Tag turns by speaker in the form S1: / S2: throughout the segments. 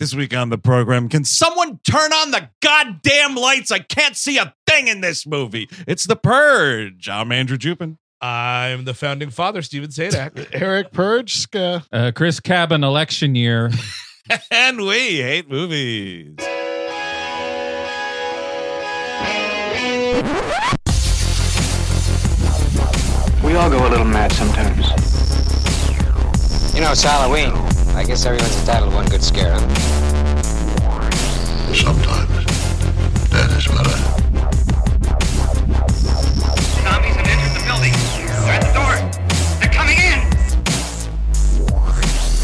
S1: This week on the program, can someone turn on the goddamn lights? I can't see a thing in this movie. It's The Purge. I'm Andrew Jupin.
S2: I'm the founding father, Steven Sadak.
S3: Eric Purge. Uh,
S4: Uh, Chris Cabin election year.
S1: and we hate movies.
S5: We all go a little mad sometimes.
S6: You know, it's Halloween. I guess everyone's entitled to one good scare, huh?
S7: Sometimes that is better.
S5: Zombies have entered the building. They're at the door. They're coming in.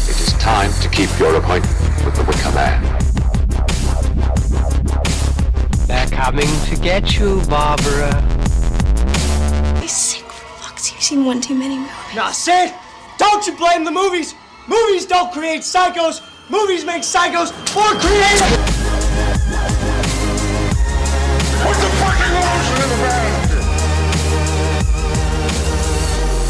S6: It is time to keep your appointment with the Wicker Man.
S5: They're coming to get you, Barbara.
S8: He's sick for fucks. You've seen one too many movies.
S9: Now, Sid, don't you blame the movies. Movies don't create psychos. Movies make psychos more creative.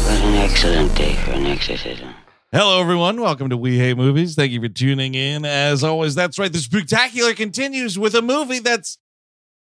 S10: What an excellent day for an exorcism.
S1: Hello, everyone. Welcome to We Hate Movies. Thank you for tuning in. As always, that's right. The spectacular continues with a movie that's,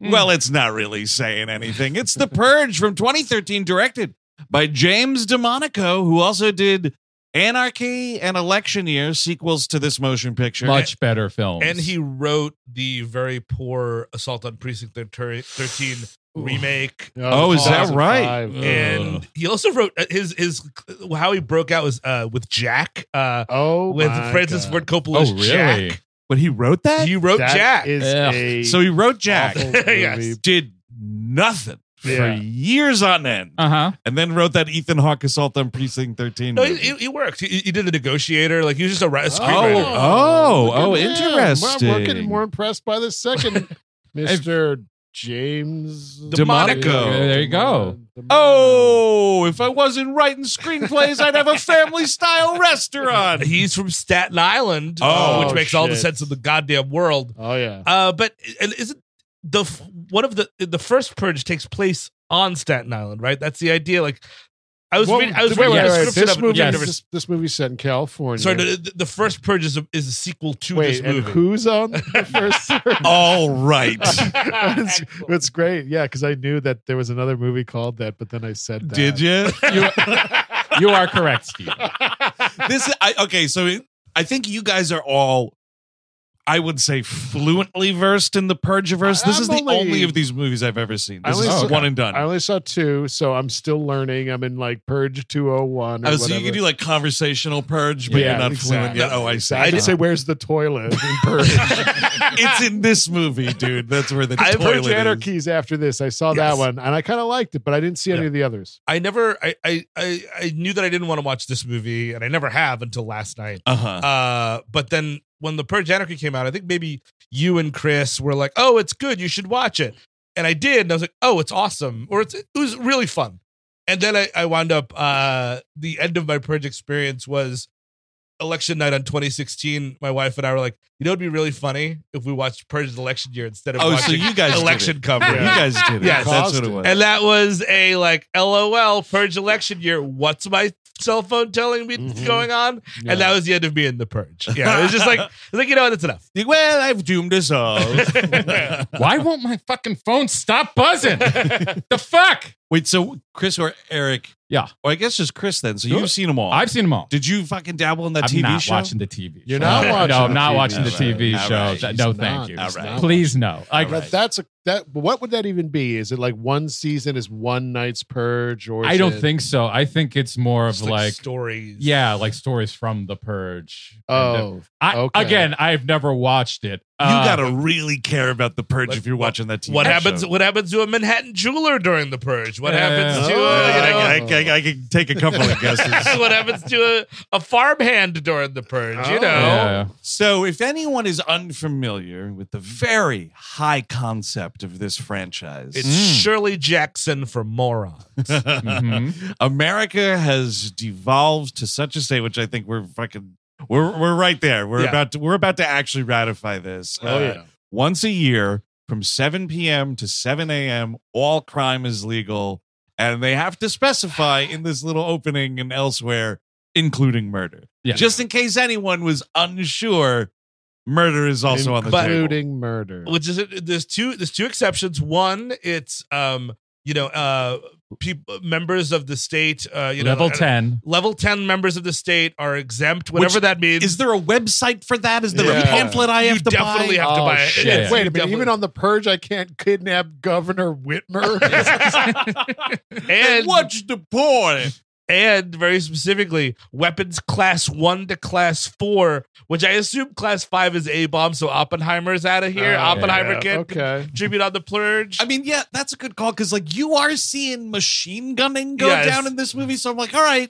S1: well, it's not really saying anything. It's The Purge from 2013, directed by James DeMonico, who also did Anarchy and Election Year sequels to this motion picture.
S4: Much better film.
S2: And he wrote the very poor Assault on Precinct 13 remake.
S1: Oh, is that right?
S2: and he also wrote uh, his his how he broke out was uh, with Jack uh,
S3: oh,
S2: with
S3: my
S2: Francis
S3: God.
S2: Ford Coppola's
S4: Oh, really?
S2: Jack.
S1: But he wrote that?
S2: He wrote
S3: That
S2: Jack.
S3: is
S4: Ugh.
S3: a
S1: so he wrote Jack,
S3: awful
S2: Yes.
S3: movie.
S1: did nothing for
S3: Yeah.
S1: years on end,
S4: Uh huh.
S1: and then wrote that Ethan Hawke assault on Precinct 13.
S2: no, he,
S1: movie.
S2: he, he worked. He, he did a negotiator. Like he was just a, ra- a
S1: Oh,
S2: screenwriter.
S1: oh,
S3: Look at
S1: oh,
S3: him.
S1: interesting.
S3: We're, we're getting more impressed by this second, Mister James
S1: DeMonico.
S4: There you go.
S3: DeMonico.
S1: Oh, if I wasn't writing screenplays, I'd have a family style restaurant.
S2: He's from Staten Island, uh,
S1: Oh,
S2: which makes all the
S3: shit.
S2: sense in the goddamn world.
S3: Oh yeah.
S2: Uh, but and isn't the f- one of the the first purge takes place on Staten Island, right? That's the idea. Like I was
S3: Well,
S2: reading, I was
S3: wait,
S2: reading
S3: wait,
S2: a
S3: wait,
S2: description
S3: this
S2: of it.
S3: movie.
S2: which I've
S4: Yes.
S2: never
S3: This, this movie set in California.
S2: Sorry, the, the first purge is a, is a sequel to
S3: Wait,
S2: this
S3: and
S2: movie.
S3: who's on the first?
S1: All right.
S3: it's, it's great, yeah, because I knew that there was another movie called that, but then I said, that.
S1: Did you?
S4: You are correct, Steve.
S1: This I okay, so it- I think you guys are all I would say fluently versed in the Purgeverse. This
S3: I'm
S1: is the
S3: only-
S1: only of these movies I've ever seen.
S3: I
S1: This is
S3: only saw-
S1: one and done.
S3: I only saw two, so I'm still learning. I'm in like Purge 201. Or
S1: Oh, so you
S3: whatever.
S1: can do like conversational purge, but
S3: Yeah,
S1: you're not fluent
S3: exactly.
S1: yet. Oh, I see.
S3: I just say, "Where's the toilet?" in Purge.
S1: it's in this movie, dude. That's where the
S2: I've heard
S1: toilet
S3: Purge
S1: is.
S3: Anarchies. After this, I saw
S2: Yes.
S3: that one, and I kind of liked it, but I didn't see any
S2: Yeah.
S3: of the others.
S2: I never, I, I, I, I knew that I didn't want to watch this movie, and I never have until last night.
S1: Uh-huh.
S2: Uh, but then when the Purge Anarchy came out, I think maybe you and Chris were like, "Oh, it's good. You should watch it." And I did, and I was like, "Oh, it's awesome," or it's, it was really fun. And then I, I wound up. Uh, the end of my Purge experience was election night on 2016. My wife and I were like, "You know, it'd be really funny if we watched Purge's election year instead of
S1: Oh, so
S2: watching
S1: you guys did
S2: election coverage."
S1: You guys did it.
S2: Yes.
S1: That's what it was.
S2: And that was a like LOL purge election year. What's my cell phone telling me
S1: Mm-hmm.
S3: Mhm.
S2: going on?
S3: Yeah.
S2: And that was the end of me in the purge. Yeah. It was just like it was like, you know what, that's enough.
S1: well, I've doomed us all.
S4: Why won't my fucking phone stop buzzing? the fuck?
S1: Wait, so Chris or Eric?
S4: Yeah.
S1: Or I guess just Chris then. So
S4: Sure.
S1: you've seen them all.
S4: I've seen them all.
S1: Did you fucking dabble in that
S4: I'm
S1: TV
S4: not
S1: show?
S4: watching the TV.
S3: You're
S4: show.
S3: not
S4: No,
S3: watching
S4: No, I'm
S3: the
S4: not
S3: TV
S4: watching the
S3: show.
S4: TV
S1: All
S4: show.
S1: right.
S4: That- No,
S3: He's
S4: thank
S3: not.
S4: you.
S3: He's not
S4: Please no. I,
S3: But that's a that what would that even be? Is it like one season is one night's purge or
S4: I
S3: is
S4: don't
S3: it-
S4: think so. I think it's more of
S2: Just like
S4: like,
S2: stories.
S4: Yeah, like stories from the purge. And,
S3: Oh.
S4: uh, I,
S3: okay.
S4: again, I've never watched it.
S1: You
S4: Uh,
S1: gotta really care about the purge
S2: Like,
S1: if you're watching that TV
S2: What happens?
S1: show. Uh,
S2: What happens to a Manhattan jeweler during the purge? What
S4: Yeah.
S2: happens
S1: I,
S2: to a, you know,
S1: I, I, I can take a couple of
S4: Oh,
S1: guesses.
S2: what happens to a, a farmhand during the purge? You know,
S4: Oh, yeah.
S1: So, if anyone is unfamiliar with the very high concept of this franchise,
S2: it's
S4: Mm.
S2: Shirley Jackson for morons.
S4: Mhm.
S1: America has devolved to such a state, which I think we're fucking we're we're right there. We're
S2: Yeah.
S1: about to we're about to actually ratify this. Uh,
S3: Oh, yeah.
S1: Once a year, from 7 p.m. to 7 a.m., all crime is legal, and they have to specify in this little opening and elsewhere, including murder.
S4: Yeah.
S1: Just in case anyone was unsure, murder is also on the table.
S3: including murder.
S2: which is there's two there's two exceptions. One, it's um, you know, uh, people members of the state, uh, you
S4: level
S2: know,
S4: ten.
S2: level ten members of the state are exempt, whatever
S1: Which
S2: that means.
S1: Is there a website for that? Is there a
S3: Yeah.
S1: pamphlet I have
S2: you
S1: to
S2: definitely
S1: buy?
S2: have to
S4: Oh,
S2: buy it.
S4: shit.
S2: It's-
S3: Wait
S2: you
S3: a minute, even
S2: definitely-
S3: on the purge, I can't kidnap Governor Whitmer.
S2: and
S1: Watch the porn.
S2: and very specifically weapons class one to class four, which I assume class five is a bomb, so Oppenheimer's out of here.
S3: Oh,
S2: Oppenheimer
S3: yeah.
S2: can't
S3: Okay.
S2: contribute on the plurge.
S1: I mean, yeah, that's a good call because like you are seeing machine gunning go
S2: Yes.
S1: down in this movie, so I'm like, all right,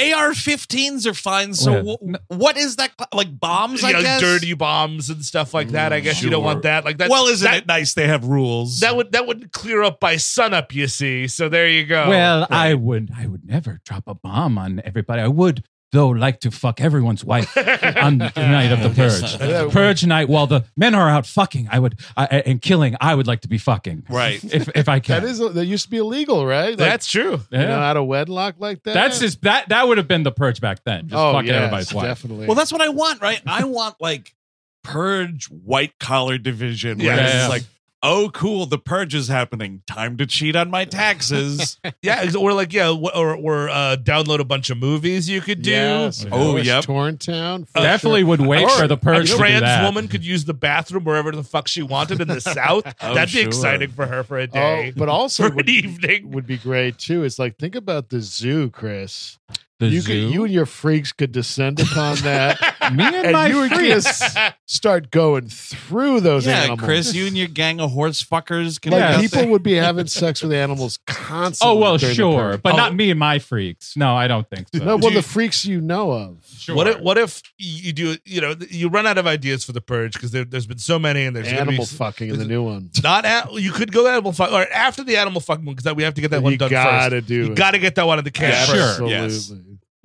S1: AR-15s are fine. So
S4: Yeah.
S1: wh- what is that cla- like bombs? I
S2: you know,
S1: guess
S2: dirty bombs and stuff like that. I guess you don't
S4: Sure.
S2: want that. Like that.
S1: well, isn't
S2: that-
S1: it nice they have rules?
S2: That would that would clear up by sunup, you see. So there you go.
S4: well, I would I would never drop a bomb on everybody. I would though like to fuck everyone's wife on the night of the purge. purge night while the men are out fucking, I would I, and killing, I would like to be fucking.
S1: Right.
S4: If if I can.
S3: that is that used to be illegal, right? Like,
S2: that's true.
S3: you know,
S4: Yeah.
S3: out of wedlock like that.
S4: That's his. That that would have been the purge back then. Just
S3: oh
S4: fucking
S3: yes,
S4: everybody's wife.
S3: definitely.
S1: well, that's what I want, right? I want like purge white collar division. Where
S2: Yeah.
S1: it's
S4: Yeah.
S1: like, oh, cool, the purge is happening. Time to cheat on my taxes.
S2: Yeah, ex- or like yeah, wh- or or uh, download a bunch of movies you could do.
S3: Yes,
S4: do-
S3: of
S1: Oh,
S3: course,
S1: yep.
S3: Torntown. for
S4: Definitely
S3: Oh, sure.
S4: would wait
S2: Or
S4: for the
S2: A
S4: purge to do
S2: trans
S4: that.
S2: woman could use the bathroom wherever the fuck she wanted in the South.
S1: Oh,
S2: That'd be
S1: sure.
S2: exciting for her for a
S3: Oh,
S2: day,
S3: but also
S2: for an
S3: would,
S2: evening.
S3: would be great too. Is like think about the zoo, Chris.
S4: The
S3: you
S4: zoo?
S3: could you and your freaks could descend upon that,
S4: me and,
S3: and
S4: my
S3: you and
S4: freaks.
S3: Chris start going through those
S1: yeah,
S3: animals.
S1: Chris, you and your gang of horse fuckers can
S3: Like
S4: Yeah.
S1: be out
S3: people
S1: there.
S3: would be having sex with animals constantly.
S4: Oh well,
S3: during the
S4: sure,
S3: purge.
S4: but
S2: Oh.
S4: not me and my freaks. No, I don't think so.
S3: no, well,
S2: Do you-
S3: the freaks you know of.
S4: Sure.
S2: What if, what if you do you know you run out of ideas for the purge because there, there's been so many and there's gonna be
S3: Animal
S2: s-
S3: fucking in the new one.
S2: Not at, you could go animal fuck or after the animal fucking one because that we have to get that one
S3: you
S2: done
S3: gotta
S2: first.
S3: do
S2: You
S3: it.
S2: got to get that one in the can
S1: Yeah,
S2: first.
S4: sure.
S3: Absolutely.
S1: yes.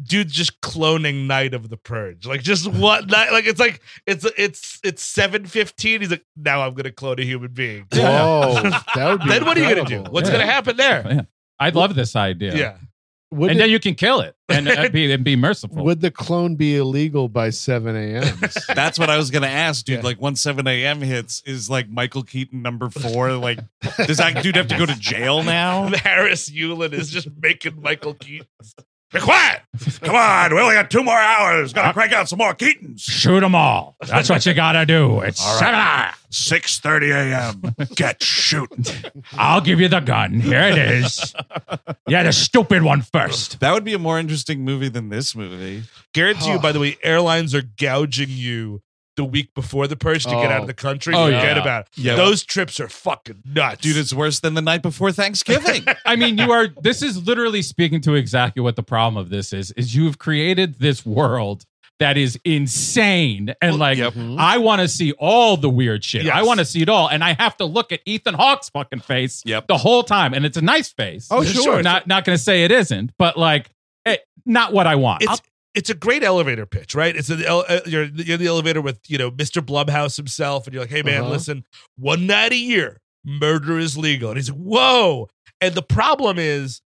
S2: dude just cloning night of the purge like just what night like it's like it's it's it's 715 he's like now i'm gonna clone a human being
S3: Whoa, that would be.
S2: then what are you gonna do
S3: incredible.
S2: what's
S4: Yeah.
S2: gonna happen there
S4: I'd love this idea.
S2: yeah
S3: Would
S4: and
S3: it-
S4: then you can kill it and uh, be and be merciful.
S3: Would the clone be illegal by 7 a.m.?
S1: That's what I was gonna ask, dude.
S2: Yeah.
S1: Like once seven a.m. hits, is like Michael Keaton number four? Like, does that dude have to go to jail now?
S2: harris Yulin is just making michael keaton be quiet
S1: Come on, we only got two more hours. Gotta crank out some more Keatons.
S4: Shoot them all. That's what you gotta do. It's
S1: All right.
S4: seven. hours.
S1: Six thirty a.m. Get shooting.
S4: I'll give you the gun. Here it is. yeah, the stupid one first.
S1: That would be a more interesting movie than this movie.
S2: guarantee you by the way airlines are gouging you the week before the purge to get out of the country
S4: Oh,
S2: forget
S4: yeah.
S2: about it
S1: Yeah.
S2: those trips are fucking nuts
S1: Dude, it's worse than the night before Thanksgiving.
S4: I mean, you are. This is literally speaking to exactly what the problem of this is. Is you have created this world that is insane, and like
S3: Hmm?
S4: I want to see all the weird shit.
S2: Yes.
S4: I want to see it all, and I have to look at Ethan Hawke's fucking face
S1: Yep.
S4: the whole time, and it's a nice face.
S3: Oh, sure. Sure.
S4: Not not going to say it isn't, but like, eh, not what I want.
S2: it's
S4: I'll-
S2: it's a great elevator pitch, right? It's an ele- uh, you're you're in the elevator with you know Mr. Blumhouse himself, and you're like, hey man,
S3: Uh-huh.
S2: listen, one night a year, murder is legal, and he's like, whoa. And the problem is,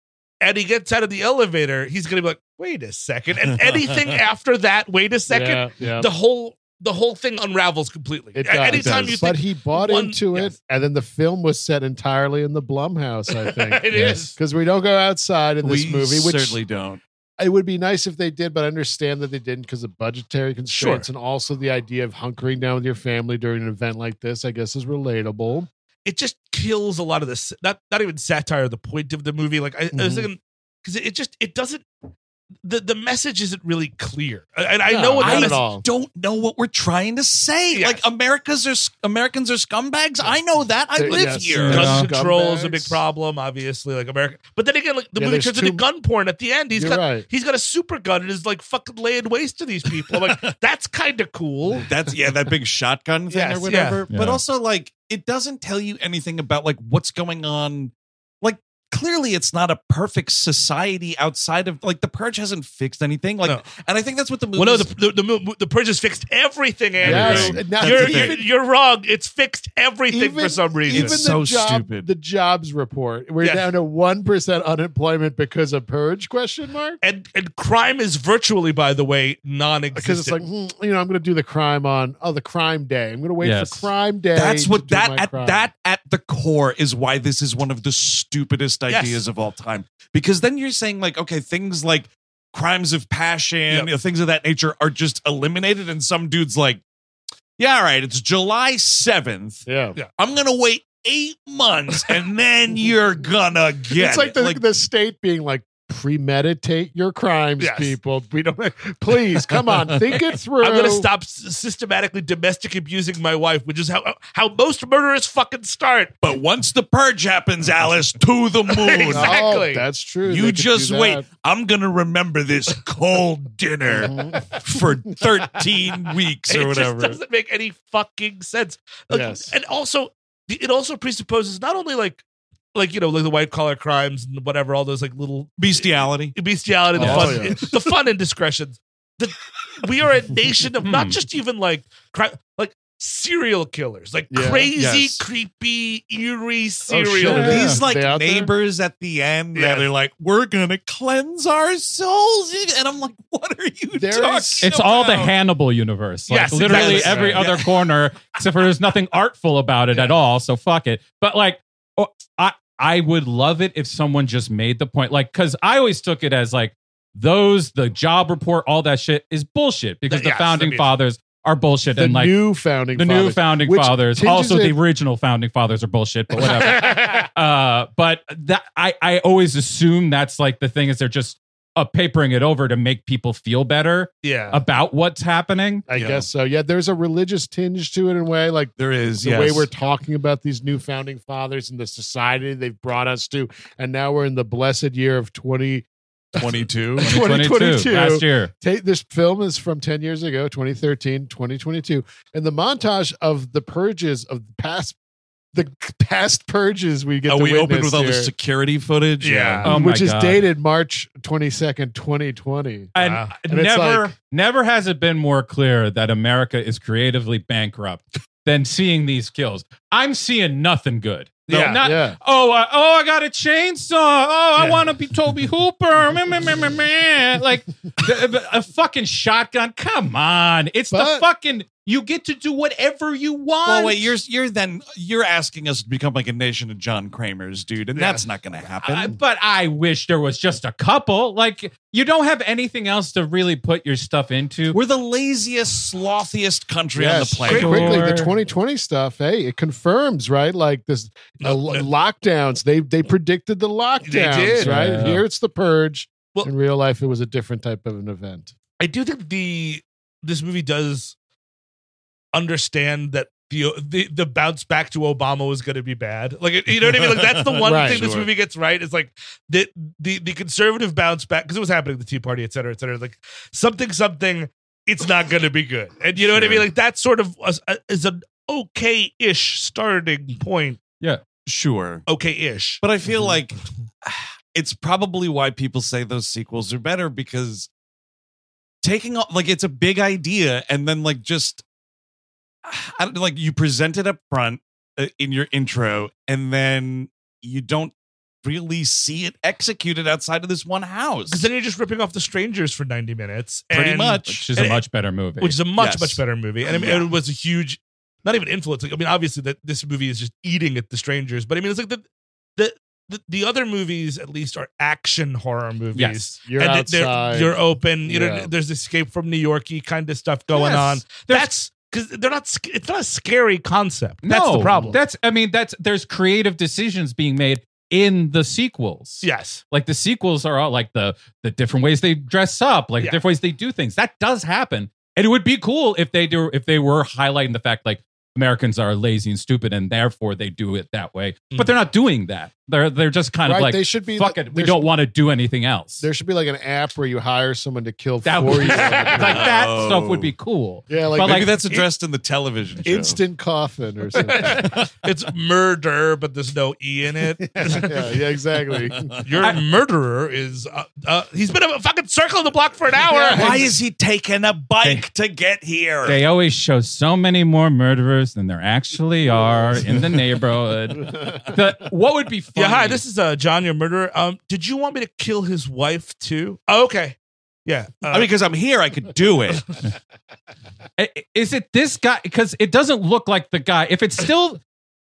S2: and he gets out of the elevator, he's gonna be like, wait a second, and anything after that, wait a second,
S3: Yeah, yeah.
S2: the whole the whole thing unravels completely.
S3: It
S2: A-
S3: does.
S2: Anytime you
S3: but
S2: think
S3: he bought
S2: one-
S3: into it,
S2: yes.
S3: and then the film was set entirely in the Blumhouse, I think.
S2: it is
S3: Because we don't go outside in this
S1: we
S3: movie, which
S1: certainly don't.
S3: it would be nice if they did, but I understand that they didn't because of budgetary constraints and also the idea of hunkering down with your family during an event like this, I guess, is relatable.
S2: it just kills a lot of this. Not not even satire. The point of the movie, like I, I was
S1: Mm-hmm.
S11: Mhm.
S2: thinking, because it, it just it doesn't. The, the message isn't really clear, and I know what
S1: I
S2: the message-
S1: don't know what we're trying to say.
S2: Yes.
S1: Like America's are s- Americans are scumbags. I know that. I
S2: There-
S1: live
S2: yes,
S1: here.
S2: Gun control is a big problem, obviously. Like America, but then again, like the
S1: Yeah,
S2: movie
S1: there's
S2: turns into
S1: too-
S2: gun porn at the end. He's
S1: You're
S2: got
S1: right.
S2: he's got a super gun and is like fucking laying waste to these people. I'm like that's kind of cool.
S1: That's yeah, that big shotgun thing
S2: Yes,
S1: or whatever.
S2: yeah.
S1: But
S2: Yeah.
S1: also like it doesn't tell you anything about like what's going on. Like clearly it's not a perfect society outside of like the purge hasn't fixed anything. Like and I think that's what the movie
S2: Well, no, the the, the, mo- the purge has fixed everything,
S1: Yes.
S2: Andrew.
S1: Yes. That's
S2: You're,
S1: the thing.
S2: you're, you're wrong. It's fixed everything for
S3: Even-
S2: some reason.
S3: Even the job, The jobs report. We're
S2: Yes.
S3: down to one percent unemployment because of purge? Question mark.
S2: And and crime is virtually, by the way, non-existent.
S3: Because it's like mm, you know, I'm going to do the crime on oh the crime day. I'm going to wait
S1: Yes.
S3: for crime day.
S1: That's
S3: to
S1: what
S3: do
S1: that
S3: my
S1: at
S3: crime.
S1: that at the core is why this is one of the stupidest
S3: Yes.
S1: ideas of all time. Because then you're saying like, okay, things like crimes of passion, you know, things of that nature are just eliminated, and some dude's like, yeah, all right, it's July seventh.
S3: Yeah.
S1: I'm gonna wait eight months, and then you're gonna get.
S3: it's like
S1: it.
S3: the, the state being like premeditate your crimes,
S2: Yes.
S3: people. We don't. Please come on, think it through.
S2: I'm gonna stop s- systematically domestic abusing my wife, which is how how most murderers fucking start.
S1: But once the purge happens, Alice, to the moon.
S2: exactly.
S3: Oh, that's true. They
S1: You
S3: could do
S1: just wait.
S3: that.
S1: I'm gonna remember this cold dinner for 13 weeks or
S2: it
S1: whatever.
S2: just doesn't make any fucking sense. Like,
S1: Yes.
S2: And also, it also presupposes not only like, like you know, like the white collar crimes and whatever, all those like little
S1: bestiality,
S2: bestiality, the
S1: Oh,
S2: fun,
S1: yeah.
S2: the fun indiscretions. The, we are a nation of not
S1: Hmm.
S2: just even like crime, like serial killers, like
S1: Yeah.
S2: crazy,
S1: Yes.
S2: creepy, eerie
S1: Oh,
S2: serial.
S1: shit.
S2: killers.
S1: These like neighbors at the end that are like, "We're gonna cleanse our souls," and I'm like, "What are you talking?"
S4: It's all the Hannibal universe. Like
S1: Yes,
S4: literally
S1: exactly.
S4: every
S1: Yeah.
S4: other corner, except for there's nothing artful about it at all. So fuck it. But like, oh, I I would love it if someone just made the point, like, because I always took it as like those the job report, all that shit is bullshit because the
S3: Yes,
S4: founding
S3: I mean-
S4: fathers are bullshit
S3: The
S4: and like
S3: new founding
S4: the new
S3: fathers,
S4: founding
S3: which
S4: fathers
S3: tinges
S4: also
S3: it-
S4: the original founding fathers are bullshit but whatever uh but that i i always assume that's like the thing is they're just uh, papering it over to make people feel better
S2: Yeah.
S4: about what's happening
S3: I guess so. Yeah, there's a religious tinge to it in a way, like
S1: there is
S3: the
S4: yes.
S3: way we're talking about these new founding fathers and the society they've brought us to, and now we're in the blessed year of 20,
S1: 22
S3: 2022.
S4: last year
S3: Ta- this film is from 10 years ago, 2013, 2022. And the montage of the purges of the past, the past purges we get
S1: Oh,
S3: to
S1: we opened
S3: witness
S1: with all
S3: here,
S1: this security footage.
S3: Yeah.
S4: Oh my
S3: which is
S4: God.
S3: dated March 22nd, 2020.
S4: and
S3: And it's
S4: never
S3: like-
S4: never has it been more clear that america is creatively bankrupt than seeing these kills i'm seeing nothing good No,
S2: Yeah,
S4: not,
S2: yeah.
S4: oh uh, oh i got a chainsaw oh i
S2: Yeah.
S4: want to be toby hooper Meh, meh, meh, meh, meh. like the- the- a fucking shotgun come on it's the
S1: But-
S4: fucking you get to do whatever you want
S1: Well, wait, you're you're then you're asking us to become like a nation of John Kramer's, dude, and
S4: Yeah.
S1: that's not gonna happen.
S4: I- but I wish there was just a couple. Like you don't have anything else to really put your stuff into.
S1: We're the laziest, slothiest country
S3: Yes.
S1: on the planet.
S3: Quickly, the 2020 stuff. Hey, it confirms, right? Like this uh, lo- lockdowns. They they predicted the lockdowns,
S2: did.
S3: right?
S2: Yeah.
S3: Here it's the purge. In real life, it was a different type of an event.
S2: I do think the this movie does understand that the the, the bounce back to Obama was going to be bad. Like you know what I mean? Like that's the one
S11: Right.
S2: thing this
S11: Sure.
S2: movie gets right is like the the the conservative bounce back because it was happening the Tea Party, et cetera, et cetera. Like something something, it's not going to be good. And you know what I mean? Like that's sort of a, a- is an okay ish starting point.
S4: Yeah,
S1: sure, Mm-hmm.
S2: okay ish.
S1: But I feel like it's probably why people say those sequels are better because taking off like it's a big idea and then like just I don't like you present it up front uh, in your intro and then you don't really see it executed outside of this one house.
S2: Because then you're just ripping off the strangers for 90 minutes.
S1: Pretty
S2: and-
S1: much.
S4: Which is a
S2: and-
S4: much better movie.
S2: Which is a much,
S4: Yes.
S2: much better movie. And I mean,
S4: Yeah.
S2: it was a huge, not even influence. Like, I mean, obviously, that this movie is just eating at the strangers. But I mean, it's like the, the, the, the other movies, at least, are action horror movies.
S4: Yes. You're
S2: that they're-
S4: outside.
S2: You're open. You
S4: Yeah.
S2: know, there's escape from New Yorky kind of stuff going
S4: Yes.
S2: on.
S4: There's
S2: That's because they're not. sc- It's not a scary concept.
S4: No,
S2: That's the problem.
S4: That's I mean that's there's creative decisions being made in the sequels.
S2: Yes.
S4: Like the sequels are all like the the different ways they dress up, like
S2: Yeah.
S4: different ways they do things. That does happen. And it would be cool if they do if they were highlighting the fact like Americans are lazy and stupid and therefore they do it that way. But they're not doing that. They're they're just kind
S3: Right,
S4: of like
S3: they should be-
S4: fuck it. We
S3: there
S4: don't
S3: should-
S4: want to do anything else.
S3: There should be like an app where you hire someone to kill
S4: That
S3: for
S4: would,
S3: you.
S4: like that stuff would be cool.
S3: Yeah, like
S4: But,
S1: Maybe
S4: like,
S1: that's addressed in the television show.
S3: instant coffin or something.
S2: it's murder, but there's no e in it.
S3: yeah, yeah, exactly.
S2: Your murderer is. Uh, uh, he's been a fucking circle the block for an hour.
S1: Why is he taking a bike to get here?
S4: They always show so many more murderers than there actually are in the neighborhood. The, what would be funny?
S2: Yeah, hi. This is uh, John, your murderer. Um, did you want me to kill his wife too? Oh, okay. Yeah. Uh,
S1: I mean, because I'm here, I could do it.
S4: I- is it this guy? Because it doesn't look like the guy. If it's still,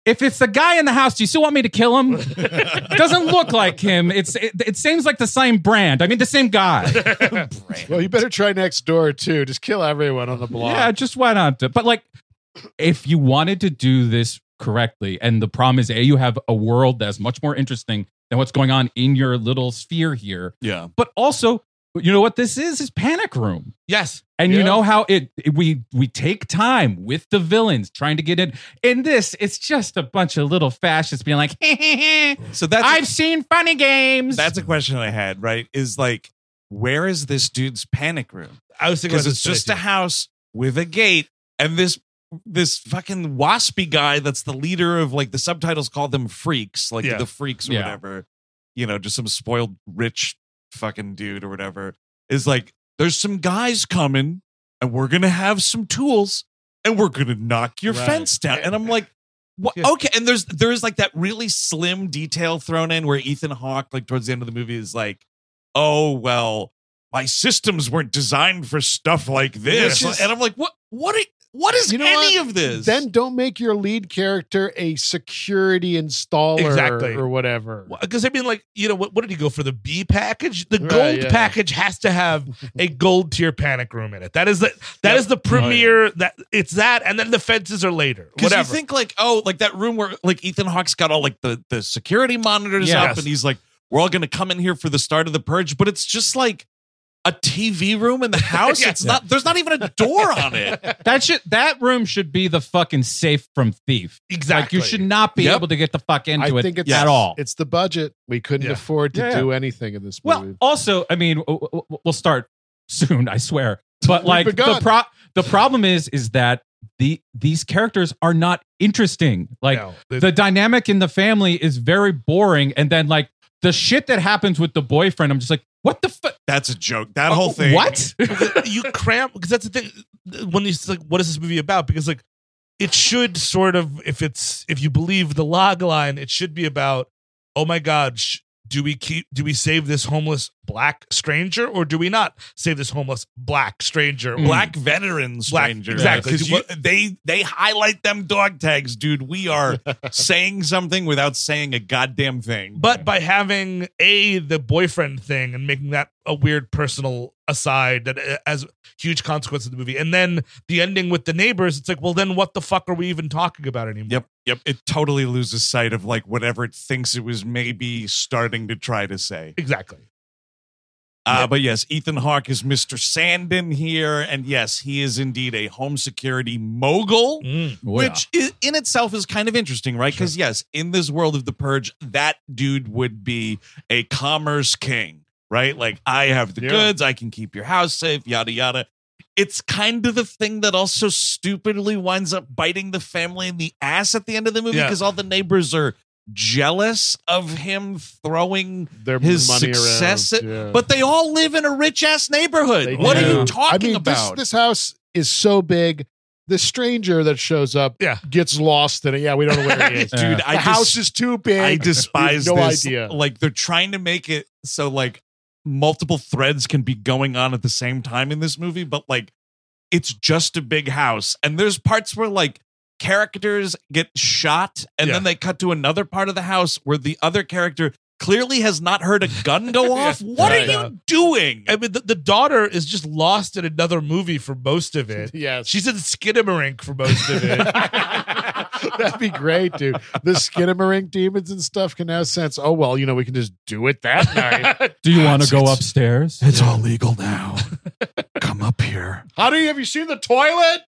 S4: if it's the guy in the house, do you still want me to kill him? doesn't look like him. It's it, it seems like the same brand. I mean, the same guy.
S3: well, you better try next door too. Just kill everyone on the block.
S4: yeah, just why not? do- But like, if you wanted to do this correctly, and the problem is, a you have a world that's much more interesting than what's going on in your little sphere here.
S1: Yeah.
S4: but also you know what this is is panic room
S2: yes.
S4: and you
S3: Yeah.
S4: know how it, it- we we take time with the villains trying to get in in this it's just a bunch of little fascists being like
S1: So that's
S4: i've seen funny games
S1: that's a question I had. Right? Is like, where is this dude's panic room?
S2: I was thinking
S1: Because
S2: about
S1: it's
S2: this
S1: just a
S2: today, too.
S1: house with a gate, and this this fucking waspy guy that's the leader of like the subtitles call them freaks, like
S2: Yeah.
S1: the freaks or
S4: Yeah.
S1: whatever. You know, just some spoiled rich fucking dude or whatever. Is like, there's some guys coming, and we're gonna have some tools, and we're gonna knock your
S3: Right.
S1: fence down. And I'm like. What?
S2: Yeah.
S1: Okay, and there's there's like that really slim detail thrown in where Ethan Hawke, like towards the end of the movie, is like, "Oh well, my systems weren't designed for stuff like this,"
S3: Yeah, it's just-
S1: and I'm like, "What? What? i- What is
S3: You know
S1: any
S3: what?
S1: of this?"
S3: Then don't make your lead character a security installer
S2: Exactly.
S3: or whatever.
S2: Because I mean, like you know, what, what did he go for the B package? The
S3: Right,
S2: gold
S3: yeah.
S2: package has to have a gold tier panic room in it. That is the that is the
S3: Oh,
S2: premier. That it's that, and then the fences are later.
S1: because you
S2: Whatever.
S1: think like, oh, like that room where like Ethan Hawke's got all like the the security monitors
S2: Yes.
S1: up, and he's like, "We're all gonna come in here for the start of the purge," but it's just like a TV room in the house.
S2: Yeah.
S1: It's not. There's not even a door on it.
S4: that should that room should be the fucking safe from thief like
S2: exactly.
S4: you should not be
S1: Yep.
S4: able to get the fuck into
S3: I
S4: it
S3: think it's
S4: at all
S3: It's the budget. We couldn't
S2: Yeah.
S3: afford to
S4: Yeah.
S3: do anything in this
S4: Well,
S3: movie.
S4: also, I mean, w- w- w- we'll start soon, I swear. But
S3: We've
S4: like the
S3: begun.
S4: pro- the problem is is that the these characters are not interesting. Like
S2: No, they-
S4: the dynamic in the family is very boring, and then like the shit that happens with the boyfriend, I'm just like, what the fuck?
S1: That's a joke. That whole thing.
S4: What?
S2: you cram because that's the thing. When it's like, what is this movie about? Because like, it should sort of, if it's if you believe the log line, it should be about, oh my god, sh- do we keep do we save this homeless black stranger or do we not save this homeless black stranger?
S1: black veterans
S2: Black-
S1: stranger
S2: exactly.
S1: because you- they they highlight them dog tags dude we are saying something without saying a goddamn thing
S2: But by having a the boyfriend thing and making that a weird personal aside that uh, has huge consequence of the movie, and then the ending with the neighbors, it's like, well, then what the fuck are we even talking about anymore?
S1: yep yep it totally loses sight of like whatever it thinks it was maybe starting to try to say
S2: Exactly.
S1: uh, but yes ethan hawke is mr sandin here and yes he is indeed a home security mogul Which i in itself is kind of interesting, right? Because, yes, in this world of the purge, that dude would be a commerce king, right? Like, I have the
S3: Yeah.
S1: goods, I can keep your house safe, yada, yada. It's kind of the thing that also stupidly winds up biting the family in the ass at the end of the movie
S2: Yeah.
S1: because all the neighbors are jealous of him throwing
S3: Their
S1: his
S3: money
S1: success.
S3: around, yeah.
S1: But they all live in a rich ass neighborhood.
S3: They
S1: what
S3: do.
S1: are you
S3: I
S1: talking
S3: mean,
S1: about?
S3: This, this house is so big. The stranger that shows up
S2: Yeah.
S3: gets lost in it. Yeah, we don't know where he is.
S4: Dude,
S3: the
S1: I just-
S3: house is too big.
S1: I
S3: We have
S1: despise
S3: no
S1: this.
S3: idea.
S1: Like they're trying to make it so like multiple threads can be going on at the same time in this movie, but like it's just a big house. And there's parts where like characters get shot and
S2: Yeah.
S1: then they cut to another part of the house where the other character clearly has not heard a gun go off. What
S2: Right.
S1: are you doing?
S2: I mean, the, the daughter is just lost in another movie for most of it.
S3: Yes.
S2: She's in Skidmarink for most of it.
S3: That'd be great, dude. The Skinamarink demons and stuff can now sense. Oh well, you know we can just do it that night.
S4: Do you want to go upstairs?
S12: It's all legal now. Come up here.
S3: How do you have you seen the toilet?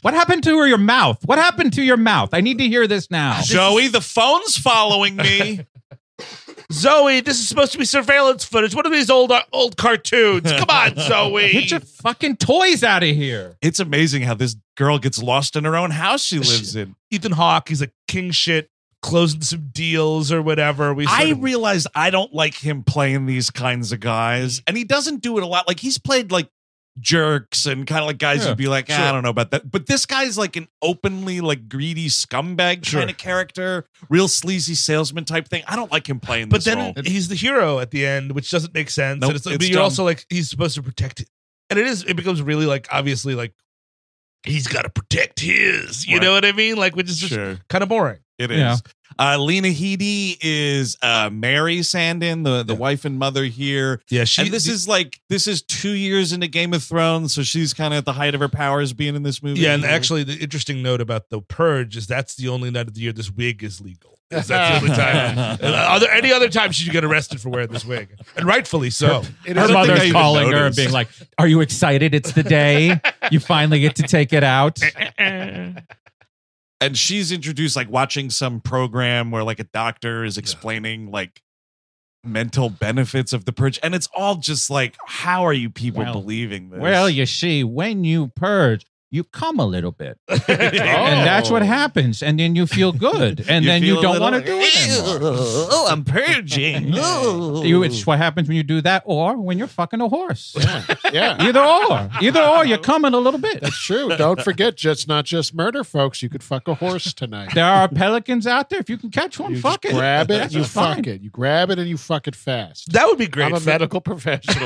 S4: What happened to your mouth? What happened to your mouth? I need to hear this now.
S1: Joey, the phone's following me.
S2: Zoe, this is supposed to be surveillance footage. One of these old uh, old cartoons. Come on, Zoe.
S4: Get your fucking toys out of here.
S1: it's amazing how this girl gets lost in her own house she lives in.
S2: Ethan Hawke, he's a king shit, closing some deals or whatever. We sort
S1: I
S2: of-
S1: realize I don't like him playing these kinds of guys, and he doesn't do it a lot. Like he's played like jerks and kind of like guys
S4: Yeah,
S1: who'd be like, "Ah, I
S4: sure.
S1: don't know about that. But this guy's like an openly like greedy scumbag
S2: Sure.
S1: kind of character, real sleazy salesman type thing. I don't like him playing
S2: but
S1: this
S2: then
S1: role.
S2: he's the hero at the end, which doesn't make sense.
S1: Nope,
S2: and it's, like,
S1: it's
S2: but you're
S1: dumb.
S2: also like he's supposed to protect it, and it is. It becomes really like obviously like he's got to protect his. You
S1: Right.
S2: know what I mean? Like which is just
S1: Sure.
S2: kind of boring.
S1: It is.
S4: Yeah.
S1: Uh, Lena Headey is uh, Mary Sandin, the, the wife and mother here.
S2: Yeah, she.
S1: and this
S2: the-
S1: is like this is two years into Game of Thrones, so she's kind of at the height of her powers being in this movie.
S2: yeah, and actually, the interesting note about the purge is that's the only night of the year this wig is legal. Is That's the only time. And uh, other, any other time she'd get arrested for wearing this wig, and rightfully so.
S3: It
S4: Her
S1: mother-
S3: is
S1: I
S4: mother's
S1: even
S4: calling her and
S1: noticed.
S4: being like, Are you excited? It's the day. You finally get to take it out.
S1: and she's introduced like watching some program where like a doctor is explaining like mental benefits of the purge, and it's all just like, how are you people
S4: Well-
S1: believing this?
S4: Well, you see, when you purge, you come a little bit. And that's what
S3: Oh.
S4: happens. And then you feel good. And then you don't want to do it anymore.
S1: Oh, I'm purging.
S4: You, it's what happens when you do that or when you're fucking a horse.
S3: Yeah,
S4: Either or. Either or, you're coming a little bit.
S3: that's true. Don't forget, just not just murder, folks. You could fuck a horse tonight.
S4: There are pelicans out there. If you can catch one,
S3: You just
S4: fuck it.
S3: grab it,
S4: That's
S3: and you
S4: fine.
S3: fuck it. You grab it and you fuck it fast.
S2: That would be great.
S3: I'm a
S2: for-
S3: medical professional.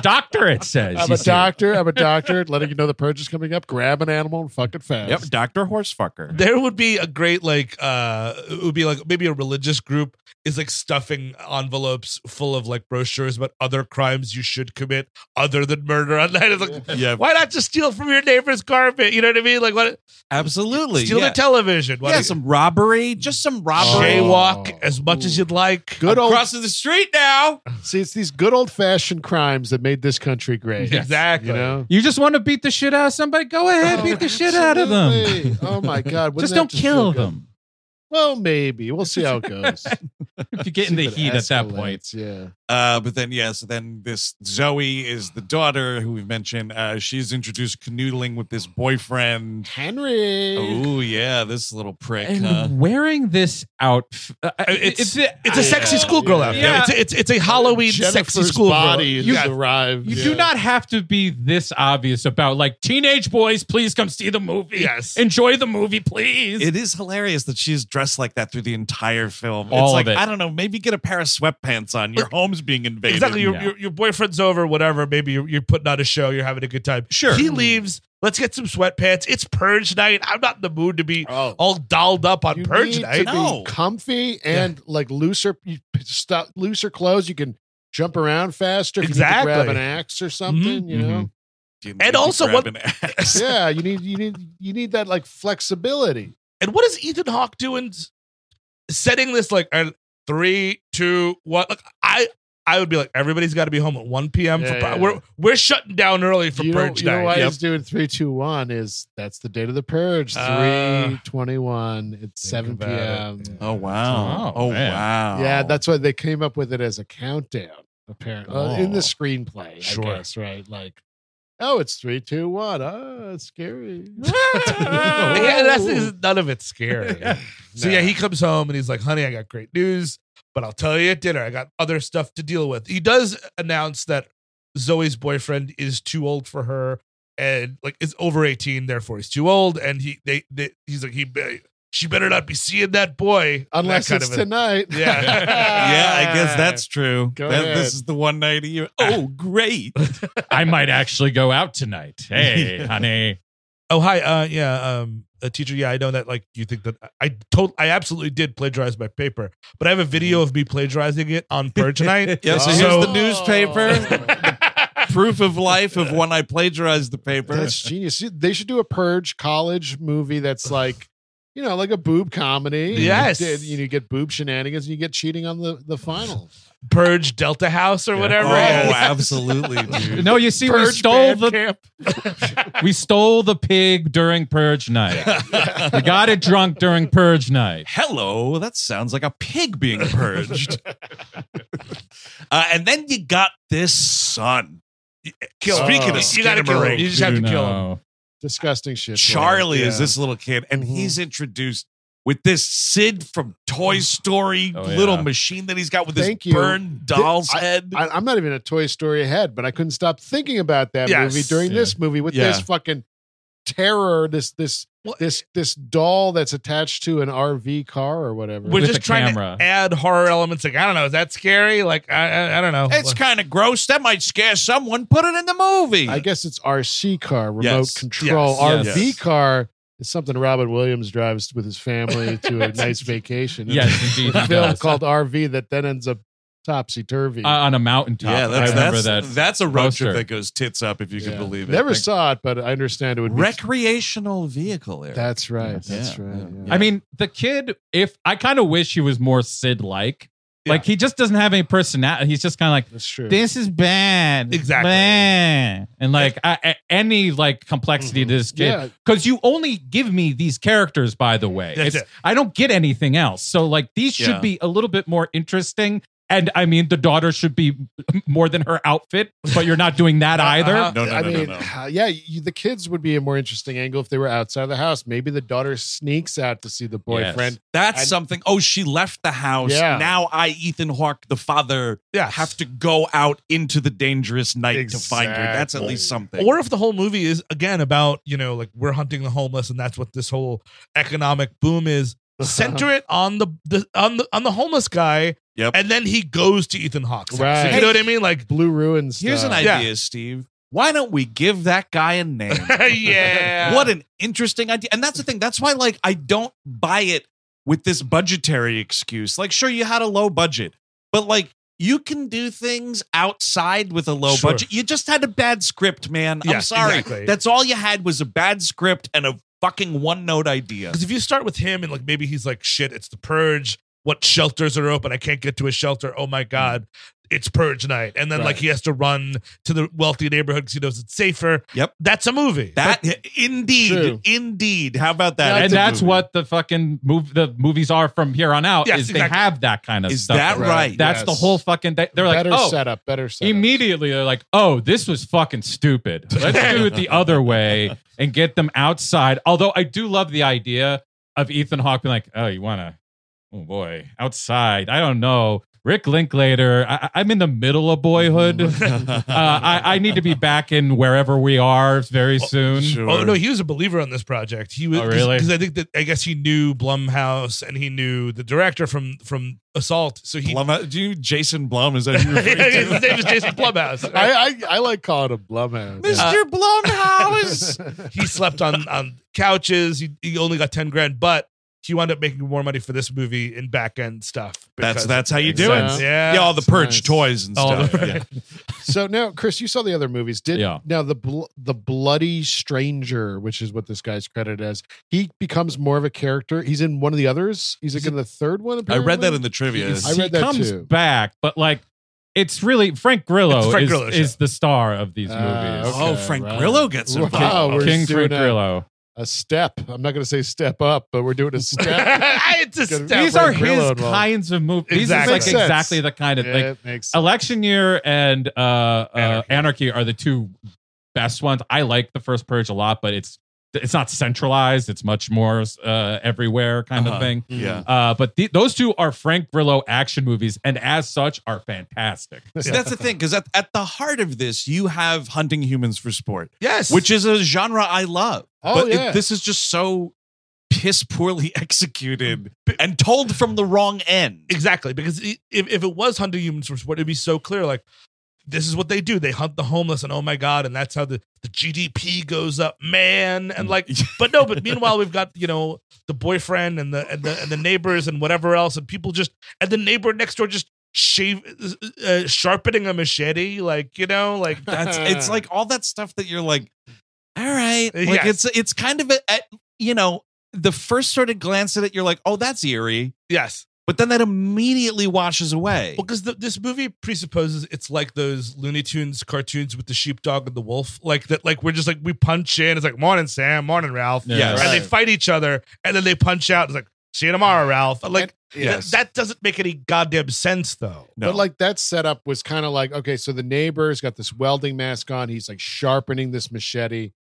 S4: Doctor, it says.
S3: I'm
S4: you
S3: a
S4: see.
S3: doctor. I'm a doctor. Letting you know the purge is coming up. Grab an animal and fuck it fast.
S1: Yep, Doctor Horsefucker.
S2: There would be a great like uh it would be like maybe a religious group is like stuffing envelopes full of like brochures about other crimes you should commit other than murder on night. It's like
S1: Yeah.
S2: why not just steal from your neighbor's carpet? You know what I mean? Like what
S1: Absolutely.
S2: steal
S1: yeah.
S2: the television. Why
S1: yeah,
S2: not
S1: some Oh. robbery, just some robbery.
S2: jaywalk as much as you'd like.
S3: Good old
S1: Crossing the street now.
S3: See, it's these good old fashioned crimes that made this country great.
S2: Exactly.
S3: You know?
S4: You just want to beat the shit out of somebody? Go ahead, beat the shit out of them.
S3: Absolutely. Oh my God. Wouldn't
S4: Just
S3: that
S4: don't
S3: feel
S4: kill
S3: good?
S4: them.
S3: Well, maybe. We'll see how it goes.
S4: If you get
S3: See
S4: in the
S3: if it
S4: heat at that
S3: escalates.
S4: point.
S3: Yeah.
S1: Uh, but then, yes, then this Zoe is the daughter who we've mentioned. Uh, she's introduced canoodling with this boyfriend.
S3: Henry.
S1: Oh, yeah, this little prick.
S4: And
S1: huh?
S4: wearing this out, uh,
S2: I mean, It's
S4: it-
S2: it's a sexy
S3: yeah,
S2: schoolgirl
S3: yeah.
S2: outfit.
S4: Yeah.
S2: It's, a, it's it's a Halloween sexy
S3: Jennifer's
S2: schoolgirl.
S3: body has
S4: You-
S3: arrived.
S4: You
S3: Yeah.
S4: do not have to be this obvious about like teenage boys. Please come see the movie.
S2: Yes.
S4: enjoy the movie, please.
S1: It is hilarious that she's dressed like that through the entire film.
S4: All
S1: it's like,
S4: of it.
S1: I don't know, maybe get a pair of sweatpants on. Your home's being invaded.
S2: Exactly. Your,
S4: Yeah.
S2: your, your boyfriend's over, whatever. Maybe you're, you're putting on a show, you're having a good time.
S1: Sure.
S2: He leaves. Let's get some sweatpants. It's purge night. I'm not in the mood to be
S3: Oh.
S2: all dolled up on
S3: You
S2: purge
S3: need
S2: night.
S3: to
S1: No.
S3: be comfy and like looser, you p- stop, looser clothes. You can jump around faster. If
S2: Exactly.
S3: You need to grab an axe or something.
S4: Mm-hmm.
S3: You know.
S1: You need
S2: And
S1: to
S2: also
S1: grab
S2: what-
S1: an axe.
S3: Yeah. You need. You need. You need that like flexibility.
S2: And what is Ethan Hawke doing? s- Setting this like uh, three, two, one. Like I, I would be like, everybody's got to be home at 1 p.m.
S3: Yeah,
S2: for
S3: yeah,
S2: pur- we're
S3: yeah.
S2: we're shutting down early for
S3: you know,
S2: purge
S3: you know
S2: night.
S3: why
S2: Yep.
S3: he's doing three, two, one is that's the date of the purge.
S2: Ah.
S3: Three twenty-one. It's seven
S2: about
S3: p.m.
S2: it.
S1: Oh, wow.
S4: Oh,
S1: Oh,
S4: man.
S1: wow.
S3: Yeah, that's why they came up with it as a countdown. Apparently, uh, in the
S1: Oh.
S3: screenplay,
S2: Sure.
S3: I guess, right? Like, oh, it's three, two, one. Oh, it's scary.
S2: yeah, that's, is- none of it's scary. So yeah, he comes home and he's like, "Honey, I got great news, but I'll tell you at dinner. I got other stuff to deal with." He does announce that Zoe's boyfriend is too old for her, and like is over eighteen, therefore he's too old. And he they, they he's like he be- she better not be seeing that boy that
S3: Unless
S2: kind
S3: it's
S2: of a-
S3: tonight.
S2: Yeah.
S1: Yeah, I guess that's true.
S3: Go
S1: That-
S3: ahead.
S1: this is the one night a year. Oh, great.
S4: I might actually go out tonight. Hey, honey.
S2: Oh hi, uh, yeah, um, a teacher. Yeah, I know that. Like, you think that I told I absolutely did plagiarize my paper, but I have a video of me plagiarizing it on purge night.
S1: yeah, so here's
S3: Oh.
S1: the newspaper. proof of life of when I plagiarized the paper.
S3: That's genius. They should do a purge college movie that's like, you know, like a boob comedy.
S2: Yes,
S3: and you, you get boob shenanigans and you get cheating on the the final.
S2: Purge Delta House or yeah. whatever.
S1: Oh, absolutely, dude.
S4: No, you see,
S3: Purge
S4: we stole
S3: band
S4: the we stole the pig during purge night. we got it drunk during purge night.
S1: Hello, that sounds like a pig being purged. uh, and then you got this son.
S2: Kill him.
S1: Speaking
S2: Oh.
S1: of
S2: You gotta kill him. You just have to
S1: Skidamore,
S2: kill him.
S4: No.
S3: Disgusting shit.
S1: Charlie
S3: Yeah. Mm-hmm.
S1: is this little kid, and he's introduced
S2: uh,
S1: with this Sid from
S2: Mm.
S1: Toy Story
S4: Oh, yeah.
S1: little machine that he's got with
S3: Thank
S1: this
S3: you.
S1: burned doll's
S3: I-
S1: head.
S3: I, am not even a Toy Story head, but I couldn't stop thinking about that
S2: Yes.
S3: movie during
S4: Yeah.
S3: this movie with
S1: Yeah.
S3: this fucking terror, this this
S2: Well,
S3: this this doll that's attached to an RV car or whatever.
S2: We're
S4: With
S2: just
S4: a
S2: trying
S4: camera.
S2: to add horror elements. Like, I don't know, is that scary? Like, I, I, I don't know.
S1: it's kind of gross. That might scare someone. Put it in the movie.
S3: I guess it's RC car, remote
S1: Yes.
S3: control.
S4: Yes.
S3: RV
S1: Yes.
S3: car is something Robin Williams drives with his family to a nice vacation. And
S4: Yes,
S3: there's
S4: indeed.
S3: a
S4: he
S3: film
S4: does.
S3: called RV that then ends up topsy turvy.
S4: Uh, on a mountaintop.
S1: yeah, that's
S4: I remember
S1: that's,
S4: that.
S1: that's a road
S4: poster.
S1: trip that goes tits up if you can believe it.
S3: Never
S1: Like,
S3: saw it, but I understand it would be.
S1: recreational vehicle. Eric.
S3: that's right.
S4: Yes.
S3: That's
S1: Yeah,
S3: right.
S1: yeah.
S3: yeah.
S4: I mean, the kid. If I kind of wish he was more Sid like.
S2: Yeah.
S4: Like he just doesn't have any personality. He's just kind of like
S3: that's true.
S4: this is bad
S2: Exactly.
S4: Blah. and like I, I- any like complexity
S2: Mm-hmm.
S4: to this
S3: Yeah.
S4: kid because you only give me these characters by the way
S2: That's
S4: It's-
S2: it.
S4: i don't get anything else so like these should
S1: Yeah.
S4: be a little bit more interesting and i mean the daughter should be more than her outfit but you're not doing that either
S2: Uh-huh.
S1: No, no,
S3: I
S1: no,
S3: mean,
S1: no, no.
S3: uh, yeah, you, the kids would be a more interesting angle if they were outside of the house. Maybe the daughter sneaks out to see the boyfriend.
S1: That's
S3: And-
S1: something. Oh, she left the house.
S3: Yeah.
S1: Now I, Ethan Hawke, the father,
S2: Yes.
S1: have to go out into the dangerous night to find her. That's at
S3: Exactly.
S1: least something.
S2: or if the whole movie is again about you know like we're hunting the homeless and that's what this whole economic boom is center it on the, the on the on the homeless guy
S1: Yep.
S2: and then he goes to ethan hawke
S3: Right.
S2: you know what i mean like
S3: Blue ruins.
S1: Here's an
S2: Yeah.
S1: idea, Steve. Why don't we give that guy a name?
S2: yeah
S1: What an interesting idea. And that's the thing. That's why, like, I don't buy it with this budgetary excuse. Like, sure, you had a low budget, but like, you can do things outside with a low
S2: Sure.
S1: budget. You just had a bad script, man.
S2: Yeah,
S1: I'm sorry.
S2: exactly.
S1: That's all you had was a bad script and a fucking one note idea.
S2: because if you start with him and like maybe he's like shit it's the purge what shelters are open i can't get to a shelter oh my god it's purge night and then like
S3: Right.
S2: he has to run to the wealthy neighborhood because he knows it's safer
S1: Yep.
S2: that's a movie
S1: That indeed,
S3: True.
S1: indeed. How about that?
S4: and
S1: a
S4: that's
S1: movie.
S4: what the fucking move the movies are from here on out
S2: Yes,
S4: is they
S2: exactly.
S4: have that kind of
S1: is
S4: stuff
S1: that
S3: Right.
S1: right?
S4: that's
S3: Yes.
S4: the whole fucking they- they're like
S3: better
S4: oh
S3: setup. Better setup.
S4: immediately they're like, "Oh, this was fucking stupid. Let's do it the other way and get them outside." Although I do love the idea of Ethan Hawke being like, "Oh, you wanna? Oh boy, outside. I don't know." Rick Linklater. I, I- I'm in the middle of boyhood. uh, I, I need to be back in wherever we are very soon.
S2: Oh no, he was a believer on this project. He was
S4: Oh, really?
S2: because I think that I guess he knew Blumhouse and he knew the director from from Assault. So he
S1: Blum, uh, do you Jason Blum is that who you're referring to?
S2: his name is Jason Blumhouse. right?
S3: I, I I like calling him Blumhouse.
S1: Mr. Blumhouse.
S2: he slept on on couches. He, he only got ten grand, but he wound up making more money for this movie in back end stuff.
S1: that's
S2: because-
S1: that's how you do
S3: Exactly.
S1: it.
S2: Yeah.
S1: all the
S3: That's
S1: purge
S3: nice.
S1: toys and
S2: All
S1: stuff.
S2: the-
S1: yeah.
S3: So now, Chris, you saw the other movies. Did
S4: Yeah.
S3: now the bl- the bloody stranger, which is what this guy's credited as, he becomes more of a character. He's in one of the others. He's like in the third
S1: I
S3: one.
S1: read that
S3: apparently?
S1: in the trivia.
S3: I read that
S4: he comes
S3: too.
S4: back, but like, it's really Frank Grillo,
S2: It's Frank
S4: is,
S2: Grillo's
S4: is the star of these
S3: Ah,
S4: movies.
S1: Oh, Frank Grillo gets
S3: Wow,
S1: involved.
S3: we're
S4: King
S3: doing
S4: Frank
S3: a-
S4: Grillo.
S3: a step. I'm not going to say step up, but we're doing a step.
S2: it's a
S3: These
S2: step.
S4: These
S3: Frank
S4: are his
S3: Grillo involved.
S4: kinds of movies. These are
S2: Exactly.
S4: like
S2: Makes sense.
S4: exactly the kind of
S3: Yeah,
S4: like
S3: it makes sense.
S4: Election Year and uh, uh,
S2: Anarchy.
S4: Anarchy are the two best ones. I like the first Purge a lot, but it's it's not centralized. It's much more uh, everywhere kind
S1: Uh-huh.
S4: of thing.
S3: Mm.
S1: Yeah.
S4: Uh, but the, those two are Frank Grillo action movies, and as such, are fantastic.
S1: See, that's the thing, because at, at the heart of this, you have hunting humans for sport,
S2: yes,
S1: which is a genre I love.
S3: Oh,
S1: but it-
S3: yeah.
S1: this is just so piss poorly executed and told from the wrong end.
S2: Exactly, because i- if, if it was hunting humans for sport, it'd be so clear. Like this is what they do. They hunt the homeless, and oh my god, and that's how the, the GDP goes up, man. And like, but no, but meanwhile we've got you know the boyfriend and the and the, and the neighbors and whatever else, and people just and the neighbor next door just shave uh, sharpening a machete, like you know, like
S1: that's it's like all that stuff that you're like, all right, like it's it's kind of a, a- you know the first sort of glance at it, you're like, oh, that's eerie,
S2: yes.
S1: but then that immediately washes away.
S2: Well, because this movie presupposes it's like those Looney Tunes cartoons with the sheepdog and the wolf, like that. Like we're just like we punch in. It's like morning Sam, morning Ralph.
S1: Yeah, Yes.
S2: and they
S1: right.
S2: fight each other, and then they punch out. It's like see you tomorrow, Ralph. Like
S3: And- yes.
S2: that, that doesn't make any goddamn sense though.
S3: But like that setup was kind of like okay, so the neighbor's got this welding mask on. He's like sharpening this machete.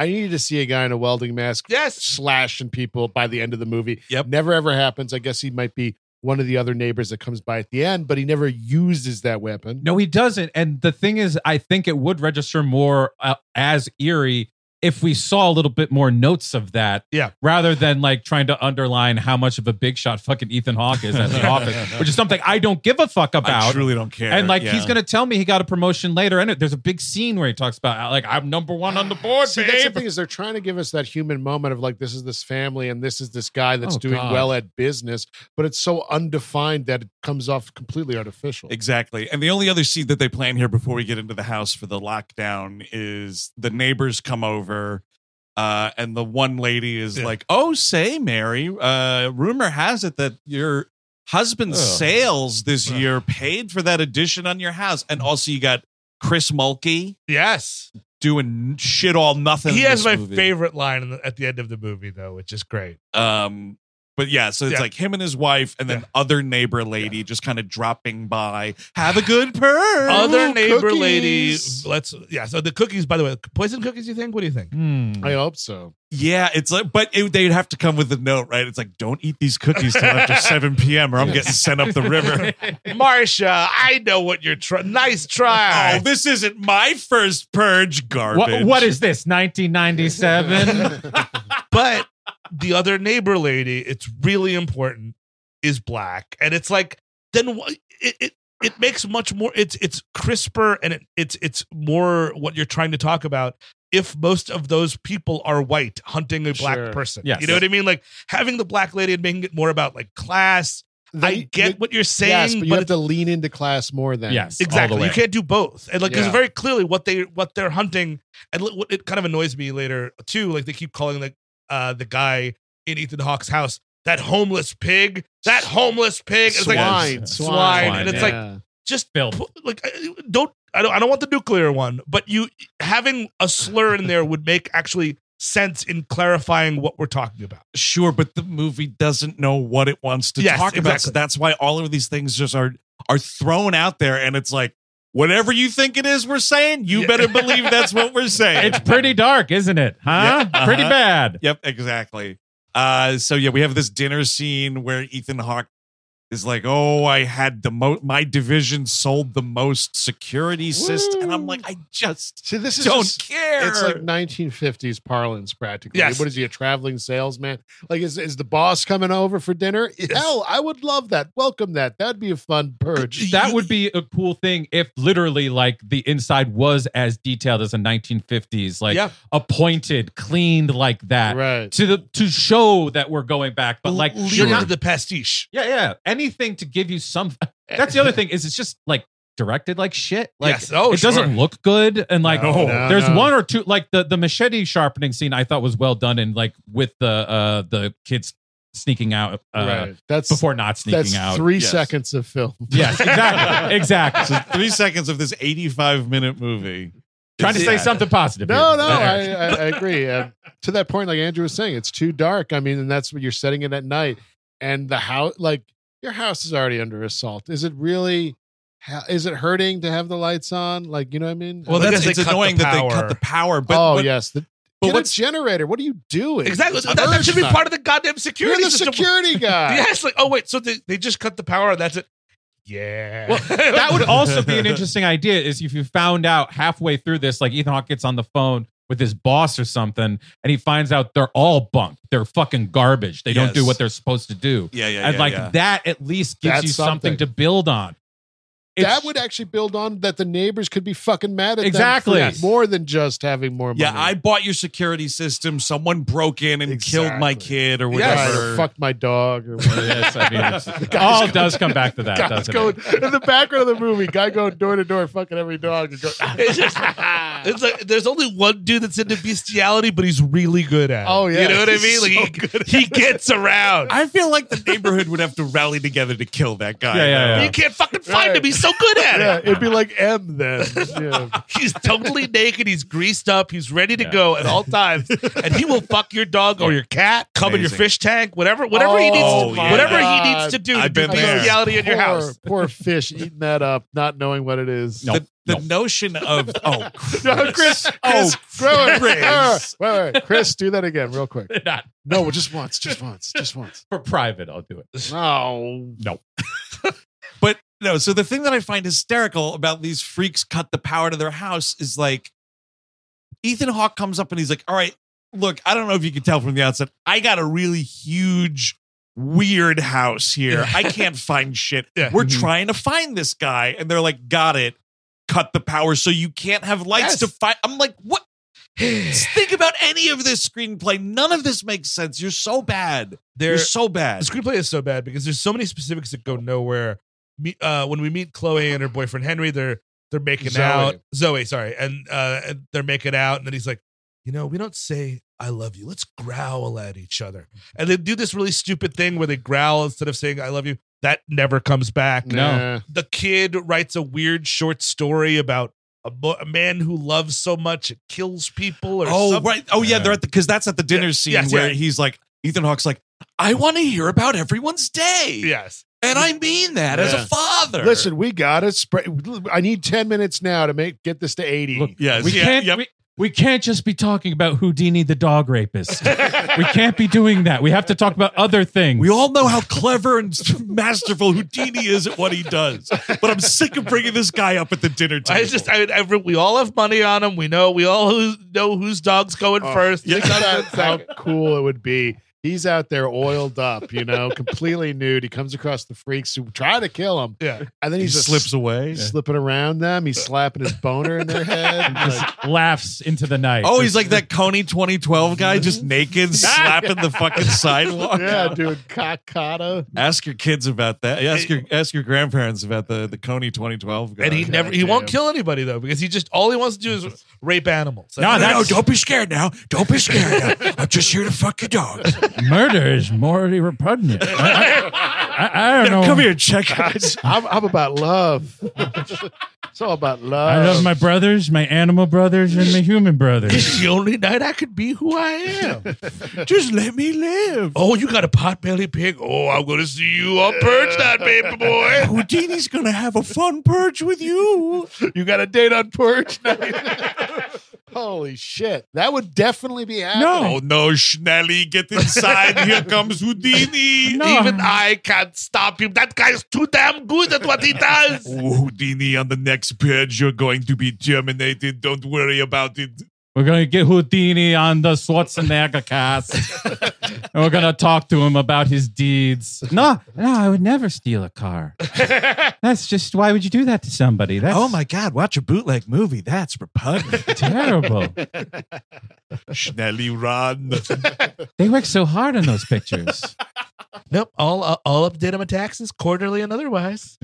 S3: I needed to see a guy in a welding mask
S2: yes.
S3: slashing people by the end of the movie.
S1: Yep.
S3: Never ever happens. I guess he might be one of the other neighbors that comes by at the end, but he never uses that weapon.
S4: No, he doesn't. And the thing is, I think it would register more uh, as eerie if we saw a little bit more notes of that.
S2: Yeah.
S4: Rather than like trying to underline how much of a big shot fucking Ethan Hawke is at the office, which is something I don't give a fuck about.
S1: truly don't care.
S4: And like
S1: Yeah.
S4: he's gonna tell me he got a promotion later, and it- there's a big scene where he talks about like I'm number one on the board,
S3: See,
S4: babe.
S3: that's the thing is they're trying to give us that human moment of like this is this family and this is this guy that's
S4: Oh,
S3: doing
S4: God.
S3: well at business, but it's so undefined that it comes off completely artificial.
S1: Exactly. And the only other scene that they plan here before we get into the house for the lockdown is the neighbors come over. Uh, and the one lady is like, "Oh, say, Mary. Uh, rumor has it that your husband's
S12: Ugh.
S1: sales this year paid for that addition on your house, and also you got Chris Mulkey
S2: Yes,
S1: doing shit all nothing.
S2: he
S1: in
S2: has
S1: this
S2: my
S1: movie.
S2: favorite line in the, at the end of the movie though, which is great.
S1: Um, but yeah, so it's
S2: Yeah.
S1: like him and his wife, and then other neighbor lady just kind of dropping by. Have a good purr.
S2: Other
S1: Ooh,
S2: neighbor lady,
S1: cookies.
S2: let's yeah. So the cookies, by the way, poison cookies. You think? What do you think?
S1: Mm.
S4: Hmm.
S3: I hope so.
S1: Yeah, it's like, but it, they'd have to come with a note, right? It's like, don't eat these cookies till after 7 p.m. or I'm getting sent up the river.
S2: Marsha, I know what you're trying. Nice try.
S1: Oh, this isn't my first purge garbage.
S4: What, what is this? 1997.
S2: but the other neighbor lady, it's really important, is black, and it's like then wh- it it, it makes much more. It's it's crisper and it, it's it's more what you're trying to talk about. If most of those people are white hunting a black
S3: Sure.
S2: person,
S4: Yes.
S2: you know what I mean. Like having the black lady and making it more about like class. I
S3: They-
S2: get
S3: they-
S2: what you're saying,
S3: yes, but you
S2: but
S3: have to lean into class more than
S4: yes. all the
S2: Exactly. You
S4: way.
S2: can't do both. And like, because
S3: Yeah.
S2: very clearly what they what they're hunting, and li- what it kind of annoys me later too. Like they keep calling the uh the guy in Ethan Hawke's house that homeless pig, that homeless pig. It's like
S3: swine, swine,
S2: swine, and it's like
S3: yeah.
S2: just
S4: Filth.
S2: pu- like uh, don't I don't I don't want the nuclear one, but you having a slur in there would make actually sense in clarifying what we're talking about.
S1: Sure, but the movie doesn't know what it wants to
S2: Yes,
S1: talk about. So
S2: exactly.
S1: that's why all of these things just are are thrown out there and it's like, whatever you think it is we're saying, you
S2: Yeah.
S1: better believe that's what we're saying.
S4: it's pretty dark, isn't it? Huh?
S1: Yeah, uh-huh.
S4: Pretty bad.
S1: Yep, exactly. Uh, so yeah, we have this dinner scene where Ethan Hawke is like, "Oh, I had the most. My division sold the most security system," and I'm like, "I just
S3: See, this is
S1: don't
S3: just-
S1: care."
S3: It's like 1950s parlance, practically.
S2: Yes.
S3: What is he, a traveling salesman? Like, is, is the boss coming over for dinner? Hell, I would love that. Welcome that. That'd be a fun purge.
S4: That would be a cool thing if literally like the inside was as detailed as a 1950s, like
S2: Yeah.
S4: appointed, cleaned like that.
S3: Right.
S4: To the to show that we're going back, but like
S2: lean
S4: sure.
S2: into the pastiche.
S4: Yeah, yeah. Anything to give you some. That's the other thing is it's just like directed like shit. Like
S2: Yes. Oh,
S4: it doesn't
S2: sure.
S4: look good. And like
S2: No, no,
S4: there's
S3: no.
S4: one or two like the the machete sharpening scene I thought was well done and like with the uh the kids sneaking out uh
S3: right. That's
S4: before not sneaking
S3: that's
S4: out.
S3: three
S1: Yes.
S3: seconds of film.
S4: yes, exactly. exactly.
S1: so three seconds of this 85 minute movie.
S4: Trying to
S1: is
S4: say
S1: that.
S4: something positive.
S3: No,
S4: here.
S3: no, I, I, I agree. Um, to that point, like Andrew was saying, it's too dark. I mean, and that's what you're setting it at night. And the house, like your house is already under assault. Is it really? ha- Is it hurting to have the lights on? Like, you know what I mean?
S1: Well,
S2: Because
S1: that's
S2: they
S1: it's
S2: cut the
S1: annoying that they
S2: power.
S1: cut the power. But
S3: oh
S1: but-
S3: yes, the,
S1: but
S3: get
S1: what's-
S3: a generator. What are you doing?
S2: Exactly.
S3: It's
S2: That, that should be
S3: urgent.
S2: part of the goddamn
S3: You're
S2: security
S3: the
S2: system.
S3: security guy.
S2: Yes, like oh wait, so they, they just cut the power and that's it. Yeah.
S4: Well, that would also be an interesting idea is if you found out halfway through this, like Ethan Hawke gets on the phone with his boss or something, and he finds out they're all bunk. They're fucking garbage. They don't do
S1: Yes.
S4: what they're supposed to do.
S1: yeah, yeah,
S4: and
S1: yeah,
S4: like
S1: yeah.
S4: that at least gives
S3: That's
S4: you something,
S3: something.
S4: to build on.
S3: that would actually build on that the neighbors could be fucking mad at them
S1: Exactly.
S3: for
S1: Yes.
S3: more than just having more money.
S1: Yeah, I bought your security system. Someone broke in and killed my kid or
S3: Yes.
S1: whatever.
S3: Or fucked my dog or whatever.
S4: Yes, I mean, it's-
S3: The guy's
S4: all
S3: going-
S4: does come back to that,
S3: Guy's
S4: doesn't
S3: going,
S4: it?
S3: in the background of the movie, guy going door to door, fucking every dog. Just go, "Ah."
S2: It's just, it's like there's only one dude that's into bestiality, but he's really good at. it.
S3: Oh, yeah.
S2: you know what I
S3: He's
S2: mean?
S3: so
S2: Like he, he gets around.
S1: I feel like the neighborhood would have to rally together to kill that guy.
S4: Yeah, yeah,
S1: though.
S4: yeah.
S2: You can't fucking find him. He's so good at
S3: yeah,
S2: it.
S3: it'd be like M then. Yeah.
S2: He's totally naked. He's greased up. He's ready to go at all times, and he will fuck your dog or your cat, come in your
S1: Amazing.
S2: fish tank, whatever, whatever he needs,
S1: Oh,
S2: to,
S1: yeah.
S2: whatever he needs to do to
S1: I've
S2: do
S1: been there.
S2: bestiality in your
S3: Poor-
S2: house.
S3: Poor fish eating that up, not knowing what it is.
S4: No,
S1: The, the notion of oh,
S3: No, Chris.
S1: Oh,
S3: Chris, wait, wait, wait,
S1: Chris.
S3: wait, wait, wait. Chris, do that again, real quick.
S4: Not
S3: No, just once, just once, just once.
S4: for private. I'll do it.
S3: No,
S4: No.
S1: But no, so the thing that I find hysterical about these freaks cut the power to their house is like Ethan Hawke comes up and he's like, All right, look, I don't know if you can tell from the outset, I got a really huge, weird house here. I can't find shit.
S2: Yeah.
S1: We're trying to find this guy. And they're like, Got it. Cut the power so you can't have lights
S3: Yes.
S1: to find. I'm like, What? Think about any of this screenplay. None of this makes sense. You're so bad.
S2: There-
S1: You're so bad.
S2: The screenplay is so bad because there's so many specifics that go nowhere. Me, uh, when we meet Chloe and her boyfriend Henry, they're they're making
S3: Zoe.
S2: out. Zoe, sorry, and uh, and they're making out, and then he's like, you know, we don't say I love you. Let's growl at each other, and they do this really stupid thing where they growl instead of saying I love you. That never comes back.
S3: Nah.
S2: The kid writes a weird short story about. A, bo- a man who loves so much it kills people, or
S1: oh
S2: something.
S1: right oh yeah they're at the because that's at the dinner
S2: Yeah,
S1: scene
S2: yes,
S1: where
S2: yeah.
S1: he's like ethan hawke's like i want to hear about everyone's day
S2: yes,
S1: and i mean that as a
S3: Yeah.
S1: father
S3: Listen, we got to spread. I need ten minutes now to make get this to eighty.
S4: Look,
S1: yes
S4: we
S1: yeah,
S4: can't.
S1: yep.
S4: We, we can't just be talking about Houdini the dog rapist. we can't be doing that. We have to talk about other things.
S1: we all know how clever and masterful houdini is at what he does but i'm sick of bringing this guy up at the dinner table
S2: I just, I, I, we all have money on them. We know, we all who, know whose dog's going first.
S3: Think about how cool it would be. He's out there oiled up, you know, completely nude. He comes across the freaks who try to kill him,
S2: Yeah.
S3: and then
S1: he
S3: he's just
S1: slips away
S3: he's slipping around them. He's slapping his boner in their head. Like,
S4: laughs into the night.
S1: oh he's like that coney 2012 guy just naked slapping the fucking sidewalk
S3: yeah, dude, cockata.
S1: ask your kids about that ask your ask your grandparents about the the coney 2012 guy
S2: And he never, he
S3: damn.
S2: won't kill anybody though, because he just, all he wants to do is rape animals.
S4: No,
S1: no, no,
S4: that's-
S1: don't be scared now. Don't be scared now. I'm just here to fuck your dog.
S4: murder is morally repugnant. I, I- I- I don't know.
S1: Come here, check out.
S3: I'm, I'm about love. it's all about love.
S4: I love my brothers, my animal brothers, and my human brothers.
S2: this is the only night I could be who I am.
S1: Just let me live.
S2: oh, you got a pot belly pig? Oh, I'm going to see you on Purge Night, baby boy.
S1: Houdini's gonna have a fun purge with you.
S3: You got a date on porch night. Holy shit. That would definitely be happening.
S1: Oh no, Schnelly, get inside. Here comes Houdini.
S4: No.
S2: Even I can't stop him. That guy's too damn good at what he does.
S1: Oh, Houdini, on the next purge, you're going to be terminated. Don't worry about it.
S4: We're gonna get Houdini on the Schwarzenegger cast, and we're gonna talk to him about his deeds. No, no, I would never steal a car. That's just why would you do that to somebody? That's
S1: Oh God, watch a bootleg movie. That's repugnant.
S4: terrible.
S1: Schnelly, run.
S4: They work so hard on those pictures.
S2: Nope. I'll, I'll, I'll update him on taxes quarterly and otherwise.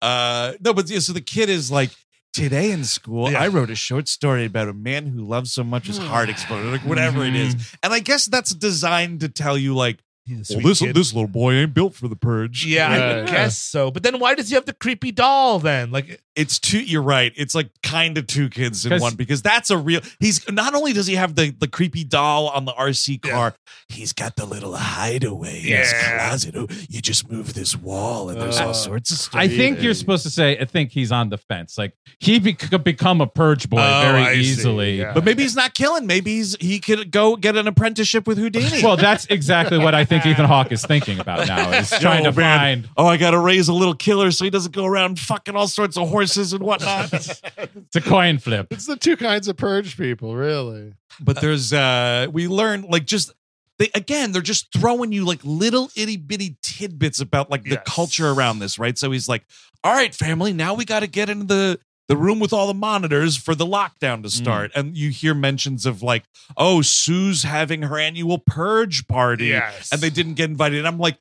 S1: Uh, no, but yeah, so the kid is like, today in school,
S2: Yeah.
S1: I wrote a short story about a man who loves so much his heart exploded, like whatever it is. And I guess that's designed to tell you, like,
S2: He's a
S1: well,
S2: Mm-hmm. sweet
S1: this
S2: kid.
S1: this little boy ain't built for the purge.
S2: Yeah, I
S3: Yeah,
S2: would
S3: yeah.
S2: guess so. But then why does he have the creepy doll then? Like,
S1: it's two. You're right. It's like kind of two kids in
S4: 'Cause-
S1: one because that's a real. He's not only does he have the the creepy doll on the RC car, he's got the little hideaway in his
S2: Yeah.
S1: closet. Oh, you just move this wall, and there's all
S3: Uh,
S1: sorts of stuff.
S4: I think you're supposed to say. I think he's on the fence. Like he be- could become a purge boy
S2: Oh,
S4: very
S2: I see,
S4: easily.
S2: yeah.
S1: But maybe he's not killing. Maybe he's he could go get an apprenticeship with Houdini.
S4: Well, that's exactly what I think Ethan Hawke is thinking about now. Is trying
S1: Oh,
S4: to
S1: man.
S4: find
S1: Oh, I gotta raise a little killer so he doesn't go around fucking all sorts of horses and whatnot.
S4: it's a coin flip.
S3: It's the two kinds of purge people, really.
S1: but there's uh we learned like just they again, they're just throwing you like little itty bitty tidbits about like the
S2: Yes.
S1: culture around this, right? So he's like, "All right, family, now we got to get into the." The room with all the monitors for the
S3: Mm-hmm.
S1: lockdown to start. And you hear mentions of like, oh, Sue's having her annual purge party.
S2: Yes.
S1: And they didn't get invited. And I'm like,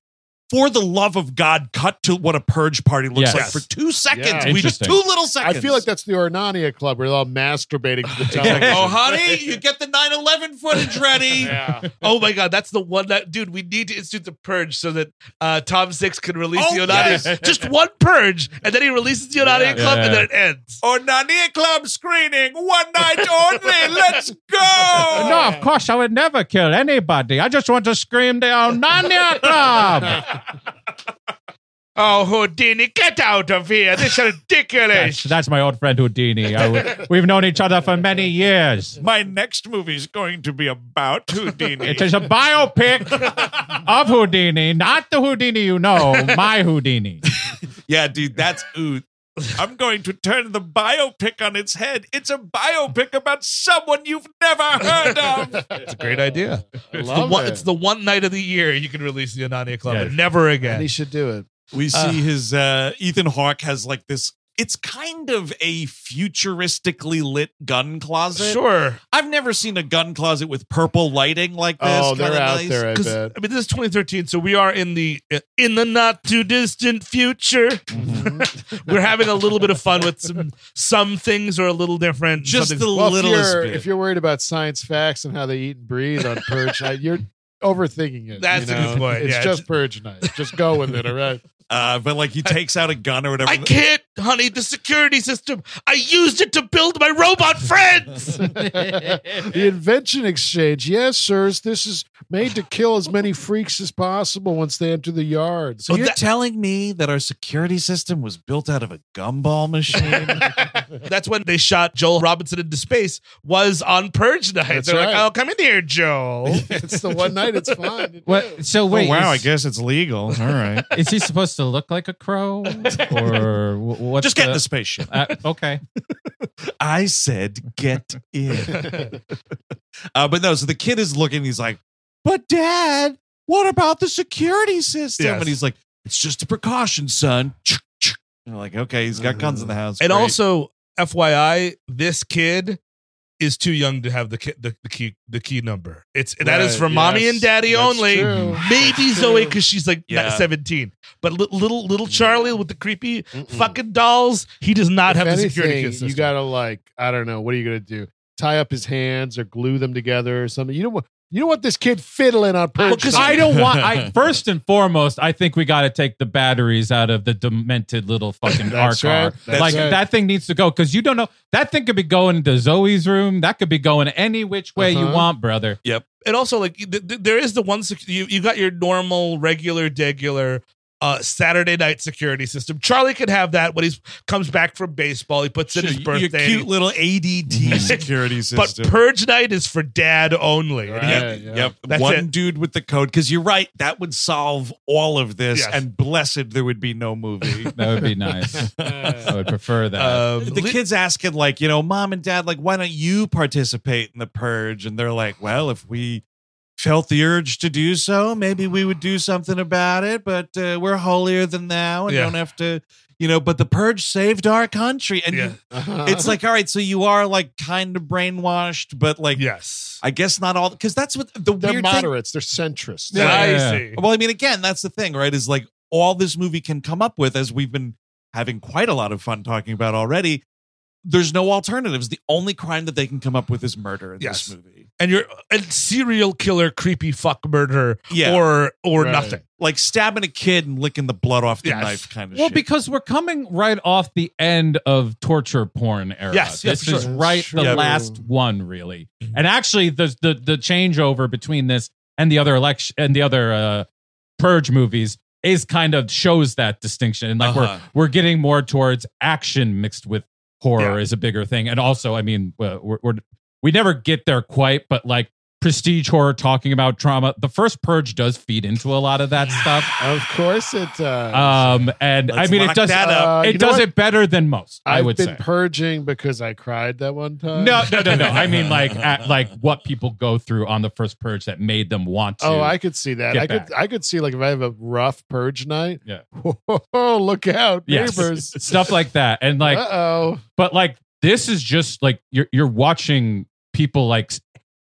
S1: for the love of God, cut to what a purge party looks
S4: Yes.
S1: like for two seconds.
S3: Yeah.
S1: We just two little seconds.
S3: I feel like that's the Ornania Club where they're all masturbating to the television.
S1: Oh, honey, you get the 9 11 footage ready.
S3: Yeah.
S2: Oh my god, that's the one that dude. We need to institute the purge so that uh, Tom Six can release
S1: Oh,
S2: the Onania.
S1: yes.
S2: Just one purge, and then he releases the Onania
S4: Yeah.
S2: Club, and then
S4: Yeah.
S2: it ends.
S1: Onania Club screening, one night only. Let's go.
S4: No, Oh, of course I would never kill anybody. I just want to scream the Onania Club.
S2: Oh Houdini, get out of here! This is
S4: That's,
S2: ridiculous.
S4: that's my old friend Houdini. I would, we've known each other for many years.
S1: My next movie is going to be about Houdini.
S4: It is a biopic of Houdini, not the Houdini you know, my Houdini.
S1: yeah, dude, that's ooh. I'm going to turn the biopic on its head. It's a biopic about someone you've never heard of.
S2: It's a great idea. It's the
S3: love
S2: one.
S3: it.
S2: It's the one night of the year you can release the Onania Club,
S4: Yeah.
S2: and never
S3: And he
S2: again.
S3: should do it.
S1: We see
S2: Uh.
S1: his uh, Ethan Hawke has like this. It's kind of a futuristically lit gun closet.
S2: Sure,
S1: I've never seen a gun closet with purple lighting like this.
S3: Oh, they're
S1: kinda
S3: out
S1: nice.
S3: there. I
S2: because
S3: bet.
S2: I mean this is 2013, so we are in the in the not too distant future. We're having a little bit of fun with some some things are a little different.
S1: Just
S2: some
S1: the
S2: things-
S3: Well, if
S1: littlest
S3: you're,
S1: bit.
S3: if you're worried about science facts and how they eat and breathe on purge night, you're overthinking it.
S2: That's
S3: you
S2: a good
S3: know?
S2: point,
S3: It's
S2: yeah.
S3: just purge night. Just go with it. All right.
S1: Uh, but like he takes out a gun or whatever.
S2: I can't, honey. The security system. I used it to build my robot friends.
S3: the invention exchange. Yes, sirs. This is made to kill as many freaks as possible once they enter the yard.
S1: So
S2: Oh,
S1: you're
S2: that-
S1: telling me that our security system was built out of a gumball machine?
S2: That's when they shot Joel Robinson into space. Was on Purge night.
S3: That's
S2: They're like,
S3: right.
S2: "Oh, come in here, Joel."
S3: it's the one night. It's fine.
S4: What?
S1: Oh,
S4: So wait. is,
S1: guess it's legal. All right.
S4: is he supposed to look like a crow, or wh- what's
S1: Just get in the
S4: the-
S1: spaceship.
S4: Uh, okay.
S1: I said, get in. uh, but no, so the kid is looking. He's like, but dad, what about the security system?
S2: Yes.
S1: And he's like, it's just a precaution, son. And we're like, okay, he's got guns in the house.
S2: and
S1: Great.
S2: also, FYI, this kid is too young to have the key, the, the key the key number. It's that is
S3: Right,
S2: for mommy
S3: yes,
S2: and daddy
S3: that's
S2: only.
S3: true.
S2: Maybe
S3: That's
S2: Zoe
S3: true.
S2: because she's like
S1: Yeah.
S2: not seventeen, but li- little little
S3: Mm.
S2: Charlie with the creepy fucking dolls, he does not
S3: If
S2: have the security
S3: anything,
S2: kid system.
S3: You gotta like, I don't know, what are you gonna do? Tie up his hands or glue them together or something. You don't want you don't want this kid fiddling on purge.
S2: Well, 'cause
S4: Oh, I don't want. I first and foremost, I think we got to take the batteries out of the demented little fucking our
S3: That's
S4: car.
S3: right. That's
S4: like
S3: right.
S4: that thing needs to go because you don't know that thing could be going to Zoe's room. That could be going any which way you
S3: Uh-huh.
S4: want, brother.
S2: and also like th- th- there is the one sec- you you got your normal regular degular uh Saturday night security system. Charlie could have that when he comes back from baseball. He puts in his
S1: Your-
S2: birthday.
S1: Your cute little ADT security
S2: but
S1: system.
S2: purge night is for dad only.
S3: Right.
S2: Yeah.
S1: Yep.
S3: Yeah, yeah.
S1: yep.
S2: That's
S1: One
S2: it.
S1: dude with the code. Because you're right. That would solve all of this.
S2: Yes.
S1: And blessed, there would be no movie.
S4: That would be nice. I would prefer that.
S2: Um,
S1: the
S2: li-
S1: kid's asking, like, you know, mom and dad, like, why don't you participate in the purge? And they're like, well, if we felt the urge to do so, maybe we would do something about it. But uh, we're holier than thou and
S2: Yeah.
S1: don't have to, you know, but the purge saved our country. And you-
S2: Yeah.
S3: Uh-huh.
S1: it's like, all right, so you are like kind of brainwashed, but like,
S2: yes.
S1: I guess not all because that's what the
S3: they're
S1: weird thing
S3: moderates, they're centrists.
S4: Yeah.
S2: I
S4: Yeah.
S2: see.
S1: well, I mean, again, that's the thing, right? Is like all this movie can come up with, as we've been having quite a lot of fun talking about already. There's no alternatives. The only crime that they can come up with is murder in
S2: Yes.
S1: this movie.
S2: And you're a serial killer, creepy fuck murderer,
S1: Yeah.
S2: or or
S3: Right.
S2: nothing.
S1: Like stabbing a kid and licking the blood off the
S2: Yes.
S1: knife kind of
S4: Well,
S1: shit.
S4: because we're coming right off the end of torture porn era.
S2: Yes, yes,
S4: this
S2: for
S4: is
S3: sure.
S4: right the
S3: True.
S4: last one, really. And actually, the the the changeover between this and the other election and the other uh, purge movies is kind of shows that distinction. And like
S1: Uh-huh.
S4: we're we're getting more towards action mixed with horror
S2: Yeah.
S4: is a bigger thing. And also, I mean, uh, we're, we're we never get there quite, but like prestige horror talking about trauma. The first Purge does feed into a lot of that stuff.
S3: Of course it does.
S4: Um, and
S1: Let's
S4: I mean,
S1: lock
S4: it does
S1: that up.
S3: uh,
S1: You
S4: it
S1: know
S4: does
S1: what?
S4: it better than most. I
S3: I've
S4: would
S3: been
S4: say.
S3: purging because I cried that one time.
S4: no, no, no, no. I mean, like, at, like what people go through on the first purge that made them want to.
S3: Oh, I could see that.
S4: get
S3: I could I could see like if I have a rough purge night.
S4: Yeah.
S3: Oh, look out,
S4: Yes.
S3: neighbors.
S4: stuff like that, and like,
S3: Uh-oh.
S4: but like this is just like you're you're watching people like,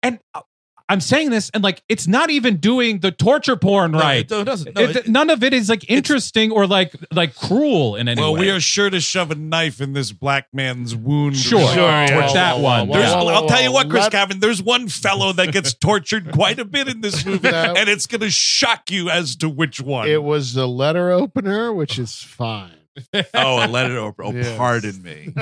S4: and uh, I'm saying this, and like it's not even doing the torture porn
S2: No,
S4: right.
S2: it- no, it doesn't. No,
S4: It- none of it is like interesting or like like cruel in any
S1: well,
S4: way.
S1: we are sure to shove a knife in this black man's wound.
S4: Sure. Sure, yeah. Towards that one,
S1: There's-
S4: yeah.
S1: I'll tell you what, Chris
S3: Let-
S1: Cavan. There's one fellow that gets tortured quite a bit in this movie,
S3: No.
S1: and it's going to shock you as to which one.
S3: It was the letter opener, which is fine.
S1: oh, a letter. Oh, oh,
S3: Yes.
S1: pardon me.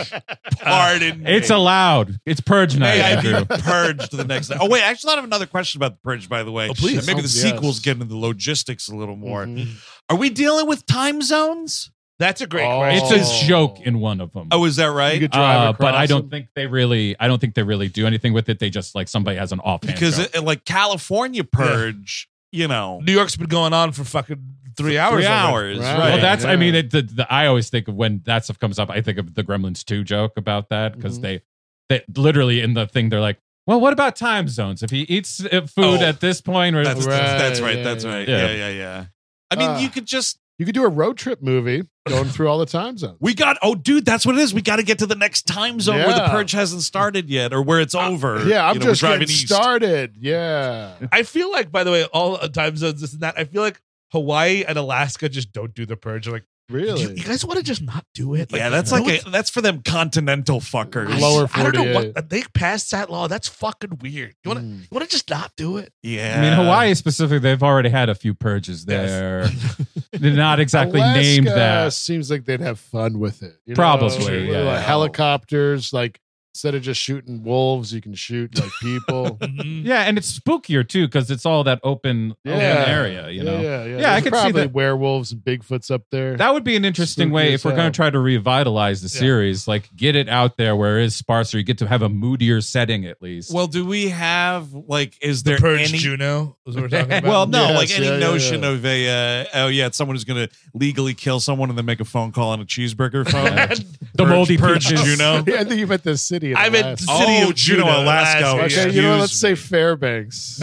S1: Pardon.
S4: It's
S1: me.
S4: allowed. It's purge night,
S1: May I
S4: Andrew.
S1: be purged the next day? Oh wait, I actually thought of another question about the purge. By the way,
S2: Oh, please.
S1: And maybe
S3: Oh,
S1: the
S3: yes.
S1: sequels get into the logistics a little more.
S3: Mhm.
S1: Are we dealing with time zones?
S2: That's a great
S3: Oh.
S2: question.
S4: It's a joke in one of them.
S1: Oh, is that
S3: You
S1: right?
S3: could drive
S4: Uh, but I
S3: across
S4: don't
S3: them.
S4: think they really. I don't think they really do anything with it. They just like somebody has an
S1: Uh,
S4: offhand.
S1: because
S4: joke.
S1: it, like California purge, you know,
S2: New York's been going on for fucking three hours.
S1: three
S2: already.
S1: hours.
S3: Right.
S1: right.
S4: well, that's. I
S3: yeah.
S4: mean, it, the, the, I always think of when that stuff comes up. I think of the Gremlins two joke about that because
S3: Mhm.
S4: they, they literally in the thing they're like, well, what about time zones? If he eats uh, food
S1: Oh,
S4: at this point, or
S1: that's,
S3: Right,
S1: that's right.
S3: yeah,
S1: that's
S3: yeah.
S1: right.
S4: Yeah.
S1: Yeah, yeah, yeah. I mean,
S3: Ah.
S1: you could just
S3: You could do a road trip movie going through all the time zones.
S1: we got oh dude, that's what it is. We got to get to the next time zone where the
S3: Yeah. Uh,
S1: purge hasn't started yet, or where it's over.
S3: yeah, I'm
S1: You know, we're
S3: just getting started. Yeah.
S2: I feel like, by the way, all uh, time zones, this and that. I feel like Hawaii and Alaska just don't do the purge. Like, you,
S3: Really?
S2: you guys want to just not do it?
S1: yeah, that's
S2: no
S1: like
S2: one's-
S1: a, that's for them continental fuckers.
S3: Lower
S2: I don't know
S3: 48.
S2: what they passed that law. That's fucking weird. You want to
S3: Mm.
S2: you want to just not do it?
S1: Yeah,
S4: I mean, Hawaii specifically, they've already had a few purges there. They're not exactly
S3: Alaska
S4: named that.
S3: Seems like they'd have fun with it. you know?
S4: Probably,
S3: Like,
S4: yeah.
S3: helicopters, like instead of just shooting wolves, you can shoot like people.
S2: Mm.
S4: Yeah, and it's spookier too because it's all that open, open
S3: Yeah.
S4: Oh, area. You know,
S3: yeah, yeah, yeah.
S4: Yeah, I
S3: There's
S4: could see
S3: probably
S4: that.
S3: werewolves and Bigfoots up there.
S4: That would be an interesting
S3: Spooky
S4: way
S3: as
S4: if we're going
S3: hell.
S4: to try to revitalize the
S2: Yeah.
S4: series, like get it out there where it is sparser. You get to have a moodier setting at least.
S1: Well, do we have like? Is
S2: The
S1: there
S2: purge
S1: any?
S2: Juno is what we're talking about.
S1: Well, no,
S3: Yes,
S1: like any
S3: yeah, yeah,
S1: notion
S3: yeah.
S1: of a uh, oh yeah, it's someone who's going to legally kill someone and then make a phone call on a cheeseburger phone.
S4: Yeah. the
S1: Purge-
S4: moldy
S1: purge
S4: peaches.
S1: Juno.
S3: yeah, I think you meant the city. Of
S2: I meant
S3: Alaska.
S2: city
S1: oh,
S2: of
S1: Juneau,
S2: Juneau,
S1: Alaska.
S2: Alaska.
S3: Okay,
S1: Excuse
S3: you know what? Let's say
S1: me.
S3: Fairbanks.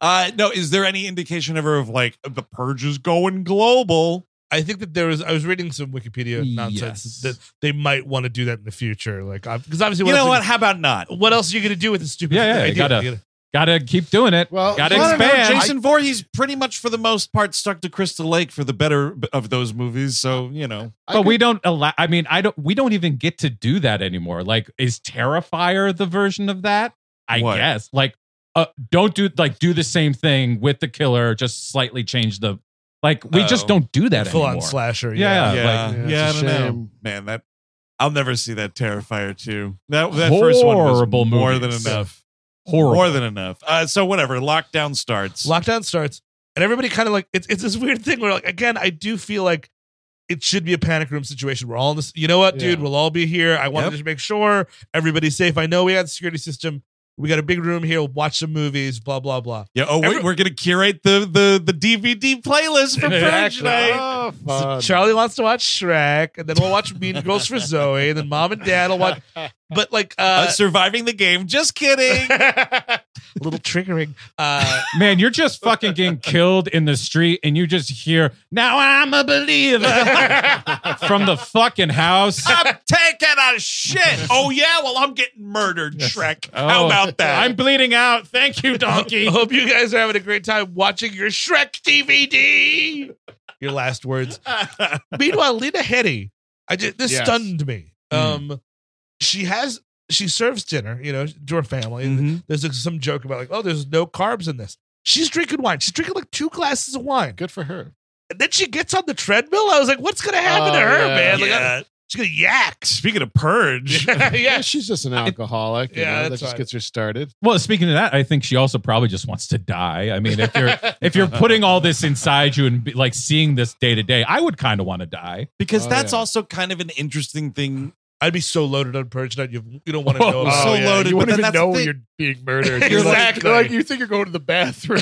S1: uh, no, is there any indication ever of like the purge is going global?
S2: I think that there was. I was reading some Wikipedia nonsense
S4: Yes.
S2: that they might want to do that in the future. Like, because obviously,
S1: You know what?
S2: else
S1: How about not?
S2: are you- what else are you going to do with this stupid
S4: Yeah, yeah, you
S2: idea?
S4: gotta-
S2: You gotta-
S4: Gotta keep doing it.
S3: Well,
S4: Gotta
S3: I don't know,
S4: expand.
S1: Jason Voorhees pretty much for the most part stuck to Crystal Lake for the better of those movies. So you know,
S4: but we don't allow. I mean, I don't. We don't even get to do that anymore. Like, is Terrifier the version of that? I
S1: What?
S4: guess. Like, uh, don't do like do the same thing with the killer, just slightly change the. Like, we just
S1: Oh.
S4: don't do that
S2: full
S4: anymore.
S2: on slasher.
S4: Yeah,
S2: Yeah,
S1: yeah,
S4: like-
S1: yeah,
S3: Yeah,
S1: I
S3: it's
S1: don't
S3: a
S1: know,
S3: shame.
S1: man. That I'll never see that Terrifier two. That that first one was
S4: Horrible
S1: more
S4: movies.
S1: than enough.
S4: Horrible.
S1: More than enough. Uh, so whatever. Lockdown starts.
S2: Lockdown starts, and everybody kind of like it's it's this weird thing where like again, I do feel like it should be a panic room situation. We're all in this. You know what, dude?
S3: Yeah.
S2: We'll all be here. I wanted
S1: Yep.
S2: to make sure everybody's safe. I know we got the security system. We got a big room here. We'll watch some movies. Blah blah blah.
S1: yeah. Oh wait,
S2: Every-
S1: we're gonna curate the the the DVD playlist for Purge
S2: Exactly.
S1: Night.
S3: Oh,
S2: So
S3: fun.
S2: Charlie wants to watch Shrek, and then we'll watch Mean Girls for Zoe, and then Mom and Dad will watch. But like,
S1: Uh,
S2: uh,
S1: surviving the game. Just kidding.
S2: a little triggering. Uh,
S4: Man, you're just fucking getting killed in the street and you just hear, now I'm a believer from the fucking house.
S1: I'm taking a shit. Oh yeah. Well, I'm getting murdered, Shrek. How
S4: Oh,
S1: about that?
S4: I'm bleeding out. Thank you,
S2: I
S4: donkey.
S2: hope you guys are having a great time watching your Shrek DVD. Your last words. Meanwhile, Lena Headey, I just, this
S3: Yes.
S2: stunned me. Um, she has she serves dinner, you know, to her family.
S1: Mhm.
S2: There's like, some joke about like, oh, there's no carbs in this. She's drinking wine. She's drinking like two glasses of wine.
S3: Good for her.
S2: And then she gets on the treadmill. I was like, what's gonna happen to
S3: Oh,
S2: her,
S3: yeah.
S2: man? Like,
S1: Yeah.
S2: I- she's gonna yak.
S1: Speaking of Purge.
S2: yeah.
S3: Yeah, she's just an alcoholic. you
S2: Yeah,
S3: know, that
S2: that's
S3: just
S2: right.
S3: gets her started.
S4: Well, speaking of that, I think she also probably just wants to die. I mean, if you're if you're putting all this inside you and be, like seeing this day to day, I would kind of want to die.
S1: because
S3: Oh,
S1: that's
S3: yeah.
S1: also kind of an interesting thing
S2: I'd be so loaded on Purge Night. You, you don't want to know.
S3: Oh,
S2: about
S3: so
S2: it.
S3: loaded,
S2: You
S3: but
S2: wouldn't
S3: then
S2: even
S3: that's
S2: know
S3: the
S2: when
S3: thing.
S2: you're being murdered. You're like-
S3: exactly.
S2: you're
S3: Like,
S2: like,
S3: you think you're going to the bathroom.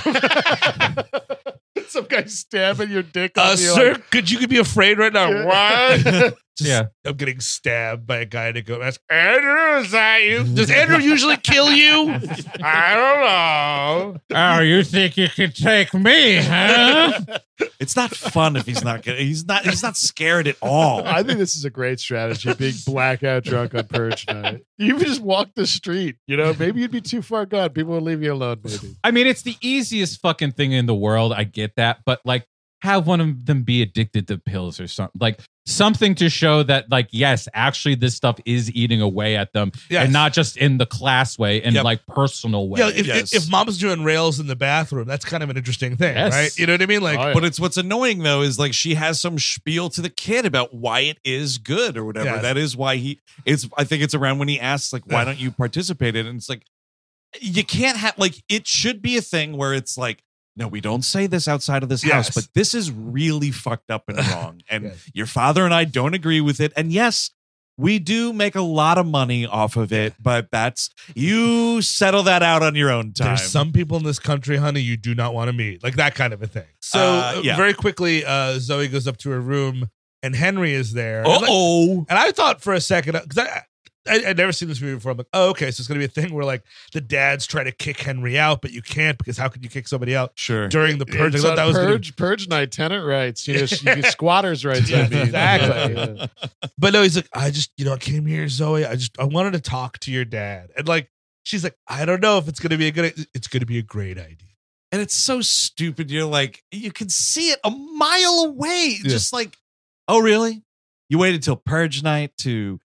S3: Some guy stabbing your dick.
S2: uh,
S3: off, you're
S2: sir,
S3: like,
S2: could you be afraid right now?
S3: Yeah.
S2: What? Just-
S4: Yeah.
S2: I'm getting stabbed by a guy to go ask Andrew. Is that you? Does Andrew usually kill you? I don't know.
S4: Oh, you think you can take me, huh?
S1: It's not fun if he's not good. He's not. He's not scared at all.
S3: I think this is a great strategy. Being blackout drunk on purge night. You would just walk the street. You know, maybe you'd be too far gone. People would leave you alone. Maybe.
S4: I mean, it's the easiest fucking thing in the world. I get that, but like, have one of them be addicted to pills or something, like something to show that, like, yes, actually, this stuff is eating away at them,
S2: Yes.
S4: and not just in the class way and
S2: Yep.
S4: like personal way.
S2: Yeah, if, if, if mom's doing rails in the bathroom, that's kind of an interesting thing,
S4: Yes.
S2: right? You know what I mean? Like,
S1: But it's what's annoying though is like she has some spiel to the kid about why it is good or whatever.
S2: Yes.
S1: That is why he. It's. I think it's around when he asks like, why don't you participate in? it? And it's like, you can't have like it should be a thing where it's like. No, we don't say this outside of this
S2: Yes.
S1: house, but this is really fucked up and wrong. And
S2: Yes.
S1: your father and I don't agree with it. And yes, we do make a lot of money off of it, but that's you settle that out on your own time.
S2: There's some people in this country, honey, you do not want to meet. Like that kind of a thing. So
S1: Uh,
S2: uh,
S1: yeah.
S2: very quickly, uh, Zoe goes up to her room and Henry is there. And, like-
S1: oh.
S2: And I thought for a second, because I, I, I'd never seen this movie before. I'm like, oh, okay, so it's going to be a thing where like the dads try to kick Henry out, but you can't because how could you kick somebody out
S1: Sure.
S2: during the purge? I
S3: It's
S2: thought
S3: on
S2: that was gonna be-
S3: purge, purge night, tenant rights, you know, s- you- squatters rights.
S2: Yeah,
S3: I mean.
S2: exactly.
S3: Yeah.
S2: But no, he's like, I just, you know, I came here, Zoe. I just, I wanted to talk to your dad. And like, she's like, I don't know if it's going to be a good, it's going to be a great idea.
S1: and it's so stupid. You're like, you can see it a mile away.
S2: Yeah.
S1: Just like, oh, really? You waited till purge night to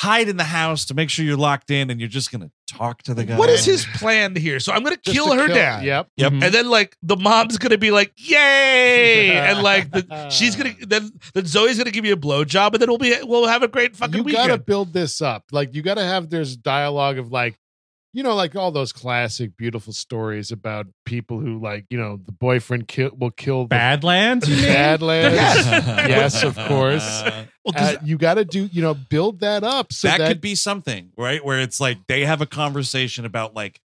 S1: hide in the house to make sure you're locked in and you're just going to talk to the guy.
S2: What is his plan here? So I'm going to
S3: Just to
S2: kill her dad.
S3: Yep.
S1: Yep.
S4: Mm-hmm.
S2: And then like the mom's gonna be like, "Yay!" and like the, she's gonna then then Zoe's gonna give you a blowjob, and then we'll be we'll have a great fucking
S3: you
S2: weekend.
S3: gotta build this up. Like you gotta have there's dialogue of like, you know, like all those classic beautiful stories about people who like, you know, the boyfriend kill, will kill the
S4: Badlands, you mean?
S3: Badlands. yes, of course.
S2: Well, 'cause
S3: Uh, you gotta do, you know, build that up so
S1: that,
S3: that,
S1: could be something, right? Where it's like they have a conversation about like,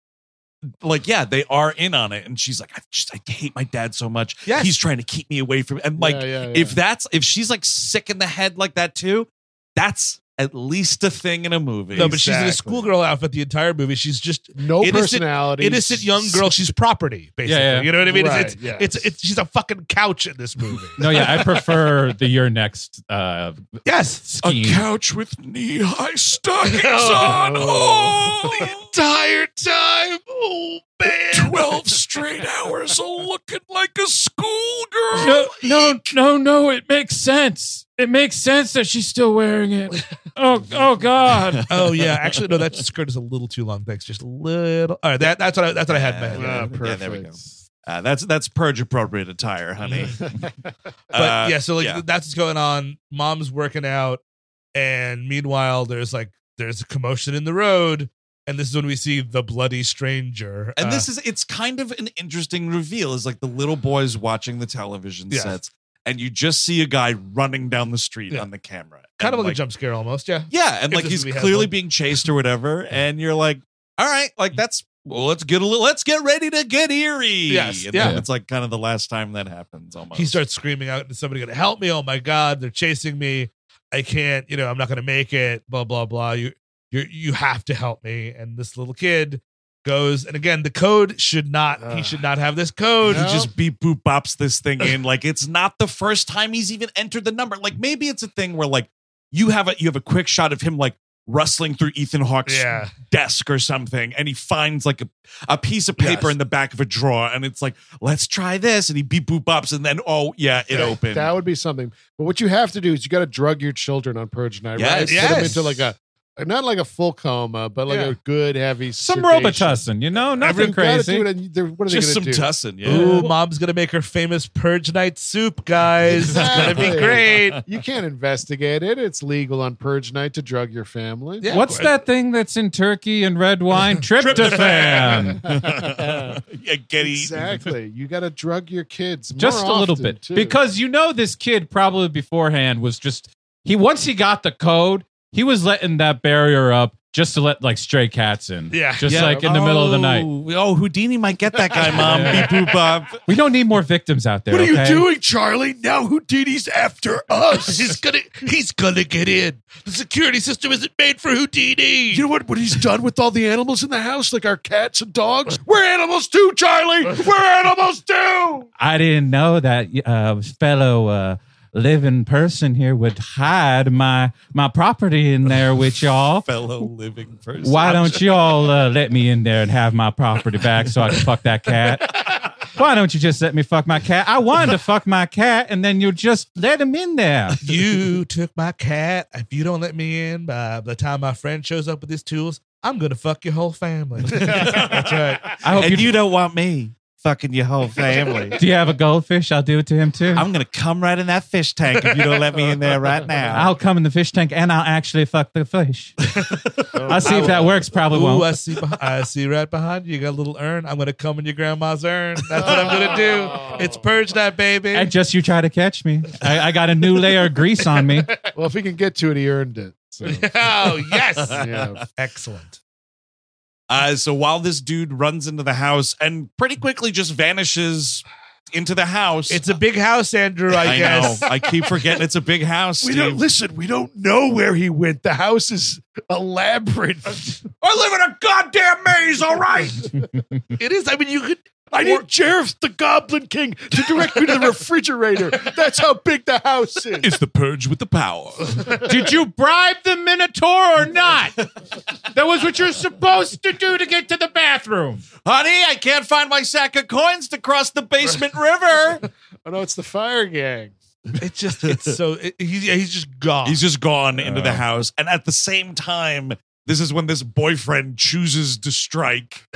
S1: like yeah, they are in on it, and she's like, I just I hate my dad so much.
S2: Yes.
S1: he's trying to keep me away from. And like,
S3: Yeah, yeah, yeah.
S1: if that's if she's like sick in the head like that too, that's at least a thing in a movie.
S2: no, but she's in a
S3: Exactly.
S2: schoolgirl outfit the entire movie. She's just
S3: no
S2: innocent-
S3: personality,
S2: innocent young girl. She's property, basically.
S4: Yeah, yeah.
S2: You know what I mean? It's-
S3: Right,
S2: it's,
S3: yes.
S2: it's, it's, she's a fucking couch in this movie.
S4: No, yeah, I prefer the your next uh,
S2: yes.
S4: scheme.
S1: couch with knee high stockings
S3: on. Oh.
S1: entire time. Oh man, twelve straight hours of looking like a schoolgirl.
S4: No, no, no, no! It makes sense. It makes sense that she's still wearing it. Oh, oh God!
S2: Oh yeah, actually no. That skirt is a little too long. Thanks, just a little. All right, that, that's what I, that's what I had. in my head.
S1: Yeah,
S3: Ah,
S1: yeah, there we go. Uh, that's that's purge appropriate attire, honey.
S2: but
S1: Uh,
S2: yeah, so like that's what's going on. Mom's working out, and meanwhile, there's like there's a commotion in the road, and this is when we see the bloody stranger.
S1: and
S2: Uh,
S1: this is it's kind of an interesting reveal. Is like the little boys watching the television
S2: Yeah.
S1: sets, and you just see a guy running down the street
S2: Yeah.
S1: on the camera,
S2: kind of
S1: And,
S2: like, a jump scare almost. Yeah,
S1: Yeah, and
S2: If
S1: like
S2: this
S1: he's
S2: movie has
S1: clearly
S2: one.
S1: being chased or whatever, and you're like, all right, like that's well, let's get a little, let's get ready to get eerie.
S2: Yes,
S1: and then
S2: yeah.
S1: it's like kind of the last time that happens almost.
S2: he starts screaming out, "Is somebody gonna help me? Oh my god, they're chasing me! I can't. You know, I'm not gonna make it. Blah blah blah. You you you have to help me." And this little kid goes, and again, the code should not. he
S3: Ugh.
S2: should not have this code.
S1: he
S3: No.
S1: "Oh, just beep boop bops this thing in like it's not the first time he's even entered the number. Like maybe it's a thing where like you have a you have a quick shot of him like rustling through Ethan Hawke's
S2: Yeah.
S1: desk or something, and he finds like a, a piece of paper
S2: Yes.
S1: in the back of a drawer, and it's like let's try this, and he beep boop bops, and then oh yeah, it opened.
S3: That would be something. But what you have to do is you got to drug your children on purge night,
S1: Yes.
S3: right? Put them
S2: Yes.
S3: into like a not like a full coma, but like
S2: Yeah.
S3: a good heavy
S4: Some
S3: sedation.
S4: Robitussin, you know,
S3: Everyone
S4: nothing
S3: Oh, gotta
S4: crazy.
S3: do it and they're- what are they
S1: just some
S3: gonna do?
S1: tussin, yeah.
S2: Ooh, mom's gonna make her famous purge night soup, guys. It's gonna be
S3: Exactly.
S2: great.
S3: You can't investigate it. It's legal on purge night to drug your family.
S2: Yeah.
S4: What's that thing that's in turkey and red wine? Tryptophan.
S1: yeah, uh, get eaten.
S3: exactly. You got to drug your kids more
S4: just a little
S3: often,
S4: bit
S3: too.
S4: because you know this kid probably beforehand was just he once he got the code he was letting that barrier up just to let like stray cats in.
S2: Yeah.
S4: Just
S2: Yeah.
S4: like in the middle of the night.
S1: Oh, Houdini might get that guy, mom.
S4: Yeah.
S1: Beep boop bop.
S4: We don't need more victims out there.
S11: What are you
S4: okay?
S11: doing, Charlie? Now Houdini's after us. he's gonna he's gonna get in. The security system isn't made for Houdini.
S3: You know what? When he's done with all the animals in the house, like our cats and dogs, we're animals too, Charlie. We're animals too.
S4: I didn't know that uh, fellow uh, living person here would hide my my property in there with y'all.
S1: Fellow living person.
S4: Why don't y'all uh, let me in there and have my property back so I can fuck that cat? Why don't you just let me fuck my cat? I wanted to fuck my cat, and then you just let him in there.
S2: you took my cat. If you don't let me in by the time my friend shows up with his tools, I'm gonna fuck your whole family. That's right.
S4: I hope
S1: and
S4: you-
S1: you don't want me fucking your whole family.
S4: Do you have a goldfish? I'll do it to him too.
S1: I'm gonna come right in that fish tank if you don't let me in there right now.
S4: I'll come in the fish tank and I'll actually fuck the fish. I'll see
S2: I
S4: if that
S2: will.
S4: works. Probably
S2: Ooh,
S4: won't.
S2: I see. beh- I see right behind you. You got a little urn. I'm gonna come in your grandma's urn. That's what I'm gonna do. It's purge night, baby.
S4: And just you try to catch me. I, I got a new layer of grease on me.
S3: Well, if he can get to it, he earned it. So.
S2: oh yes,
S3: Yeah.
S2: excellent.
S1: Uh, so while this dude runs into the house and pretty quickly just vanishes into the house,
S2: It's a big house, Andrew. I,
S1: I know.
S2: guess.
S1: I keep forgetting it's a big house.
S11: We
S1: Steve.
S11: don't listen. We don't know where he went. The house is a labyrinth.
S1: I live in a goddamn maze. All right.
S2: It is. I mean, you could.
S11: I need Jareth the Goblin King to direct me to the refrigerator. That's how big the house is.
S1: It's the purge with the power.
S13: Did you bribe the Minotaur or not? That was what you're supposed to do to get to the bathroom.
S1: Honey, I can't find my sack of coins to cross the basement river.
S3: Oh no, it's the fire gang.
S2: It's just. It's so. It, he's yeah, he's just gone.
S1: He's just gone into the house. And at the same time, this is when this boyfriend chooses to strike.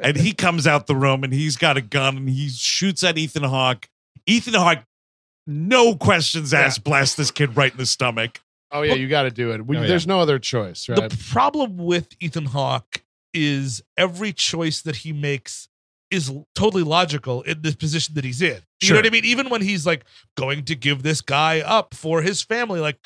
S1: And he comes out the room and he's got a gun and he shoots at Ethan Hawke. Ethan Hawke, no questions asked, blasts this kid right in the stomach.
S3: Oh yeah, you got to do it. We,
S4: Oh, yeah.
S3: There's no other choice, right?
S2: The problem with Ethan Hawke is every choice that he makes is l- totally logical in this position that he's in. You
S1: Sure.
S2: know what I mean? Even when he's like going to give this guy up for his family, like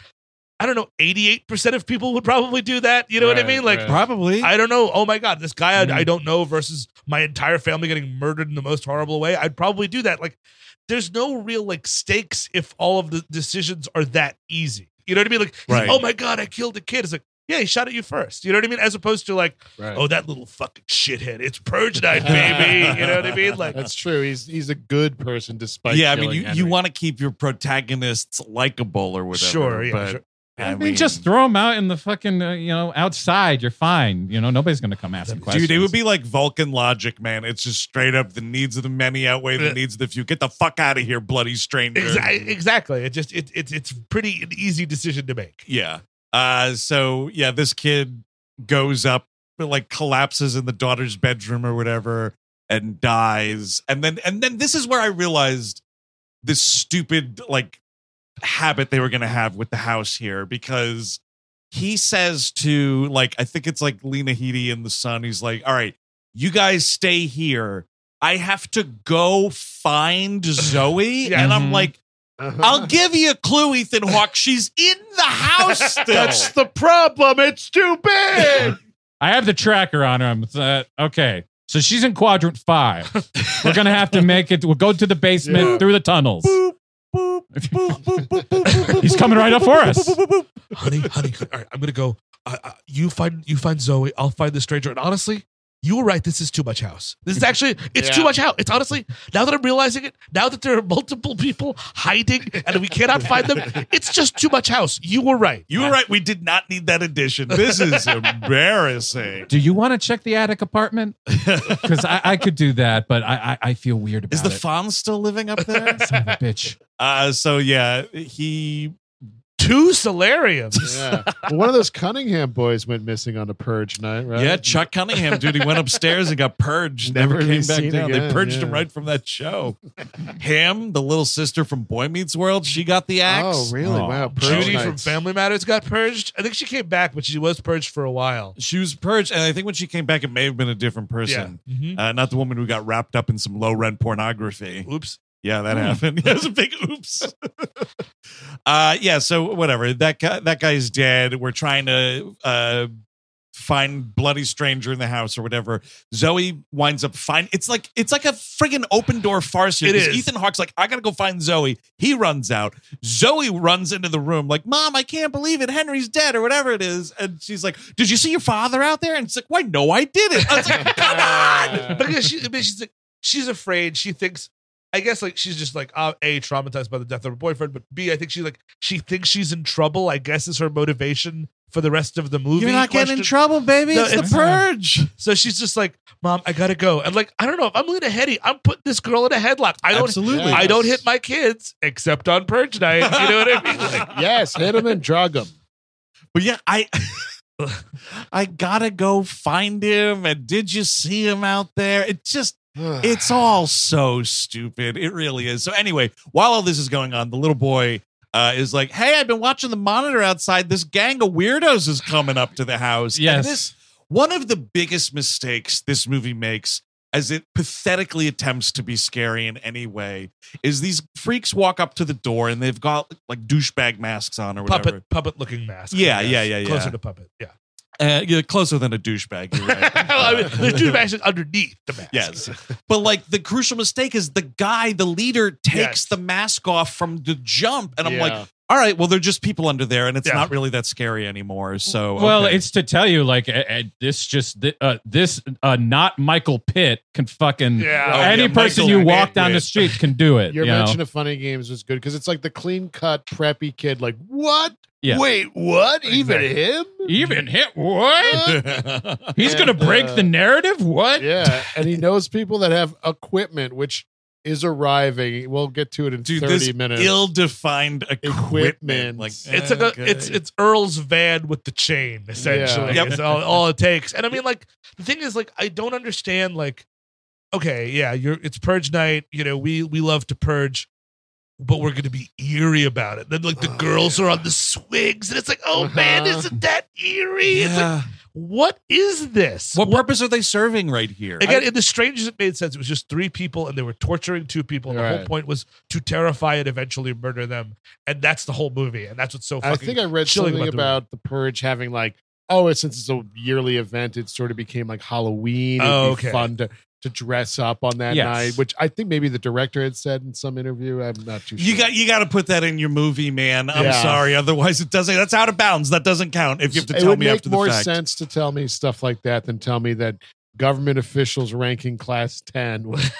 S2: I don't know, eighty-eight percent of people would probably do that. You know what I
S3: Right,
S2: mean? Like
S3: right.
S1: Probably.
S2: I don't know. Oh my god, this guy
S4: Mhm.
S1: Mm.
S2: I, I don't know versus my entire family getting murdered in the most horrible way. I'd probably do that. Like, there's no real like stakes if all of the decisions are that easy. You know what I mean? Like, he's like,
S1: Right.
S2: oh my god, I killed a kid. It's like, yeah, he shot at you first. You know what I mean? As opposed to like,
S3: Right.
S2: oh that little fucking shithead. It's purge night, baby. you know what I mean? Like,
S3: That's true. He's he's a good person despite.
S1: yeah, I mean,
S3: killing
S1: you,
S3: Henry.
S1: you want to keep your protagonists likable or whatever.
S2: Sure, yeah,
S1: but,
S2: sure.
S1: I,
S4: I mean,
S1: mean,
S4: just throw them out in the fucking, uh, you know, outside. You're fine. You know, nobody's going to come asking questions.
S1: Dude, it would be like Vulcan logic, man. It's just straight up the needs of the many outweigh the
S2: Uh,
S1: needs of the few. Get the fuck out of here, bloody stranger.
S2: exa- exactly. It just it, it's it's pretty an easy decision to make.
S1: Yeah. Uh, so yeah, this kid goes up, but like collapses in the daughter's bedroom or whatever, and dies. And then and then this is where I realized this stupid like habit they were gonna have with the house here because he says to like I think it's like Lena Headey in the Sun. He's like, "All right, you guys stay here. I have to go find Zoe,"
S2: Yeah.
S1: and I'm
S4: Mhm.
S1: like. I'll give you a clue, Ethan Hawke. She's in the house still.
S11: That's the problem. It's too big.
S4: I have the tracker on her. I'm uh, okay. So she's in quadrant five. We're going to have to make it. We'll go to the basement
S3: Yeah.
S4: through the tunnels.
S1: Boop, boop, boop, boop, boop, boop, boop,
S4: He's coming right up for us.
S1: boop, boop, boop, boop.
S2: honey, honey, honey, all right, I'm gonna go. Uh, uh, you find you find Zoe. I'll find the stranger. And honestly, you were right. This is too much house. This is actually it's too
S3: Yeah.
S2: much house. It's honestly now that I'm realizing it. Now that there are multiple people hiding and we cannot find them, it's just too much house. You were right.
S1: You were right. We did not need that addition. This is embarrassing.
S4: Do you want to check the attic apartment? Because I, I could do that, but I, I, I feel weird about
S1: Is the
S4: it.
S1: fawn still living up there?
S4: Son of a bitch.
S1: Uh, so yeah, he
S2: Two solariums.
S3: Yeah. Well, one of those Cunningham boys went missing on a purge night, right?
S1: yeah Chuck Cunningham, dude. He went upstairs and got purged. Never,
S3: Never to be
S1: came back
S3: seen
S1: down. they
S3: again,
S1: purged
S3: yeah.
S1: him right from that show. Him, the little sister from Boy Meets World, she got the axe.
S3: Oh, really?
S4: Oh.
S3: Wow. Purge
S2: Judy from
S3: nights.
S2: Family Matters got purged. I think she came back, but she was purged for a while.
S1: She was purged, and I think when she came back, it may have been a different person.
S2: Yeah. Mhm.
S1: uh, not the woman who got wrapped up in some low rent pornography.
S2: Oops.
S1: Yeah, that happened. That was a big oops. uh, yeah, so whatever. That guy, that guy's dead. We're trying to uh, find bloody stranger in the house or whatever. Zoe winds up find. It's like it's like a friggin' open door farce here.
S2: It
S1: 'cause
S2: is.
S1: Ethan Hawke's like, I gotta go find Zoe. He runs out. Zoe runs into the room like, Mom, I can't believe it. Henry's dead or whatever it is. And she's like, Did you see your father out there? And it's like, Why? No, I didn't. I was like, Come on.
S2: because she, I mean, she's like, she's afraid. She thinks, I guess, like she's just like uh, a traumatized by the death of her boyfriend, but b I think she like she thinks she's in trouble. I guess is her motivation for the rest of the movie.
S1: You're not getting in
S2: Question-
S1: trouble, baby.
S2: No,
S1: it's, the
S2: it's-
S1: purge.
S2: So she's just like, "Mom, I gotta go." And like, I don't know if I'm Lena Headey, I'm putting this girl in a headlock. I don't,
S3: Absolutely.
S2: I don't hit my kids except on purge night. You know what I mean? Like,
S3: yes, hit him and drug him.
S1: But yeah, I I gotta go find him. And did you see him out there? It just it's all so stupid. It really is. So anyway, while all this is going on, the little boy uh, is like, "Hey, I've been watching the monitor outside. This gang of weirdos is coming up to the house." And
S4: Yes.
S1: this one of the biggest mistakes this movie makes as it pathetically attempts to be scary in any way is these freaks walk up to the door and they've got like douchebag masks on or whatever
S2: puppet, puppet looking mask. I
S1: Yeah,
S2: guess.
S1: yeah, yeah,
S2: Closer
S1: yeah.
S2: to puppet. Yeah.
S1: uh, you're closer than a douchebag. You're right.
S2: I mean, there's two masks underneath the mask.
S1: yes, but like the crucial mistake is the guy, the leader, takes
S2: Yes.
S1: the mask off from the jump, and I'm
S4: Yeah.
S1: like, all right, well, they're just people under there, and it's
S2: Yeah.
S1: not really that scary anymore. So,
S4: Well,
S1: okay.
S4: it's to tell you, like, uh, uh, this just th- uh, this uh, not Michael Pitt can fucking
S2: Yeah.
S3: Oh,
S4: any
S3: yeah,
S4: person
S3: Michael
S4: you
S3: Pitt
S4: walk down the
S3: with-
S4: street can do it.
S3: Your
S4: you know?
S3: mention of funny games was good because it's like the clean cut preppy kid. Like what?
S4: Yeah.
S3: Wait, what? Even
S4: Exactly.
S3: him?
S4: even hit what? He's gonna
S3: And,
S4: break
S3: uh,
S4: the narrative. What?
S3: Yeah, and he knows people that have equipment which is arriving. We'll get to it in
S1: dude,
S3: thirty
S1: this
S3: minutes.
S1: ill-defined equipment,
S3: Equipment.
S1: like eh.
S2: It's like a, it's
S1: okay.
S2: it's Earl's van with the chain essentially.
S1: Yeah.
S2: Is all, all it takes. And I mean, like the thing is, like I don't understand. Like, okay, yeah, you're it's purge night. You know, we we love to purge, but we're gonna be eerie about it. Then like the girls are on the swigs, and it's like, oh man,
S3: Oh, Uh-huh.
S2: isn't that eerie? It's like,
S1: Yeah.
S2: what is this?
S1: what purpose are they serving right here?
S2: Again, in The Strangers, it made sense. It was just three people, and they were torturing two people. And the whole
S3: Right.
S2: point was to terrify and eventually murder them. And that's the whole movie. And that's what's so fucking.
S3: I think I read
S2: chilling
S3: something about,
S2: the
S3: the purge having like oh, it's, since it's a yearly event, it sort of became like Halloween. It'd
S2: Oh,
S3: be
S2: okay.
S3: fun to to dress up on that
S4: Yes.
S3: night, which I think maybe the director had said in some interview. I'm not too sure.
S1: You got you got to put that in your movie, man. I'm
S3: Yeah.
S1: sorry, otherwise it doesn't. That's out of bounds. That doesn't count. If you have to
S3: it
S1: tell
S3: would
S1: me
S3: make
S1: after
S3: more
S1: the fact.
S3: sense to tell me stuff like that than tell me that government officials ranking class ten was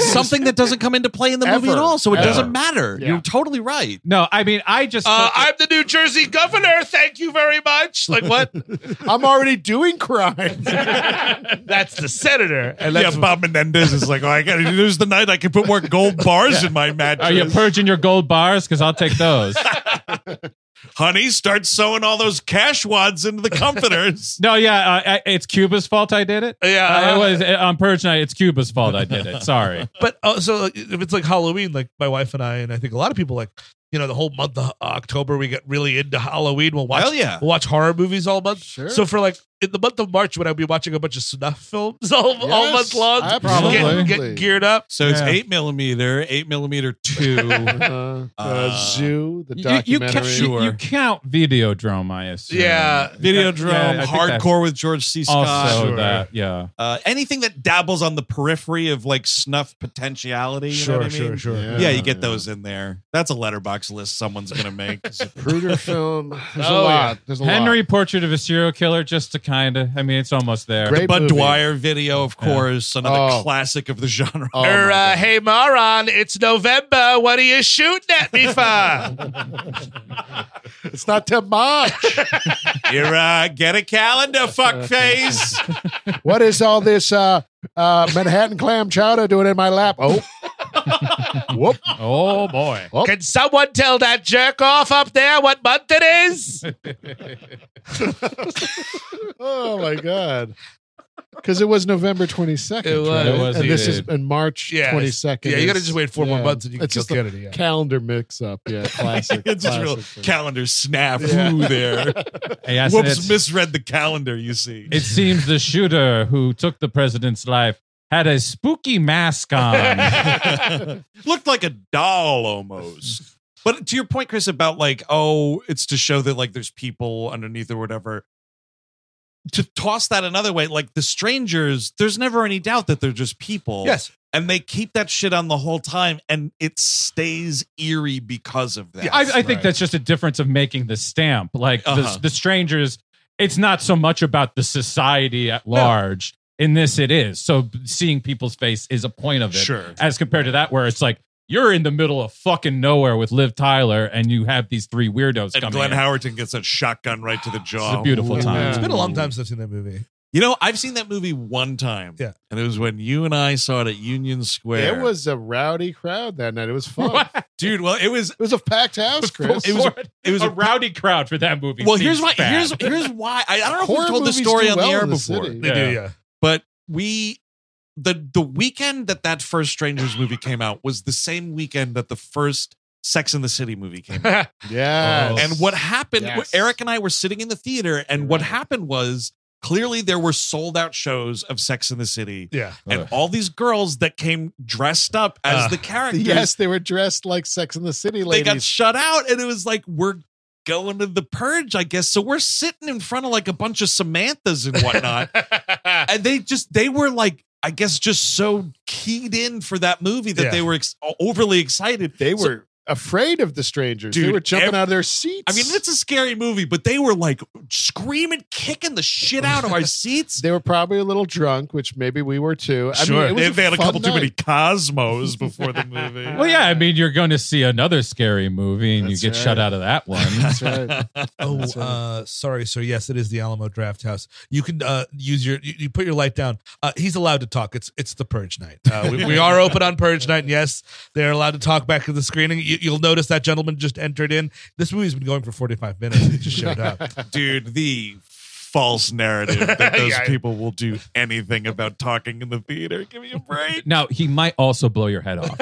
S1: Something that doesn't come into play in the movie at
S3: Ever.
S1: all, so it
S3: Ever.
S1: doesn't matter.
S3: Yeah.
S1: You're totally right.
S4: No, I mean, I just
S2: Uh, I'm the New Jersey governor. Thank you very much. Like what?
S3: I'm already doing crimes.
S2: that's the senator. And that's
S1: yeah, Bob Menendez is like, oh, I got to lose the night. I can put more gold bars in
S3: Oh,
S1: my mattress.
S4: are you purging your gold bars? Because I'll take those.
S1: Honey, start sewing all those cash wads into the comforters.
S4: No, yeah, uh, I- it's Cuba's fault I did it.
S2: Yeah.
S4: Uh, it was uh, on Purge Night. It's Cuba's fault I did it. Sorry.
S2: But also, like, if it's like Halloween, like my wife and I, and I think a lot of people, like you know, the whole month of October, we get really into Halloween. We'll watch,
S1: Hell yeah.
S2: we'll watch horror movies all month.
S3: Sure.
S2: So for like in the month of March, when I'll be watching a bunch of snuff films all, all
S3: Yes,
S2: month long, to
S3: absolutely.
S2: get, get geared up.
S1: So it's
S4: Yeah.
S1: eight millimeter, eight millimeter two.
S3: uh,
S1: Uh,
S3: uh, zoo, the
S4: You, you,
S3: documentary.
S4: count, you, you count Videodrome, I assume.
S2: Yeah.
S1: Videodrome,
S4: Yeah, I think that's
S1: hardcore with George C. Scott.
S4: Also,
S2: Sure.
S4: that yeah.
S1: Uh, anything that dabbles on the periphery of like snuff potentiality. You know what I mean?
S2: sure.
S1: Yeah, you get those in there. That's a letterbox list someone's gonna make.
S3: Pruder film. There's
S2: Oh,
S3: a
S2: yeah.
S3: lot. There's a
S4: Henry
S3: lot.
S4: Portrait of a Serial Killer, just to kind of. I mean, it's almost there.
S3: Great
S1: Bud
S3: movie.
S1: Dwyer video, of course, another
S3: Oh.
S1: classic of the genre.
S3: Oh, my
S2: or uh,
S3: God.
S2: hey moron, it's November. What are you shooting at me for?
S3: it's not too much.
S1: Here, uh, get a calendar, fuckface.
S3: what is all this uh, uh, Manhattan clam chowder doing in my lap? Oh, whoop!
S4: Oh boy.
S3: Oh.
S2: Can someone tell that jerk off up there what month it is?
S3: Oh my god! Because it was November 22nd.
S2: It was.
S3: right?
S4: It was,
S3: and this is
S4: indeed.
S3: in March
S2: Yeah, it's-
S3: 22nd.
S2: yeah, you gotta
S3: is-
S2: just wait four more
S3: yeah.
S2: months and you can
S3: it's
S2: kill
S3: just a
S2: Kennedy, yeah.
S3: Calendar mix up. Yeah, classic.
S1: it's just real
S3: classic.
S1: calendar snap. Ooh, there.
S4: Hey, I said
S1: Whoops,
S4: it's-
S1: misread the calendar. You see,
S4: It seems the shooter who took the president's life had a spooky mask on.
S1: Looked like a doll almost. But to your point, Chris, about like, oh, it's to show that like there's people underneath or whatever. To toss that another way, like the strangers, there's never any doubt that they're just people.
S2: Yes.
S1: And they keep that shit on the whole time and it stays eerie because of that.
S4: I, I think that's just a difference of making the stamp. Like
S1: Uh-huh.
S4: the, the strangers, it's not so much about the society at large. In this, it is. So b- seeing people's face is a point of it.
S1: Sure.
S4: As compared to that, where it's like you're in the middle of fucking nowhere with Liv Tyler and you have these three weirdos
S1: And
S4: coming
S1: Glenn
S4: in.
S1: Howerton gets that shotgun right to the jaw.
S4: It's a beautiful time.
S2: It's been a long time since I've seen that movie.
S1: You know, I've seen that movie one time.
S2: Yeah.
S1: And it was when you and I saw it at Union Square.
S3: It was a rowdy crowd that night. It was fun.
S1: Dude, well, it was
S3: It was a packed house, Chris.
S4: It was,
S1: it was
S4: a,
S1: a-
S4: rowdy crowd for that movie.
S1: Well, here's
S4: Seems
S1: why
S4: bad.
S1: here's here's why I, I don't know if
S3: Horror
S1: we've told this
S3: movies
S1: story
S3: do
S1: on
S3: well
S1: the air
S3: in the
S1: before.
S3: city.
S2: They
S4: Yeah.
S2: do, yeah.
S1: But we the the weekend that that first Strangers movie came out was the same weekend that the first Sex in the City movie came out.
S3: Yes.
S1: And what happened,
S3: Yes.
S1: Eric and I were sitting in the theater, and
S3: You're
S1: what
S3: right.
S1: happened was clearly there were sold out shows of Sex in the City.
S2: Yeah.
S1: And all these girls that came dressed up as
S2: Uh,
S1: the characters,
S3: Yes, they were dressed like Sex in the City
S1: they
S3: ladies.
S1: got shut out. And it was like, we're going to the purge, I guess. So we're sitting in front of like a bunch of Samanthas and whatnot. and they just, they were like, I guess just so keyed in for that movie that
S2: Yeah.
S1: they were ex- overly excited.
S3: they
S1: So-
S3: were afraid of the strangers. they
S1: Dude,
S3: were jumping
S1: ev-
S3: out of their seats.
S1: I mean, it's a scary movie, but they were like screaming, kicking the shit out of our seats.
S3: they were probably a little drunk, which maybe we were too. I mean, it was
S1: they, they had a
S3: fun
S1: couple too many
S3: night.
S1: Cosmos before the movie.
S4: Well, yeah, I mean, you're going to see another scary movie and
S3: That's
S4: you get shut
S3: right.
S4: out of that one.
S3: That's right.
S2: Oh, uh, sorry. So yes, it is the Alamo Draft House. You can uh, use your you, you put your light down. Uh, he's allowed to talk. It's it's the purge night. Uh, we, we are open on purge night. And yes, they're allowed to talk back to the screening. You, you'll notice that gentleman just entered in. This movie's been going for forty five minutes. He just showed up.
S1: dude, the false narrative that those
S2: Yeah.
S1: people will do anything about talking in the theater. Give me a break.
S4: Now, he might also blow your head off.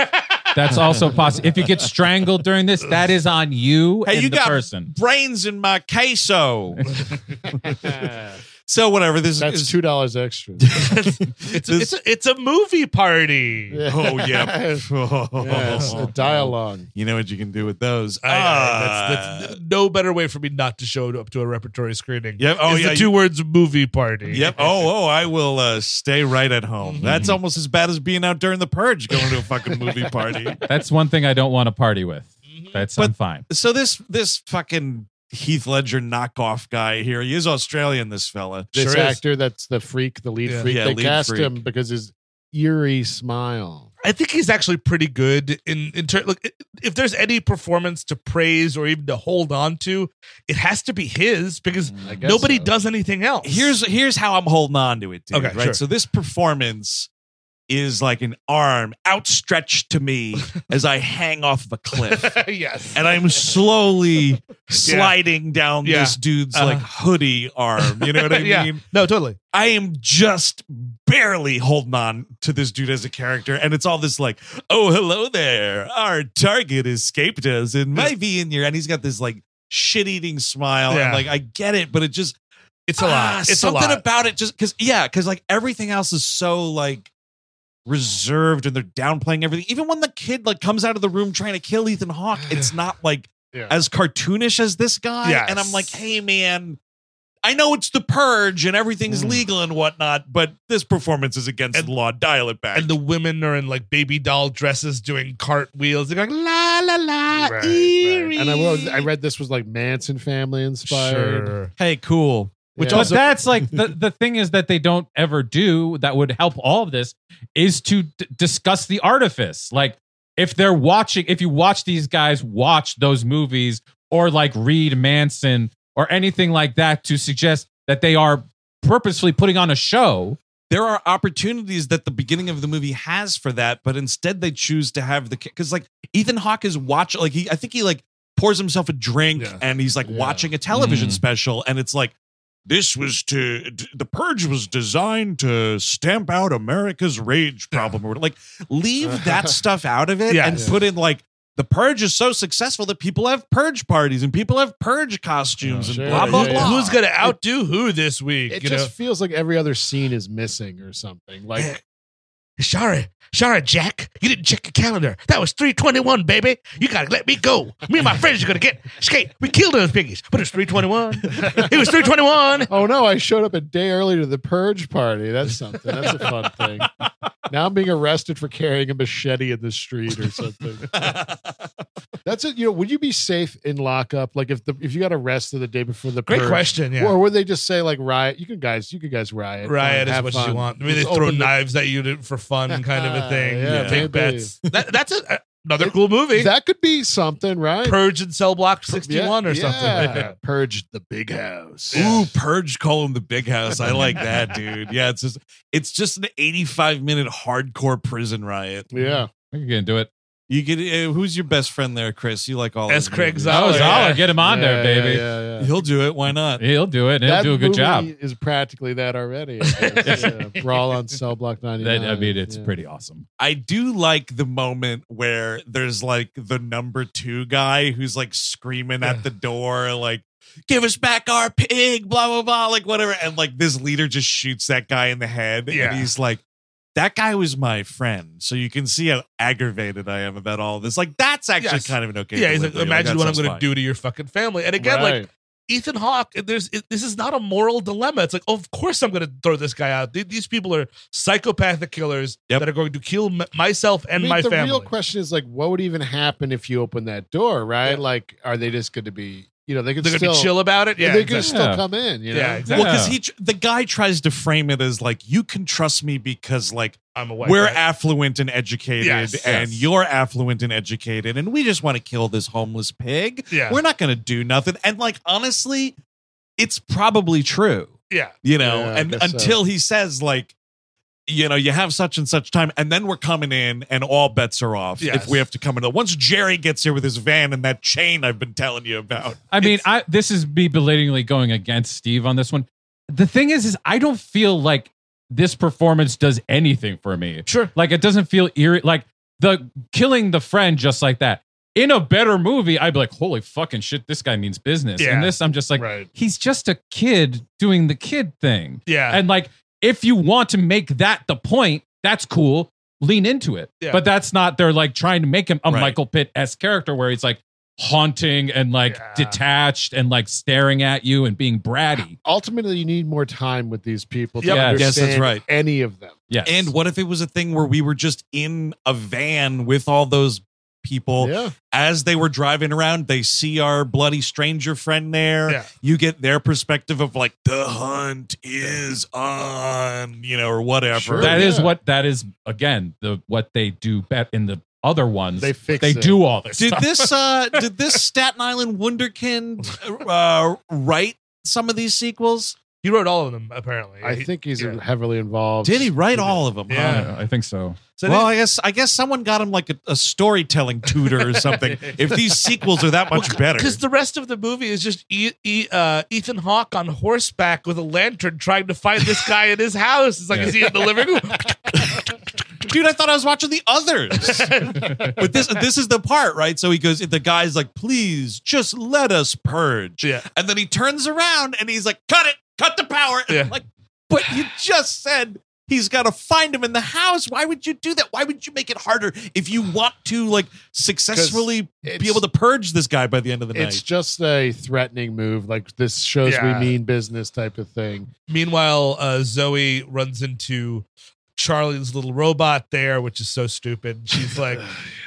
S4: That's also possible. If you get strangled during this, that is on you
S1: Hey,
S4: and
S1: you
S4: the
S1: got
S4: person.
S1: brains in my queso. so whatever. This
S3: That's
S1: is
S3: two dollars extra.
S2: It's a, it's a, it's a movie party.
S1: Oh yeah.
S3: Yes, a dialogue.
S1: You know what you can do with those.
S2: I- I-
S1: Ah.
S2: that's, that's no better way for me not to show up to a repertory screening.
S1: Yep. Oh,
S2: is
S1: yeah,
S2: The two
S1: you-
S2: words movie party.
S1: Yep. Oh, oh, I will uh, stay right at home.
S2: Mm-hmm.
S1: That's almost as bad as being out during the purge, going to a fucking movie party.
S4: That's one thing I don't want to party with.
S3: Mm-hmm.
S4: That's I'm
S1: But-
S4: fine.
S1: So this this fucking Heath Ledger knockoff guy here. He is Australian. This fella.
S3: This
S2: Sure is.
S3: actor that's the freak, the lead
S2: Yeah.
S3: freak.
S1: Yeah,
S3: they
S1: lead
S3: cast
S1: freak.
S3: him because his eerie smile.
S2: I think he's actually pretty good in in ter- look i- if there's any performance to praise or even to hold on to, it has to be his because
S1: Mm,
S3: I guess
S2: nobody
S3: so.
S2: does anything else.
S1: Here's here's how I'm holding on to it, dude.
S2: Okay,
S1: right.
S2: sure.
S1: So this performance is like an arm outstretched to me as I hang off of a cliff.
S2: yes.
S1: and I'm slowly sliding down
S2: Yeah.
S1: this dude's
S2: Uh-huh.
S1: like hoodie arm. You know what I
S2: yeah.
S1: mean?
S2: No, totally.
S1: I am just barely holding on to this dude as a character, and it's all this like, "Oh, hello there, our target escaped us, and might be in here." And he's got this like shit-eating smile, and
S2: Yeah.
S1: like I get it, but it just
S2: It's a lot.
S1: ah,
S2: It's a
S1: something
S2: lot.
S1: about it, just because yeah, because like everything else is so like reserved, and they're downplaying everything. Even when the kid like comes out of the room trying to kill Ethan Hawke, it's not like
S3: Yeah.
S1: as cartoonish as this guy.
S2: Yes.
S1: And I'm like, hey, man, I know it's the purge and everything's legal and whatnot, but this performance is against
S2: Mm. And-
S1: the law. Dial it back.
S2: and the women are in like baby doll dresses doing cartwheels. They're going la la la.
S3: Right, right.
S2: eerie.
S3: And I, was, I read this was like Manson family inspired.
S2: Sure.
S1: hey, cool.
S3: Which
S4: But
S3: also-
S4: that's like the, the thing is that they don't ever do that would help all of this is to d- discuss the artifice. Like if they're watching, if you watch these guys watch those movies or like read Manson or anything like that to suggest that they are purposefully putting on a show.
S1: There are opportunities that the beginning of the movie has for that, but instead they choose to have the because like Ethan Hawke is watching like he I think he like pours himself a drink
S3: Yeah.
S1: and he's like
S3: Yeah.
S1: watching a television
S4: Mm.
S1: special and it's like this was to d- the purge was designed to stamp out America's rage problem or like leave that stuff out of it
S2: Yes.
S1: and put in like the purge is so successful that people have purge parties and people have purge costumes
S3: Yeah,
S1: and
S3: sure.
S1: blah blah
S3: Yeah,
S1: blah.
S3: yeah.
S2: Who's gonna outdo who this week?
S3: It
S2: you
S3: just
S2: know?
S3: feels like every other scene is missing or something. Like
S11: Sorry, sorry, Jack. You didn't check your calendar. That was 321, baby. You gotta let me go. Me and my friends are gonna get skate. We killed those piggies, but it was 321. it was 321.
S3: Oh no, I showed up a day early to the purge party. That's something. That's a fun thing. Now I'm being arrested for carrying a machete in the street or something. That's it. You know, would you be safe in lockup? Like if the if you got arrested the day before the
S2: Great
S3: purge,
S2: question, yeah.
S3: Or would they just say like riot? You can guys, you can guys riot.
S2: Riot
S3: and
S2: as
S3: have
S2: much as
S3: fun.
S2: you want. I mean, they
S3: Just
S2: throw
S3: open the-
S2: knives at you to, for fun, kind of a thing.
S3: Yeah,
S2: yeah, take
S3: maybe.
S2: bets. That, that's a, another cool movie.
S3: That could be something, right?
S2: Purge and Cell Block 61
S3: Yeah,
S2: or something.
S3: yeah. Purge the big house.
S1: Ooh, Purge colon the big house. I like that, dude. Yeah, it's just it's just an 85 minute hardcore prison riot.
S3: Yeah.
S4: I think you can do it.
S1: You get uh, who's your best friend there, Chris? You like all
S2: That's
S1: his
S2: Craig
S1: movies.
S2: Zoller.
S4: Oh, Zoller,
S2: yeah.
S4: get him on there,
S3: Yeah, yeah,
S4: baby.
S3: yeah, yeah.
S1: He'll do it. Why not?
S4: He'll do it. and He'll
S3: That
S4: do a good
S3: movie
S4: job.
S3: Is practically that already. I guess. yeah. Brawl on Cell Block ninety
S4: That,
S3: nine.
S4: I mean, it's
S3: yeah.
S4: pretty awesome.
S1: I do like the moment where there's like the number two guy who's like screaming at the door, like, give us back our pig, blah, blah, blah, like whatever. And like this leader just shoots that guy in the head.
S2: Yeah.
S1: And he's like, that guy was my friend. So you can see how aggravated I am about all this. Like, that's actually
S2: Yes.
S1: kind of an okay.
S2: yeah, he's like,
S1: delivery.
S2: imagine
S1: that
S2: what I'm
S1: sounds
S2: going to
S1: fine.
S2: do to your fucking family. And again,
S3: Right.
S2: like Ethan Hawke, there's it, this is not a moral dilemma. It's like, of course, I'm going to throw this guy out. Th- These people are psychopathic killers
S1: Yep.
S2: that are going to kill m- myself and
S3: I mean,
S2: my
S3: the
S2: family.
S3: real question is like, what would even happen if you open that door, right? Like, are they just going to be, you know, they could
S2: They're
S3: still
S2: going to be chill about it. Yeah,
S3: they could
S2: exactly.
S3: still
S4: Yeah.
S3: come in, you know.
S2: Yeah,
S1: Well,
S2: exactly.
S1: because he tr- the guy tries to frame it as like you can trust me because like
S2: I'm away.
S1: we're
S2: right?
S1: affluent and educated
S2: Yes,
S1: and
S2: yes.
S1: you're affluent and educated and we just want to kill this homeless pig
S2: Yeah.
S1: we're not going to do nothing and like honestly it's probably true
S2: yeah.
S1: you know
S3: Yeah, I
S1: and
S3: guess so.
S1: until he says like you know you have such and such time and then we're coming in and all bets are off
S2: Yes.
S1: if we have to come in once jerry gets here with his van and that chain i've been telling you about
S4: I mean, I this is me belatingly going against Steve on this one. The thing is, is I don't feel like this performance does anything for me.
S2: Sure.
S4: Like it doesn't feel eerie. Like the killing the friend just like that. In a better movie, I'd be like, holy fucking shit, this guy means business.
S2: Yeah.
S4: And this, I'm just like,
S2: Right.
S4: he's just a kid doing the kid thing.
S2: Yeah.
S4: And like, if you want to make that the point, that's cool. Lean into it.
S2: Yeah.
S4: But that's not, they're like trying to make him a
S1: Right.
S4: Michael Pitt esque character where he's like haunting and like
S2: Yeah.
S4: detached and like staring at you and being bratty.
S3: Ultimately, you need more time with these people to
S2: Yep.
S4: Yes.
S1: Yes, that's
S3: understand
S1: right.
S3: any of them.
S4: Yes.
S1: and what if it was a thing where we were just in a van with all those people
S3: Yeah,
S1: as they were driving around, they see our bloody stranger friend there.
S2: Yeah.
S1: You get their perspective of like the hunt is on, you know, or whatever.
S3: Sure.
S4: That is
S3: yeah.
S4: what that is again the what they do bet in the other ones.
S3: They fix it.
S4: do all this.
S1: did
S4: stuff.
S1: this uh did this Staten Island Wunderkind uh write some of these sequels?
S2: He wrote all of them, apparently.
S3: I
S2: He-
S3: think he's
S2: yeah.
S3: heavily involved.
S1: Did he write all of them? huh?
S2: Yeah.
S4: I think so.
S2: So
S1: well,
S2: then-
S1: I guess I guess someone got him like a, a storytelling tutor or something. if these sequels are that much better,
S2: Because the rest of the movie is just e- E- uh, Ethan Hawke on horseback with a lantern trying to find this guy in his house. It's like,
S4: Yeah.
S2: is he in the living room?
S1: dude, I thought I was watching the others. but this this is the part, right? So he goes, the guy's like, please just let us purge.
S2: Yeah.
S1: And then he turns around and he's like, cut it, cut the power. And I'm
S2: Yeah.
S1: like, but you just said he's got to find him in the house. Why would you do that? Why would you make it harder if you want to like successfully
S3: it's-
S1: be able to purge this guy by the end of the
S3: It's
S1: night?
S3: just a threatening move, like this shows
S2: Yeah.
S3: we mean business type of thing.
S2: Meanwhile, uh, Zoe runs into Charlie's little robot there, which is so stupid. She's like,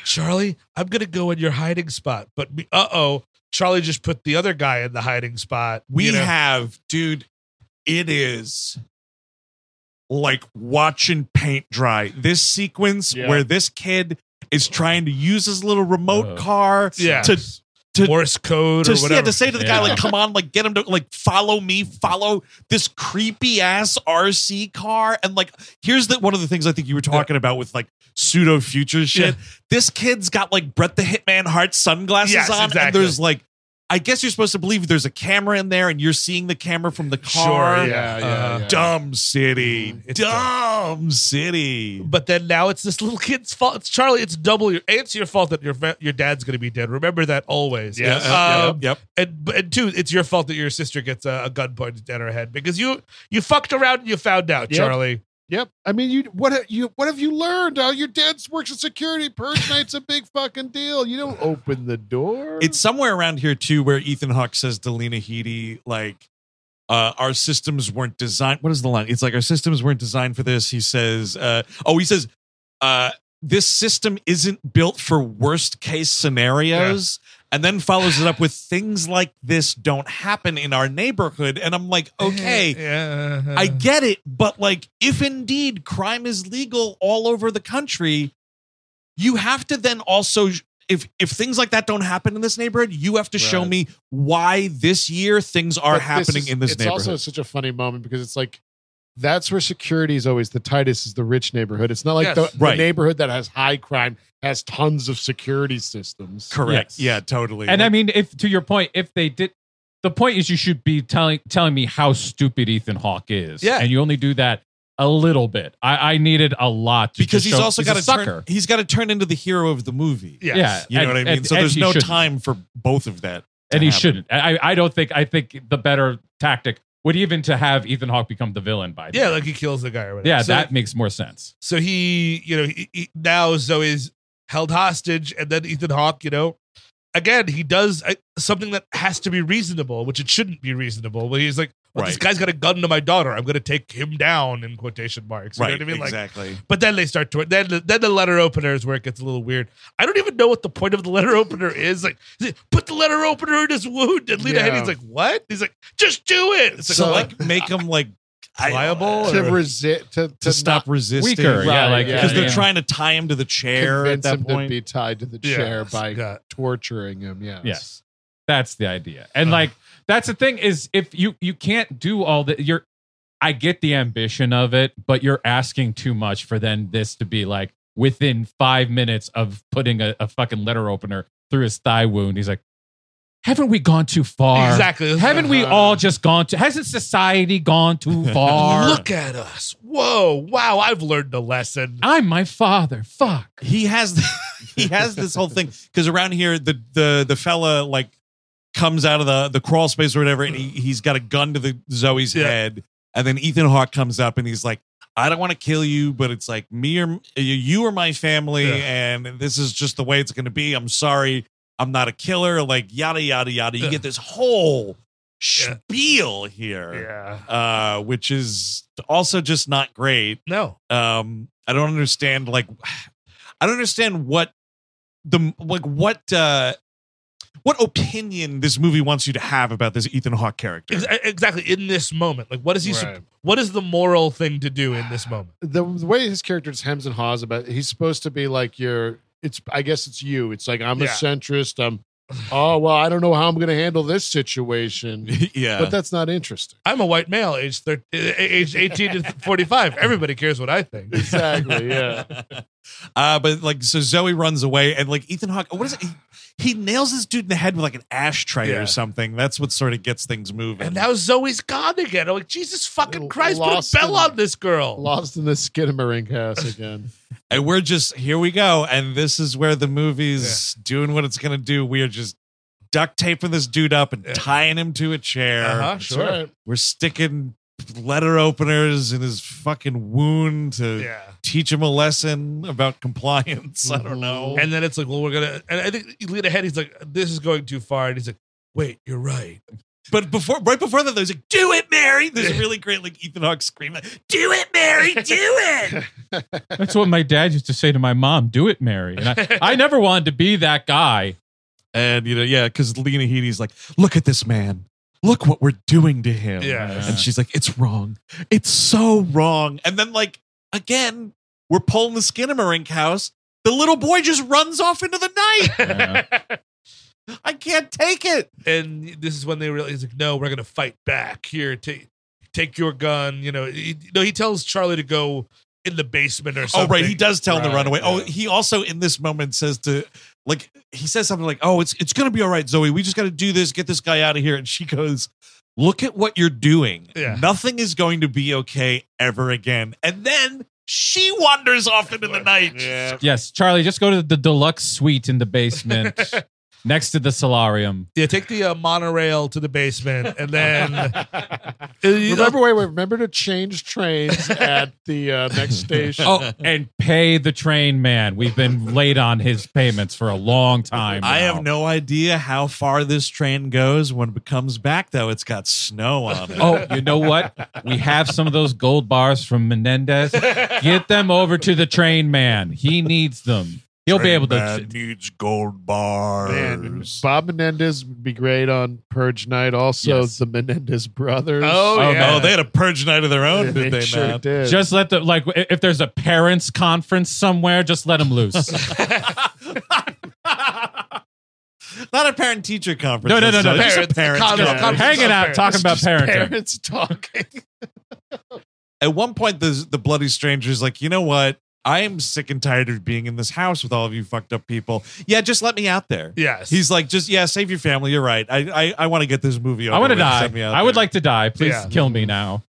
S2: Charlie, I'm going to go in your hiding spot. But uh oh, Charlie just put the other guy in the hiding spot.
S1: We
S2: you know?
S1: have, dude, it is like watching paint dry. This sequence
S3: Yeah.
S1: where this kid is trying to use his little remote
S4: Oh.
S1: car
S2: yeah.
S1: to to-
S2: Morse code
S1: to,
S2: or
S1: yeah,
S2: whatever.
S1: to say to the guy,
S4: Yeah.
S1: like, come on, like, get him to, like, follow me, follow this creepy ass RC car. And, like, here's the one of the things I think you were talking about with, like, pseudo future shit. This kid's got, like, Brett the Hitman Hart sunglasses
S2: Yes,
S1: on. And
S2: exactly.
S1: there's, like, I guess you're supposed to believe there's a camera in there and you're seeing the camera from the car.
S2: Sure, yeah, yeah, Mm-hmm.
S1: Uh,
S3: yeah.
S1: Dumb city.
S2: It's
S1: dumb city.
S2: But then now it's this little kid's fault. It's Charlie. It's double your. A, it's your fault that your fa- your dad's going to be dead. Remember that always.
S1: Uh, Yeah,
S2: Um,
S1: yep.
S2: And and two, it's your fault that your sister gets a, a gun pointed at her head because you you fucked around and you found out,
S3: Yep.
S2: Charlie.
S3: Yep. I mean, you what have you what have you learned? Oh, your dad works in security. Purge night's a big fucking deal. You don't open the door.
S1: It's somewhere around here too, where Ethan Hawke says to Lena Headey, like, uh, our systems weren't designed. What is the line? It's like our systems weren't designed for this. He says, uh, oh, he says, uh, this system isn't built for worst case scenarios. And then follows it up with things like this don't happen in our neighborhood. And I'm like, okay,
S2: Yeah.
S1: I get it, but like, if indeed crime is legal all over the country, you have to then also, if if things like that don't happen in this neighborhood, you have to show
S3: Right.
S1: me why this year things are
S3: But this
S1: happening
S3: is-
S1: in this
S3: it's
S1: neighborhood.
S3: also such a funny moment because it's like that's where security is always the tightest is the rich neighborhood. It's not like
S2: Yes.
S3: the, the
S1: Right.
S3: neighborhood that has high crime has tons of security systems.
S1: Correct.
S4: Yes.
S1: Yeah, totally.
S4: And I mean, if to your point, if they did, the point is you should be telling telling me how stupid Ethan Hawke is.
S1: Yeah.
S4: and you only do that a little bit. I, I needed a lot to
S1: because
S4: just
S1: he's
S4: show-
S1: also
S4: a
S1: got to turn,
S4: sucker.
S1: he's got to turn into the hero of the movie.
S2: Yes.
S4: Yeah,
S1: You know
S4: and-
S1: what I mean?
S4: and-
S1: so
S4: and
S1: there's
S4: he
S1: no
S4: shouldn't.
S1: time for both of that. to
S4: and he
S1: happen.
S4: shouldn't. I I don't think I think the better tactic would even to have Ethan Hawke become the villain by the
S2: Yeah,
S4: end.
S2: like he kills the guy or whatever.
S4: yeah
S2: So-
S4: that makes more sense.
S2: So he, you know, he, he, now Zoe's held hostage, and then Ethan Hawke, you know, again he does uh, something that has to be reasonable, which it shouldn't be reasonable. But he's like, well, this
S1: Right.
S2: guy's got a gun to my daughter. I'm going to take him down in quotation marks. You
S1: Right.
S2: know what I mean? Like,
S1: exactly.
S2: but then they start to then the, then the letter opener is where it gets a little weird. I don't even know what the point of the letter opener is. Like, is it, put the letter opener in his wound, and Lena
S3: Yeah.
S2: Headey's like, "What?" He's like, "Just do it." It's like,
S1: so
S2: well,
S1: like make him like
S2: pliable
S3: To
S2: or-
S3: resist to, to,
S1: to stop resisting.
S4: Weaker, yeah,
S3: Right,
S4: like
S3: yeah.
S1: because they're
S4: yeah.
S1: trying to tie him to the
S3: not
S1: chair at
S3: convince
S1: that
S3: him
S1: point.
S3: to be tied to the
S2: Yes,
S3: chair by
S2: God.
S3: torturing him. Yes.
S4: Yes. That's the idea. And
S1: Uh-huh.
S4: like that's the thing is if you you can't do all the you're I get the ambition of it, but you're asking too much for then this to be like within five minutes of putting a, a fucking letter opener through his thigh wound. He's like, haven't we gone too far?
S2: exactly.
S4: Haven't we
S3: Uh-huh.
S4: all just gone to hasn't society gone too far?
S2: Look at us. Whoa. Wow. I've learned a lesson.
S4: I'm my father. Fuck.
S1: he has he has this whole thing because around here the the the fella like comes out of the the crawl space or whatever and he, he's got a gun to the zoe's
S2: Yeah.
S1: head and then ethan hawke comes up and he's like i don't want to kill you but it's like me or you or my family and this is just the way it's going to be i'm sorry i'm not a killer like yada yada yada you
S2: Yeah.
S1: get this whole
S2: Yeah.
S1: spiel here
S2: Yeah.
S1: uh which is also just not great
S2: No.
S1: um i don't understand like i don't understand what the like what uh what opinion this movie wants you to have about this ethan hawke character
S2: Ex- e-, exactly. In this moment, like, what is he? sup-
S3: Right.
S2: what is the moral thing to do in this moment?
S3: the, the way his character is hems and haws about he's supposed to be like your it's i guess it's you it's like i'm a
S2: Yeah.
S3: centrist i'm oh well i don't know how i'm going to handle this situation
S1: yeah
S3: but that's not interesting
S2: I'm a white male, age thir- eh, age 18 to 45. Everybody cares what I think.
S3: exactly yeah
S1: uh but like so zoe runs away and like ethan hawke what is it he, he nails this dude in the head with like an ashtray
S2: Yeah.
S1: or something that's what sort of gets things moving
S2: And now Zoe's gone again. I'm like, Jesus fucking
S3: Little
S2: Christ, put a
S3: lost
S2: bell
S3: in-
S2: on this girl.
S3: lost in the skidamaring house again
S1: and we're just here we go and this is where the movie's doing what it's gonna do we are just duct taping this dude up and
S2: Yeah.
S1: tying him to a chair
S2: Uh-huh,
S3: That's
S2: sure.
S3: right.
S1: We're sticking letter openers in his fucking wound to
S2: Yeah.
S1: teach him a lesson about compliance. I don't know.
S2: And then it's like, well, we're gonna. And I think you lean ahead. He's like, this is going too far. And he's like, wait, you're right.
S1: but before, right before that, there's like, "Do it, Mary." There's a really great like Ethan Hawke scream, like, "Do it, Mary, do it."
S4: That's what my dad used to say to my mom, do it, Mary. And I, I never wanted to be that guy.
S1: and you know, yeah, because Lena Headey's like, "Look at this man. Look what we're doing to him."
S2: Yeah.
S1: and she's like, "It's wrong. It's so wrong." And then like again, we're pulling the Skinnamarink house. The little boy just runs off into the night. I can't take it.
S2: and this is when they realize like no we're gonna fight back here take take your gun you know he, no he tells charlie to go in the basement or something
S1: Oh, right. He does tell him to
S2: Right,
S1: run away. Oh,
S2: yeah.
S1: he also in this moment says to like he says something like, "Oh, it's it's gonna be all right, Zoe. We just got to do this, get this guy out of here." And she goes, "Look at what you're doing.
S2: Yeah.
S1: Nothing is going to be okay ever again." And then she wanders off into the night.
S4: Yes, Charlie, just go to the deluxe suite in the basement. next to the solarium.
S2: Yeah, take the uh, monorail to the basement, and then Uh,
S3: remember, wait, wait, remember to change trains at the uh, next station.
S4: Oh, and pay the train man. We've been late on his payments for a long time.
S1: I
S4: now.
S1: have no idea how far this train goes when it comes back, though. It's got snow on it.
S4: Oh, you know what? We have some of those gold bars from Menendez. Get them over to the train man. He needs them. He'll be
S1: Train
S4: able to.
S1: man needs gold bars.
S3: Man, Bob Menendez would be great on Purge Night. Also, the Menendez brothers.
S2: Oh,
S1: Oh,
S2: yeah.
S1: no, they had a purge night of their own,
S3: Yeah,
S1: did
S3: they
S1: they,
S3: sure
S1: Matt?
S3: did.
S4: Just let the like i- if there's a parents conference somewhere, just let them loose.
S1: Not a parent teacher conference.
S4: No, no, no, no.
S1: necessarily, just a
S2: Parents-
S1: parents
S2: con-
S1: conference.
S2: con-
S4: Hanging out, talking about parenting.
S3: parents talking.
S1: At one point, the the bloody stranger's like, you know what? I am sick and tired of being in this house with all of you fucked up people. Yeah, just let me out there.
S2: yes,
S1: He's like, just yeah, save your family. You're right. I I, I want to get this movie. Over
S4: I want to
S1: with.
S4: die.
S1: Send me out
S4: I would
S1: there.
S4: like to die. Please
S2: Yeah.
S4: kill me now.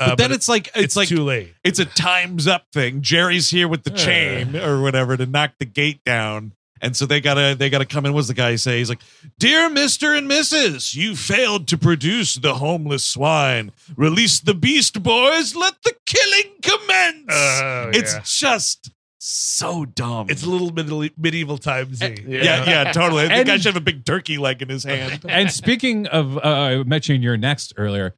S2: Uh,
S1: But then it's like it's, like
S2: too late.
S1: it's a times up thing. Jerry's here with the chain or whatever to knock the gate down. And so they gotta they gotta come in. What's the guy say? He's like, Dear Mr. and Mrs., you failed to produce the homeless swine. Release the beast boys, let the killing commence.
S2: Oh,
S1: it's
S2: yeah.
S1: just so dumb.
S2: It's a little middle, medieval times.
S1: yeah, yeah, totally. The
S4: And-
S1: guy should have a big turkey leg in his hand.
S4: and speaking of, uh, I mentioned your next earlier.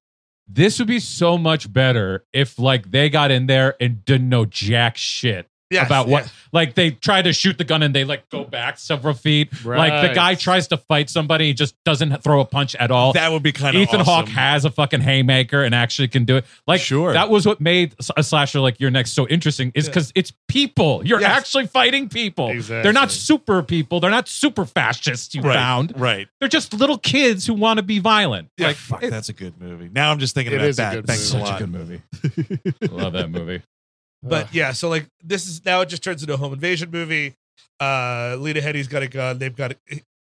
S4: This would be so much better if like they got in there and didn't know jack shit
S2: Yes,
S4: about what.
S2: yes.
S4: Like they try to shoot the gun and they like go back several feet. Like the
S3: Right.
S4: guy tries to fight somebody, he just doesn't throw a punch at all.
S1: That would be kind of
S4: Ethan Hawke
S1: awesome.
S4: has a fucking haymaker and actually can do it. Like
S1: Sure.
S4: that was what made a slasher like your next so interesting is because it's people. You're
S2: Yes.
S4: actually fighting people.
S3: Exactly.
S4: They're not super people. They're not super fascists. You
S1: right,
S4: found
S1: right.
S4: they're just little kids who want to be violent.
S1: Yeah,
S4: like
S1: fuck,
S4: it-
S1: that's a good movie. Now I'm just thinking
S3: It
S1: about
S3: is a
S1: that.
S3: good
S1: Thanks
S3: movie.
S1: a lot.
S4: movie. Love that movie.
S2: But yeah, so like this is now it just turns into a home invasion movie. Uh Lena Headey's got a gun. They've got a,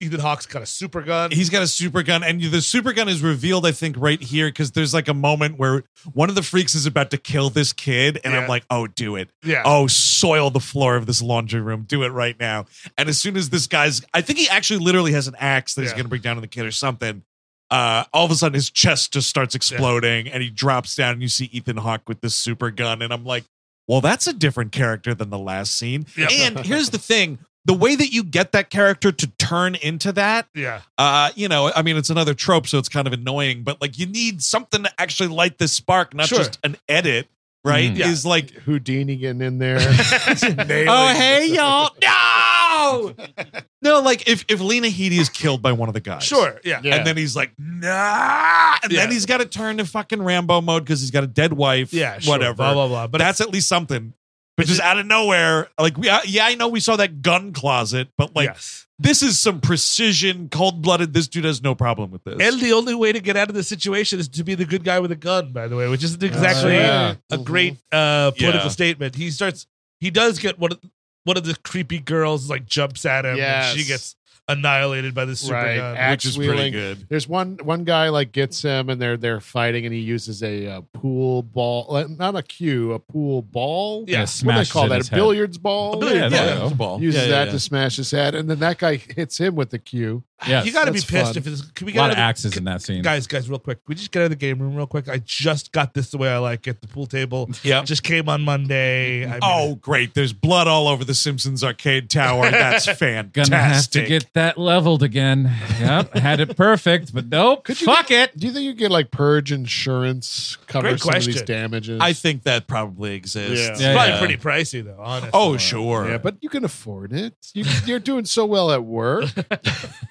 S2: Ethan Hawke's got a super gun.
S1: He's got a super gun, and the super gun is revealed, I think, right here because there's like a moment where one of the freaks is about to kill this kid, and
S2: Yeah.
S1: I'm like, "Oh, do it!
S2: yeah.
S1: Oh, soil the floor of this laundry room! Do it right now!" And as soon as this guy's, I think he actually literally has an axe that he's
S2: Yeah.
S1: going to bring down on the kid or something. Uh, all of a sudden, his chest just starts exploding, and he drops down, and you see Ethan Hawke with this super gun, and I'm like, "Well, that's a different character than the last scene."
S2: Yep.
S1: And here's the thing. The way that you get that character to turn into that
S2: yeah.
S1: uh, you know, I mean, it's another trope, so it's kind of annoying, but like you need something to actually light this spark, not
S2: Sure. Mm-hmm.
S1: just an edit, right?
S4: Mm.
S2: Yeah.
S1: Is like,
S3: Houdini getting in there.
S1: oh, hey, y'all. No, no, like if, if Lena Headey is killed by one of the guys.
S2: Sure. Yeah.
S3: Yeah.
S1: And then he's like, nah. And then
S2: Yeah.
S1: he's got to turn to fucking Rambo mode because he's got a dead wife.
S2: Yeah. sure,
S1: Whatever.
S2: Blah blah blah.
S1: But
S2: But
S1: that's at least something. But just out of nowhere, like we, I- yeah, I know we saw that gun closet, but like
S2: yes.
S1: this is some precision, cold blooded. This dude has no problem with this.
S2: And the only way to get out of the situation is to be the good guy with a gun, by the way, which isn't exactly
S3: yeah.
S2: a great uh political
S1: Yeah.
S2: statement. He starts he does get one of one of the creepy girls like jumps at him
S3: Yes.
S2: and she gets annihilated by the super
S3: Right.
S2: gun.
S3: Axe wielding.
S1: good.
S3: There's one one guy like gets him and they're they're fighting and he uses a, uh pool ball, like, not a cue, a pool ball. what
S2: Yeah,
S3: do they
S4: smashes
S3: call
S4: in
S3: that?
S4: his
S3: A
S4: head.
S3: billiards ball.
S4: Yeah, there you
S2: Yeah.
S4: go.
S3: Uses
S1: Yeah, yeah,
S3: that
S1: yeah.
S3: to smash his head, and then that guy hits him with the cue.
S4: Yes.
S2: you got to be
S3: that's
S2: pissed
S3: fun.
S2: if it's can we
S4: a
S2: get
S4: lot
S2: out
S4: of
S2: the-
S4: axes in that scene.
S2: guys, guys, real quick. Can we just get out of the game room real quick. I just got this the way I like it. The pool table
S1: Yep.
S2: just came on Monday. I mean,
S1: Oh, great. There's blood all over the Simpsons arcade tower. That's
S4: Gonna
S1: fantastic.
S4: have to get that leveled again. Yep, had it perfect, but nope.
S3: Could you
S4: Fuck it.
S3: Do you think you get like purge insurance cover
S2: Great
S3: some of these
S2: question.
S3: damages?
S1: I think that probably exists.
S4: Yeah.
S2: it's probably
S4: yeah.
S2: pretty pricey though. Honestly.
S1: Oh, sure.
S3: yeah, but you can afford it. You, you're doing so well at work.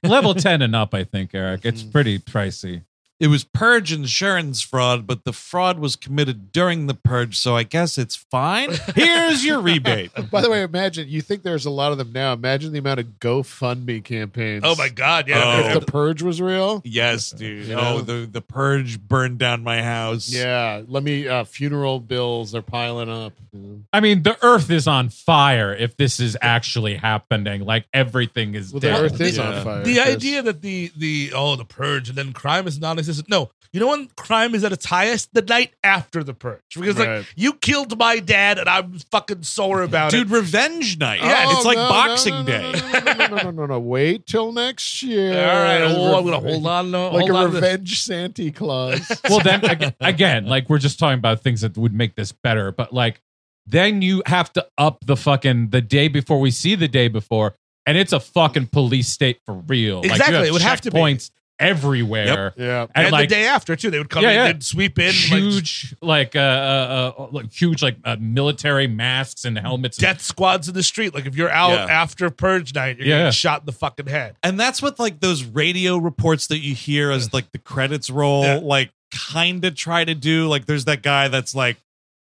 S4: Level ten and up, I think, Eric. It's
S3: Mm.
S4: pretty pricey.
S1: it was purge insurance fraud, but the fraud was committed during the purge, so I guess it's fine. Here's your rebate.
S3: By the way, imagine you think there's a lot of them now. Imagine the amount of GoFundMe campaigns.
S2: Oh my god,
S1: Oh.
S2: yeah.
S3: If the purge was real,
S1: Yes, dude.
S3: You
S1: Oh,
S3: know?
S1: the, the purge burned down my house.
S3: yeah. Let me. Uh, funeral bills are piling up. you know.
S4: I mean, the Earth is on fire. If this is actually happening, like everything is
S3: Well, the
S4: dead.
S3: earth is
S1: Yeah.
S3: on fire.
S2: The
S3: Chris.
S2: idea that the the oh the purge and then crime is non this. No, you know when crime is at its highest? The night after the purge. Because,
S1: Right.
S2: like, you killed my dad and I'm fucking sore about it.
S1: Dude, revenge night.
S2: Yeah,
S1: it's
S2: it's
S1: like
S2: no, no,
S1: Boxing Day.
S3: Oh, no, no, no, no, no. Wait till next year.
S2: All right, oh, I'm gonna hold on, no,
S3: like
S2: hold
S3: a
S2: on to this.
S3: revenge Santa Claus.
S4: well then again, again like we're just talking about things that would make this better but like then you have to up the fucking the day before we see the day before and it's a fucking police state for real like you
S2: Exactly, it would have to be.
S4: checkpoints everywhere
S3: yeah
S4: and,
S2: And,
S4: like
S2: the day after, too. They would come
S4: Yeah,
S2: in
S4: yeah.
S2: and sweep in. like,
S4: huge like, uh, uh, uh like huge like uh, military masks and helmets and
S2: death squads in the street. Like if you're out
S1: Yeah.
S2: after purge night, you're
S4: Yeah.
S2: getting shot in the fucking head.
S1: And that's what like those radio reports that you hear as like the credits roll, like kind of try to do. Like there's that guy that's like,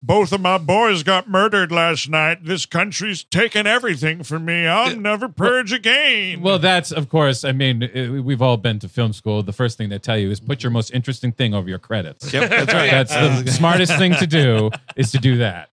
S1: both of my boys got murdered last night. This country's taken everything from me. I'll never purge again.
S4: Well, that's of course. I mean, uh, we've all been to film school. The first thing they tell you is put your most interesting thing over your credits.
S1: Yep, that's right.
S4: that's the
S1: Uh,
S4: smartest thing to do is to do that.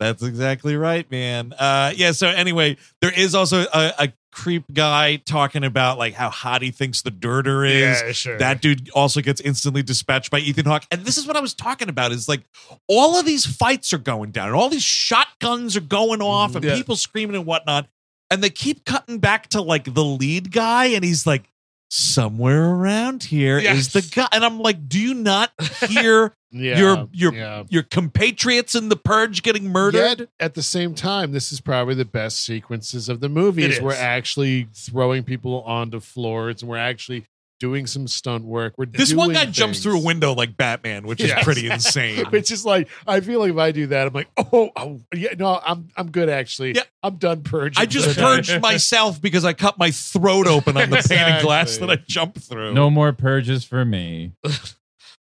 S1: That's exactly right, man. Uh, yeah. So anyway, there is also a, a creep guy talking about like how hot he thinks the dirter is.
S2: Yeah, sure.
S1: That dude also gets instantly dispatched by Ethan Hawke. And this is what I was talking about: is like all of these fights are going down, and all these shotguns are going off, and
S2: Mm-hmm. Yeah.
S1: people screaming and whatnot. And they keep cutting back to like the lead guy, and he's like, "Somewhere around here is
S2: Yes.
S1: the guy." And I'm like, "Do you not hear
S3: yeah,
S1: your your
S3: yeah.
S1: your compatriots in the purge getting murdered?"
S3: Yet, at the same time, this is probably the best sequences of the movie.
S2: It
S3: Is
S2: is.
S3: we're actually throwing people onto floors and we're actually doing some stunt work. We're
S1: This one guy
S3: doing
S1: jumps
S3: things.
S1: through a window like Batman, which is
S3: Yes.
S1: pretty insane.
S3: It's just like I feel like if I do that, I'm like, oh, oh yeah, no, I'm I'm good actually.
S1: Yeah.
S3: I'm done purging.
S1: I just
S3: for the
S1: purged
S3: night.
S1: myself because I cut my throat open on the painted glass
S3: Exactly.
S1: that I jumped through.
S4: No more purges for me.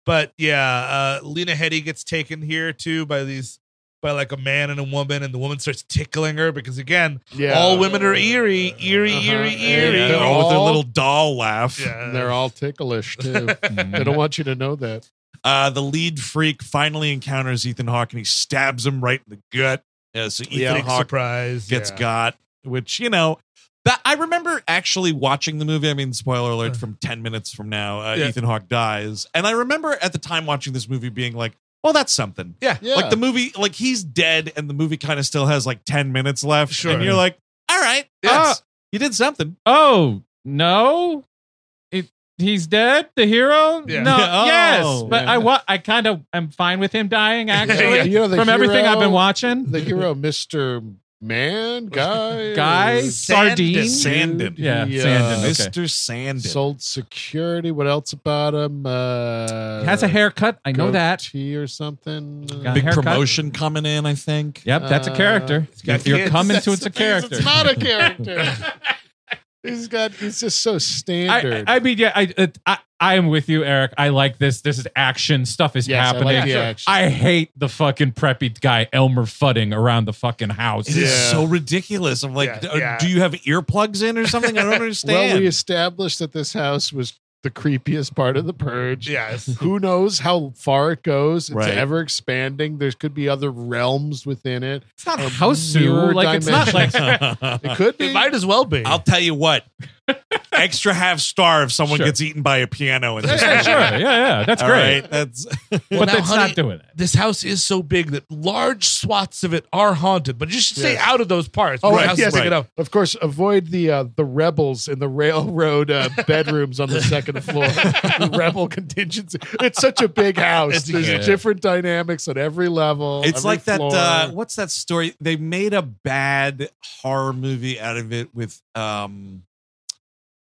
S2: But yeah, uh, Lena Headey gets taken here too by these by like a man and a woman, and the woman starts tickling her because again,
S3: Yeah.
S2: all women are eerie, eerie,
S3: Uh-huh.
S2: eerie,
S3: And
S2: eerie.
S1: They're
S3: They're
S1: all with their
S3: all-
S1: little doll laugh.
S2: Yeah.
S3: They're all ticklish too.
S4: Mm-hmm.
S3: they don't want you to know that.
S1: Uh, the lead freak finally encounters Ethan Hawke and he stabs him right in the gut. Uh, so Ethan
S2: Big
S1: Hawke
S2: surprise
S1: gets
S2: yeah.
S1: got, which you know. That, I remember actually watching the movie. I mean, spoiler alert from 10 minutes from now, uh,
S2: Yeah.
S1: Ethan Hawke dies. And I remember at the time watching this movie being like, well, that's something.
S2: Yeah,
S3: Yeah.
S1: Like the movie, like he's dead and the movie kind of still has like 10 minutes left.
S2: Sure.
S1: And you're like, all right,
S2: Yes.
S1: uh, you did something.
S4: Oh no, it, he's dead. The hero.
S2: Yeah.
S4: No.
S1: Yeah. Oh.
S4: Uh, yes, but
S3: Yeah.
S4: I wa- I kind of am fine with him dying actually
S2: Yeah.
S3: You know, the
S4: from everything I've been
S3: hero-
S4: watching.
S3: The hero, Mister Man, guy,
S4: Guy
S3: is-
S4: Sardine.
S1: Sandin.
S4: Yeah,
S3: Yeah.
S4: Sandin. Okay.
S1: Mr. Sandin.
S3: uh, sold security. What else about him? Uh,
S4: He has a haircut. I know that.
S3: Tea or something. Uh,
S4: Got
S1: Big
S4: haircut.
S1: promotion coming in, I think.
S4: Yep, that's a character.
S2: got
S4: If you're
S2: kids.
S4: coming to,
S2: That's
S4: it's
S2: the
S4: a
S2: thing,
S4: character.
S3: It's not a character. he's got. He's just so
S4: I,
S3: standard.
S4: I mean, yeah, I, it, I I am with you, Eric. I like this. This is action. Stuff is
S3: Yes, I like
S4: happening.
S3: the action.
S4: I hate the fucking preppy guy Elmer Fudding around the fucking house.
S1: It is
S3: Yeah.
S1: so ridiculous. I'm like,
S2: Yeah,
S1: d- uh,
S2: yeah.
S1: do you have earplugs in or something? I don't understand.
S3: well, we established that this house was the creepiest part of the purge.
S2: Yes.
S3: Who knows how far it goes? It's
S1: Right.
S3: ever expanding. There could be other realms within it.
S4: It's not
S3: Um,
S4: house zoo.
S3: mirror
S4: Like it's not like
S3: It could be.
S2: It might as well be.
S1: I'll tell you what. Extra half star if someone
S4: Sure.
S1: gets eaten by a piano in this.
S4: yeah, sure, yeah, yeah, that's
S1: All
S4: great.
S1: right, that's
S2: Well,
S4: But
S2: now,
S4: that's
S2: honey,
S4: not doing it.
S2: This house is so big that large swaths of it are haunted, but you should stay
S3: Yes.
S2: out of those parts.
S3: Oh,
S2: Right.
S3: right,
S2: House is
S3: yes.
S2: big enough.
S3: Of course, avoid the uh, the rebels in the railroad uh, bedrooms on the second floor. The rebel contingency. It's such a big house. There's
S4: yeah.
S3: different dynamics on every level.
S1: it's
S3: every
S1: like that.
S3: floor.
S1: Uh, what's that story? They made a bad horror movie out of it with. um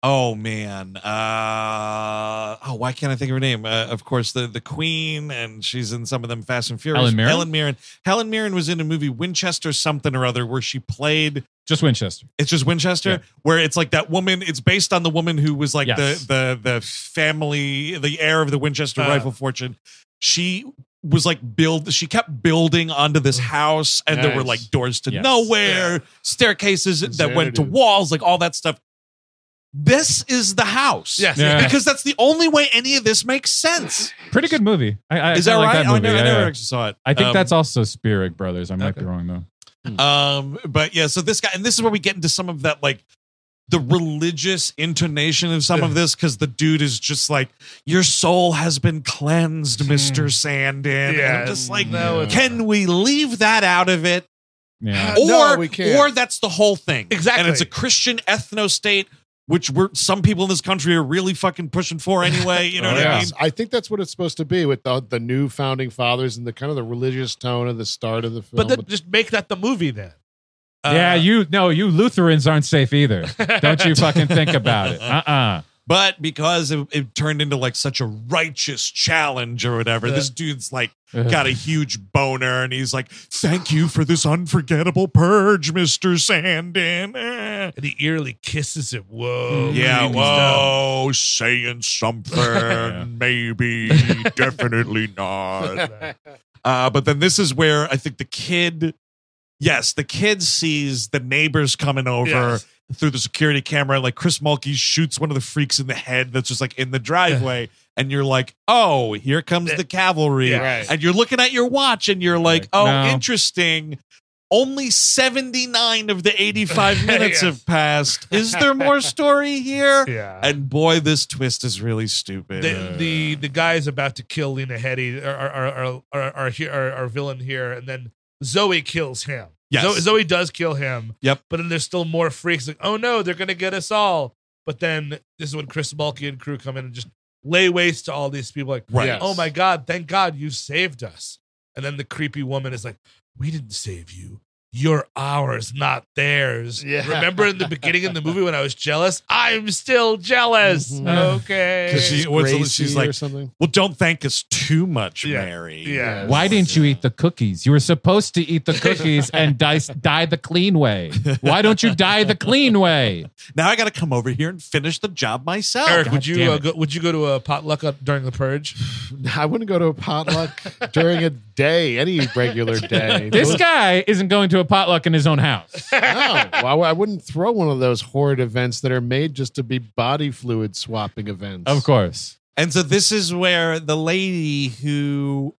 S1: Oh man! Uh, oh, why can't I think of her name? Uh, of course, the the Queen, and she's in some of them Fast and Furious.
S4: Helen Mirren?
S1: Helen Mirren. Helen Mirren was in a movie Winchester something or other, where she played
S4: Just Winchester.
S1: It's just Winchester,
S4: Yeah.
S1: where it's like that woman. It's based on the woman who was like
S4: Yes.
S1: the the the family, the heir of the Winchester
S2: Uh.
S1: rifle fortune. She was like build. She kept building onto this house, and there were
S3: Nice.
S1: like doors to
S4: Mm. Yes.
S1: nowhere, staircases that went to
S3: Insanity.
S1: walls, like all that stuff. This is the house,
S2: Yes.
S4: Yeah.
S1: because that's the only way any of this makes sense.
S4: Pretty good movie. I, I
S1: is that
S4: kinda like
S1: right?
S4: That
S1: Oh,
S4: movie.
S1: no, I
S4: yeah,
S1: never
S4: yeah.
S1: actually saw it.
S4: I think
S1: Um,
S4: that's also Spirig Brothers. I might be wrong though.
S1: Um, but yeah, so this guy, and this is where we get into some of that like the religious intonation of some of this because the dude is just like, "Your soul has been
S3: Hmm.
S1: cleansed, Mister Sandin." And I'm just like,
S2: no, it's-
S1: can we leave that out of it?
S4: Yeah.
S1: Or,
S3: Uh, No, we can't.
S1: or that's the whole thing.
S2: Exactly.
S1: And it's a Christian ethno state, which we're some people in this country are really fucking pushing for anyway. You
S3: Oh,
S1: know what I mean?
S3: I think that's what it's supposed to be with the, the new founding fathers and the kind of the religious tone of the start of the film.
S2: But then just make that the movie then.
S4: Um,
S1: Uh,
S2: Uh,
S4: yeah, you no, you Lutherans aren't safe either. Don't you fucking think about it. Uh uh
S1: But because it, it turned into like such a righteous challenge or whatever, this dude's like
S4: Ugh.
S1: got a huge boner and he's like, Thank you for this unforgettable purge, Mr. Sandin. Eh.
S2: And he eerily kisses it.
S4: Mm-hmm.
S2: Whoa.
S1: Yeah,
S2: creepy
S1: whoa, saying something, maybe, definitely not. Uh, but then this is where I think the kid, yes, the kid sees the neighbors coming over
S2: Yes.
S1: through the security camera. Like Chris Mulkey shoots one of the freaks in the head that's just like in the driveway. And you're like, oh, here comes the cavalry.
S2: Yeah. Right.
S1: And you're looking at your watch and you're like, oh,
S4: No.
S1: interesting. Only 79 of the 85 minutes
S2: Yes.
S1: have passed. Is there more story here?
S2: stuff. Yeah.
S1: And boy, this twist is really stupid.
S2: the, the the guy's about to kill Lena Headey, our our our our, our, he- our, our villain here, and then Zoe kills him.
S1: Yes.
S2: Zo- Zoe does kill him.
S1: Yep.
S2: But then there's still more freaks. Like, oh no, they're gonna get us all. But then this is when Chris Mulkey and crew come in and just lay waste to all these people. Like,
S1: Right.
S3: Yes.
S2: oh my god, thank God you saved us. And then the creepy woman is like, we didn't save you. You're ours, not theirs.
S3: Yeah.
S2: Remember in the beginning in the movie when I was jealous? I'm still jealous.
S3: Mhm.
S2: Okay.
S1: 'Cause she- what's the-
S3: Gracie
S1: she's like-
S3: or something.
S1: Well, don't thank us too much,
S2: Yeah.
S1: Mary.
S2: Yeah.
S4: Why didn't you eat the cookies? You were supposed to eat the cookies and dice, die the clean way. Why don't you die the clean way?
S1: Now I got to come over here and finish the job myself.
S2: Eric,
S4: God
S2: would
S4: damn
S1: Oh,
S2: you uh,
S4: it.
S2: go, would you go to a potluck up during the purge?
S3: I wouldn't go to a potluck during a day, any regular day.
S4: This
S3: Those-
S4: guy isn't going to a potluck in his own house.
S3: No, I, I wouldn't throw one of those horrid events that are made just to be body fluid swapping events.
S4: Of course.
S1: And so this is where the lady who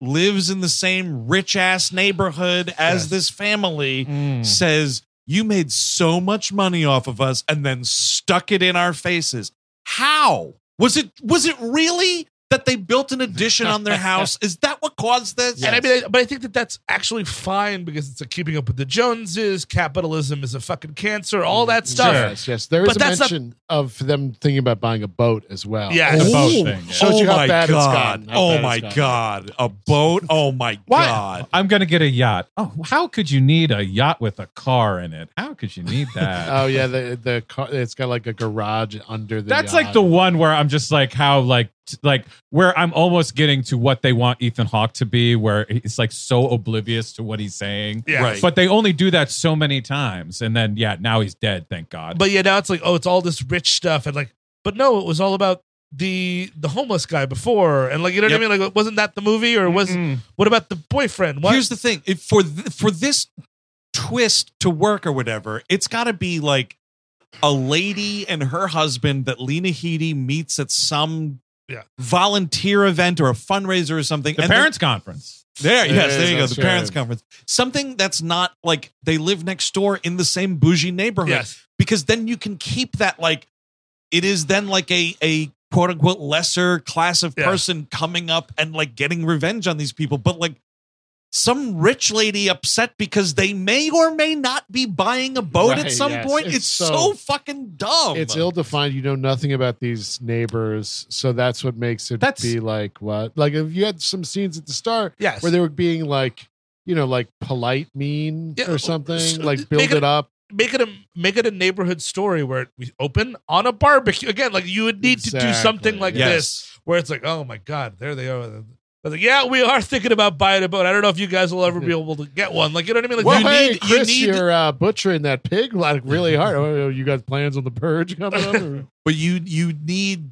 S1: lives in the same rich ass neighborhood as
S2: Yes.
S1: this family
S3: Mm.
S1: says, You made so much money off of us and then stuck it in our faces. How? Was it was it really that they built an addition on their house? Is that what caused this?
S2: And I mean, I- but I think that that's actually fine because it's a keeping up with the Joneses. Capitalism is a fucking cancer. All that stuff.
S3: Yes, yes. There is
S2: But
S3: a
S2: that's not-
S3: mention of them thinking about buying a boat as well.
S2: Yes.
S4: The
S2: Oh,
S4: boat thing.
S3: Shows you how bad it's gotten, how bad
S1: Oh
S3: it's
S1: my
S3: gotten.
S1: god. A boat. Oh my
S4: Why?
S1: god.
S4: I'm going to get a yacht. Oh, how could you need a yacht with a car in it? How could you need that?
S1: Uh,
S3: Oh yeah, the the car. It's got like a garage under the.
S4: That's
S3: yacht.
S4: like the one where I'm just like how like t- like where I'm almost getting to what they want Ethan Hawke to be, where he's like so oblivious to what he's saying.
S2: Yeah.
S1: Right.
S4: But they only do that so many times, and then yeah, now he's dead. Thank God.
S2: But yeah, now it's like, oh, it's all this rich stuff, and like, but no, it was all about the the homeless guy before, and like, you know what I mean? Like, wasn't that the movie, or was
S3: Mm.
S4: Mm-mm.
S2: what about the boyfriend? What?
S1: Here's the thing: if for th- for this twist to work or whatever, it's got to be like a lady and her husband that Lena Headey meets at some
S2: Yeah.
S1: volunteer event or a fundraiser or something.
S4: the
S1: and
S4: parents' conference.
S1: they're- there,
S3: There
S1: yes,
S3: is,
S1: there you go. The
S3: that's
S1: parents'
S3: right.
S1: conference. Something that's not like they live next door in the same bougie neighborhood.
S2: yes,
S1: Because then you can keep that like it is then like a a quote unquote lesser class of
S2: Yeah.
S1: person coming up and like getting revenge on these people but like some rich lady upset because they may or may not be buying a boat at
S3: Right,
S1: some
S3: yes.
S1: point it's,
S3: It's
S1: so,
S3: so-
S1: fucking dumb
S3: It's ill defined. You know nothing about these neighbors, so that's what makes it
S4: That's-
S3: be like what. Like if you had some scenes at the start
S2: yes.
S3: where they were being like, you know, like polite, mean
S2: Yeah,
S3: or something,
S2: so
S3: like build
S2: make
S3: it,
S2: it-
S3: up.
S2: make it a make it a neighborhood story where we open on a barbecue again. Like you would need to do something
S3: Exactly,
S2: like
S1: yes.
S2: this. where it's like, oh my god, there they are. But like, yeah, we are thinking about buying a boat. I don't know if you guys will ever be able to get one. Like, you know what I mean? Like,
S3: Well,
S2: you
S3: hey,
S2: need,
S3: Chris,
S2: you need.
S3: are uh, butchering that pig like really hard. Oh, you got plans on the purge coming up? or-
S1: but you you need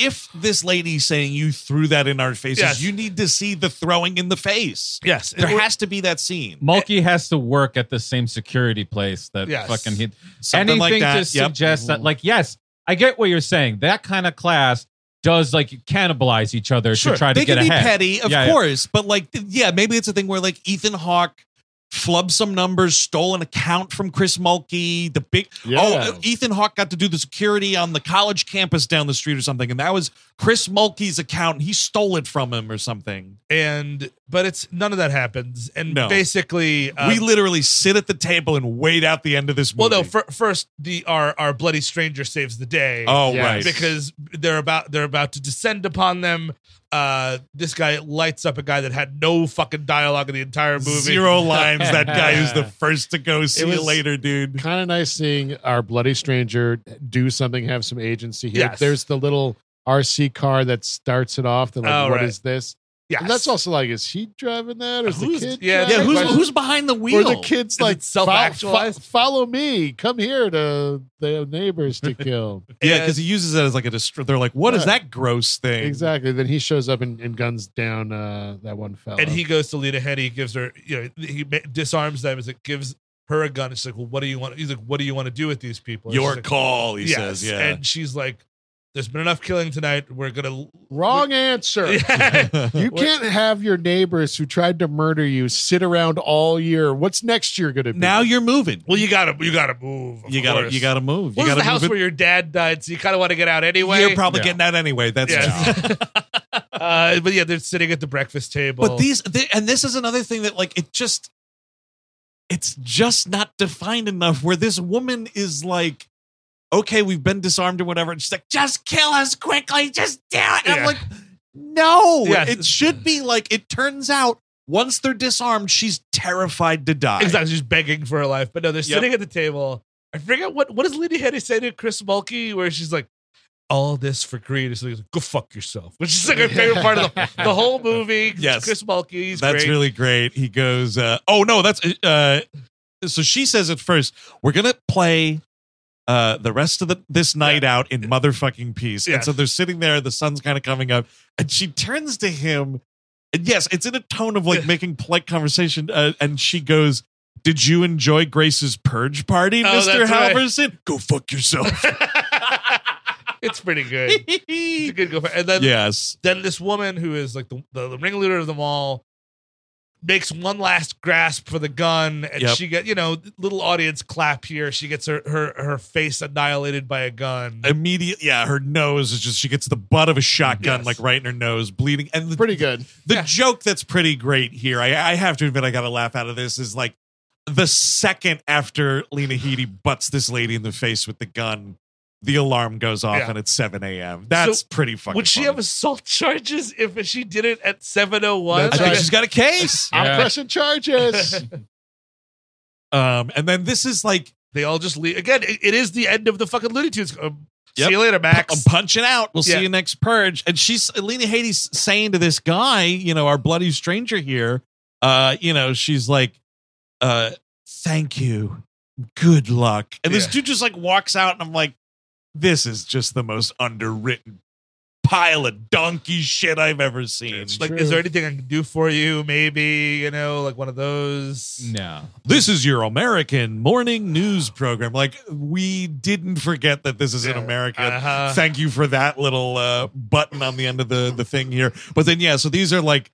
S1: if this lady's saying you threw that in our faces
S2: Yes.
S1: you need to see the throwing in the face
S2: yes,
S1: there
S2: it-
S1: has to be that scene
S4: Mulkey has to work at the same security place that
S2: Yes.
S4: fucking hit.
S1: Something
S4: anything
S1: like
S4: to
S1: that. Yep.
S4: suggest that, like, yes, I get what you're saying. That kind of class does like cannibalize each other
S2: Sure.
S4: to try to
S1: they
S4: get
S1: can be
S4: ahead.
S1: petty, of
S4: Yeah, yeah.
S1: course, but like, yeah, maybe it's a thing where like Ethan Hawke flubbed some numbers, stole an account from Chris Mulkey. The big
S3: Yeah.
S1: oh, Ethan Hawke got to do the security on the college campus down the street or something, and that was Chris Mulkey's account. and He stole it from him or something.
S2: and but it's none of that happens. And
S1: No.
S2: basically, uh,
S1: we literally sit at the table and wait out the end of this
S2: Well,
S1: movie.
S2: no. fir- first, the our our bloody stranger saves the day.
S1: Oh, Yes. right.
S2: because they're about they're about to descend upon them. Uh, this guy lights up a guy that had no fucking dialogue in the entire movie.
S1: Zero lines. That guy is the first to go. See you
S3: Uh, was-
S1: later, dude.
S3: Kind of nice seeing our bloody stranger do something, have some agency here.
S2: Yes.
S3: There's the little RC car that starts it off. That like, what
S2: Oh,
S3: is
S2: right.
S3: this?
S2: Yes.
S3: And that's also like, is he driving that, or is
S2: Who's-
S3: the kid?
S2: yeah,
S3: driving
S2: yeah,
S1: Who's,
S3: Like,
S1: who's behind the wheel?
S3: Or the kids
S2: Is
S3: like
S2: it self-actualized?
S3: fo- fo- follow me, come here to the neighbors to kill.
S1: Yeah, because he uses it as like a. Dist- they're like, what is
S3: Yeah.
S1: that gross thing?
S3: exactly. Then he shows up and, and guns down uh, that one
S1: Uh-huh.
S3: fella.
S2: And he goes to Lita Head. He gives her, you know, he ma- disarms them. As it gives her a gun. She's like, "Well, what do you want?" He's like, "What do you want to do with these people?" And
S1: Your
S2: she's like,
S1: call, he says, yeah.
S2: and she's like, "There's been enough killing tonight. We're gonna."
S3: Wrong answer. You can't have your neighbors who tried to murder you sit around all year. What's next year going to be?
S1: Now you're moving.
S2: Well, you gotta you gotta move. of
S1: You gotta
S2: course.
S1: you gotta move.
S2: Well,
S1: you
S2: this is
S1: gotta
S2: the house
S1: move it-
S2: where your dad died, so you kind of want to get out anyway.
S1: You're probably getting out anyway. That's
S2: Yeah. Uh, but yeah, they're sitting at the breakfast table.
S1: But these th- and this is another thing that like it just it's just not defined enough where this woman is like okay, we've been disarmed or whatever and she's like just kill us quickly, just do it. And I'm
S2: Yeah.
S1: like no,
S2: Yeah.
S1: it should be like it turns out once they're disarmed, she's terrified to die.
S2: exactly, she's begging for her life. But no, they're
S1: Yep.
S2: sitting at the table. I forget what what does Lady Hetty say to Chris Mulkey, where she's like, "All this for greed." It's like, "Go fuck yourself," which is like my favorite part of the, the whole movie. 'cause
S1: Yes.
S2: Chris Mulkey, he's
S1: that's
S2: great.
S1: really great. He goes, uh, "Oh no, that's." Uh, so she says at first, "We're gonna play uh, the rest of the, this night out in motherfucking peace."
S2: Yeah.
S1: And so they're sitting there. The sun's kind of coming up, and she turns to him. And yes, it's in a tone of like making polite conversation, uh, and she goes. Did you enjoy Grace's purge party,
S2: Oh,
S1: Mr.
S2: that's right.
S1: Halverson? Go fuck yourself.
S2: it's pretty good. it's a good go. And then
S1: yes.
S2: then this woman who is like the, the, ringleader of them all makes one last grasp for the gun and
S1: Yep.
S2: she get you know little audience clap here she gets her her, her face annihilated by a gun
S1: Immediate yeah, her nose is just she gets the butt of a shotgun
S2: Yes.
S1: like right in her nose, bleeding. And the,
S3: Pretty good.
S1: The joke that's pretty great here, I, I have to admit, I got a laugh out of this is like the second after Lena Headey butts this lady in the face with the gun, the alarm goes off
S2: Yeah.
S1: and it's 7 a.m. That's
S2: So,
S1: pretty fucking.
S2: would she
S1: funny.
S2: have assault charges if she did it at 701
S1: I
S3: That's
S1: think
S3: right.
S1: she's got a case.
S3: I'm
S4: Yeah.
S3: pressing charges.
S1: um, and then this is like
S2: they all just leave again it, it is the end of the fucking looney tunes um,
S1: Yep.
S2: see you later max
S1: I'm punching out. We'll
S2: Yeah.
S1: see you next purge. And she's Lena Hades saying to this guy, you know, our bloody stranger here, uh, you know, she's like, uh, thank you. Good luck. And this
S2: Yeah.
S1: dude just like walks out, and I'm like, this is just the most underwritten pile of donkey shit I've ever seen.
S2: like
S1: like,
S2: is there anything i can do for you maybe you know like one of those
S4: No.
S1: this is your American morning news program. Like, we didn't forget that this is in
S2: Yeah.
S1: America.
S2: Uh-huh.
S1: thank you for that little uh, button on the end of the the thing here. But then yeah, so these are like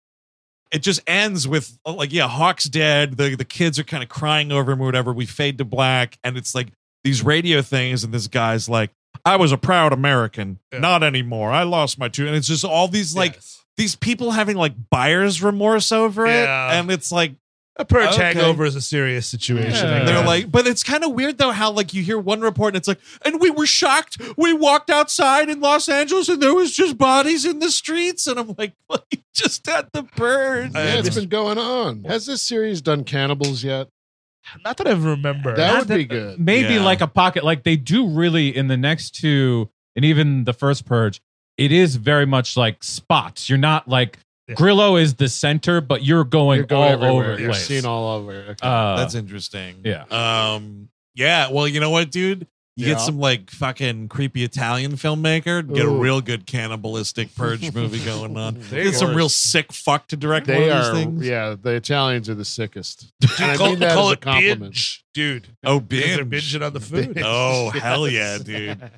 S1: it just ends with uh, like yeah, Hawk's dead. The the kids are kind of crying over him or whatever. We fade to black, and it's like these radio things, and this guy's like, "I was a proud American,
S2: Yeah.
S1: not anymore. I lost my two. And it's just all these like
S2: Yes.
S1: these people having like buyer's remorse over
S2: Yeah.
S1: it, and it's like.
S2: A purge
S1: Okay.
S2: hangover is a serious situation.
S3: Yeah.
S2: I
S1: They're
S2: guess.
S1: like, but it's kind of weird though how like you hear one report and it's like, and we were shocked. We walked outside in Los Angeles and there was just bodies in the streets, and I'm like, well, you just had the purge.
S3: yeah, it's been going on. Has this series done cannibals yet?
S2: not that I remember.
S3: That would
S4: that-
S3: be good.
S4: Maybe
S1: Yeah.
S4: like a pocket. Like they do really in the next two and even the first purge, it is very much like spots. You're not like
S2: Yeah.
S4: Grillo is the center, but you're going,
S3: You're going
S4: all
S3: everywhere.
S4: over the
S3: You're
S4: place.
S3: seen all over. Okay.
S4: uh,
S1: That's interesting.
S4: yeah.
S1: Um. Yeah. Well, you know what, dude. You
S3: Yeah.
S1: get some like fucking creepy Italian filmmaker, get a
S3: Ooh.
S1: real good cannibalistic purge movie going on.
S3: They
S1: get some
S3: are-
S1: real sick fuck to direct one
S3: they
S1: of these
S3: are.
S1: things.
S3: Yeah, the Italians are the sickest. And I
S2: call,
S3: mean that
S2: call
S3: as a
S2: it
S3: compliment.
S2: binge, dude.
S1: Oh,
S2: Because They're
S1: binge.
S2: binging on the food.
S1: Oh, hell yeah, dude.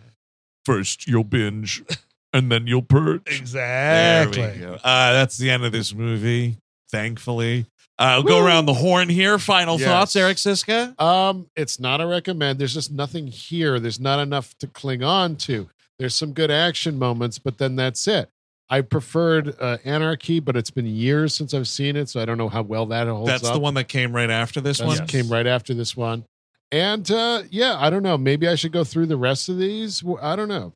S1: First you'll binge, and then you'll purge.
S2: exactly.
S1: There we go. Uh, that's the end of this movie. thankfully. Uh, we'll go around the horn here. Final
S3: Yes.
S1: thoughts, Eric Siska?
S3: Um, it's not a recommend. There's just nothing here. There's not enough to cling on to. There's some good action moments, but then that's it. I preferred uh, Anarchy, but it's been years since I've seen it, so I don't know how well that holds
S1: That's
S3: up.
S1: the one that came right after this
S3: That's-
S1: one.
S3: came right after this one. And uh, yeah, I don't know. Maybe I should go through the rest of these. Well, I don't know.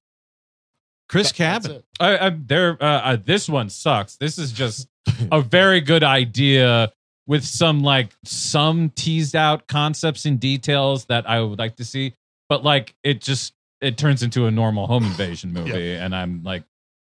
S1: Chris
S3: That's
S1: Cabin.
S3: it.
S4: I, I, there, uh, uh, this one sucks. This is just a very good idea with some like some teased out concepts and details that I would like to see, but like it just it turns into a normal home invasion movie, and I'm like,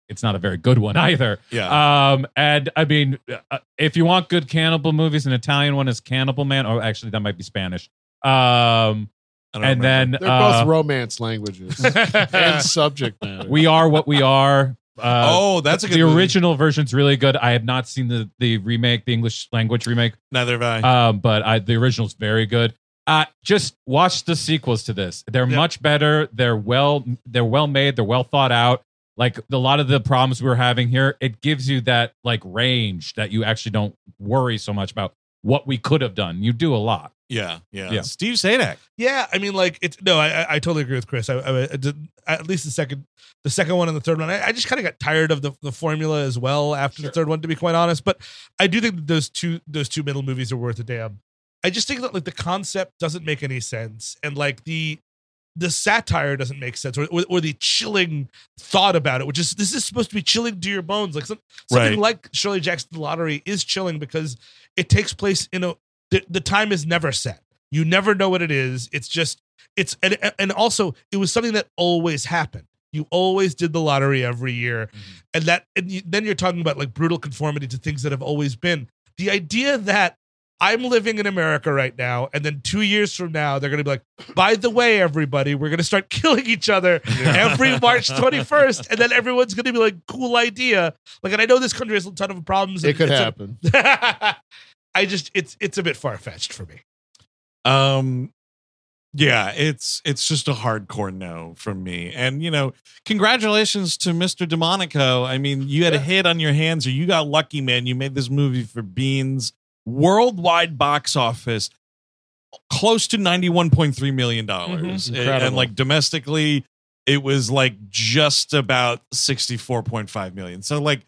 S4: it's not a very good one either.
S1: Yeah.
S4: Um, and I mean, uh, if you want good cannibal movies, an Italian one is Cannibal Man. Oh, actually, that might be Spanish. Um,
S1: I don't
S4: and then
S1: remember.
S3: They're
S4: uh,
S3: both romance languages and subject matter.
S4: we are what we are. Uh,
S1: Oh, that's a good
S4: the
S1: movie.
S4: original version's really good. I have not seen the the remake, the English language remake,
S1: Neither have I.
S4: um, but I, the original's very good. Uh, just watch the sequels to this. They're much better. They're well they're well made. They're well thought out. Like a lot of the problems we are having here, it gives you that like range that you actually don't worry so much about what we could have done. You do a lot.
S1: yeah, yeah,
S4: Yeah.
S1: Steve Sadak.
S2: Yeah, I mean, like it's no, I I- I totally agree with Chris. I, I, I did, at least the second, the second one and the third one. I, I just kind of got tired of the, the formula as well after the third one, to be quite honest. But I do think that those two those two middle movies are worth a damn. I just think that like the concept doesn't make any sense, and like the the satire doesn't make sense, or, or, or the chilling thought about it, which is this is supposed to be chilling to your bones. Like some, something
S1: Right.
S2: like Shirley Jackson Lottery is chilling because it takes place in a the, the time is never set. You never know what it is. It's just it's and and also it was something that always happened. You always did the lottery every year, and that and you, then you're talking about like brutal conformity to things that have always been. The idea that I'm living in America right now, and then two years from now they're going to be like, by the way, everybody, we're going to start killing each other every March 21st, and then everyone's going to be like, cool idea. Like, and I know this country has a ton of problems.
S3: It
S2: and
S3: could
S2: it's a-
S3: happen.
S2: I just it's it's a bit far fetched for me.
S1: Um, yeah, it's it's just a hardcore no from me. And you know, congratulations to Mr. DeMonico. I mean, you had a hit on your hands, or you got lucky, man. You made this movie for Beans worldwide box office close to 91.3 million dollars
S3: Mhm.
S1: and, and, like domestically it was like just about 64.5 million so like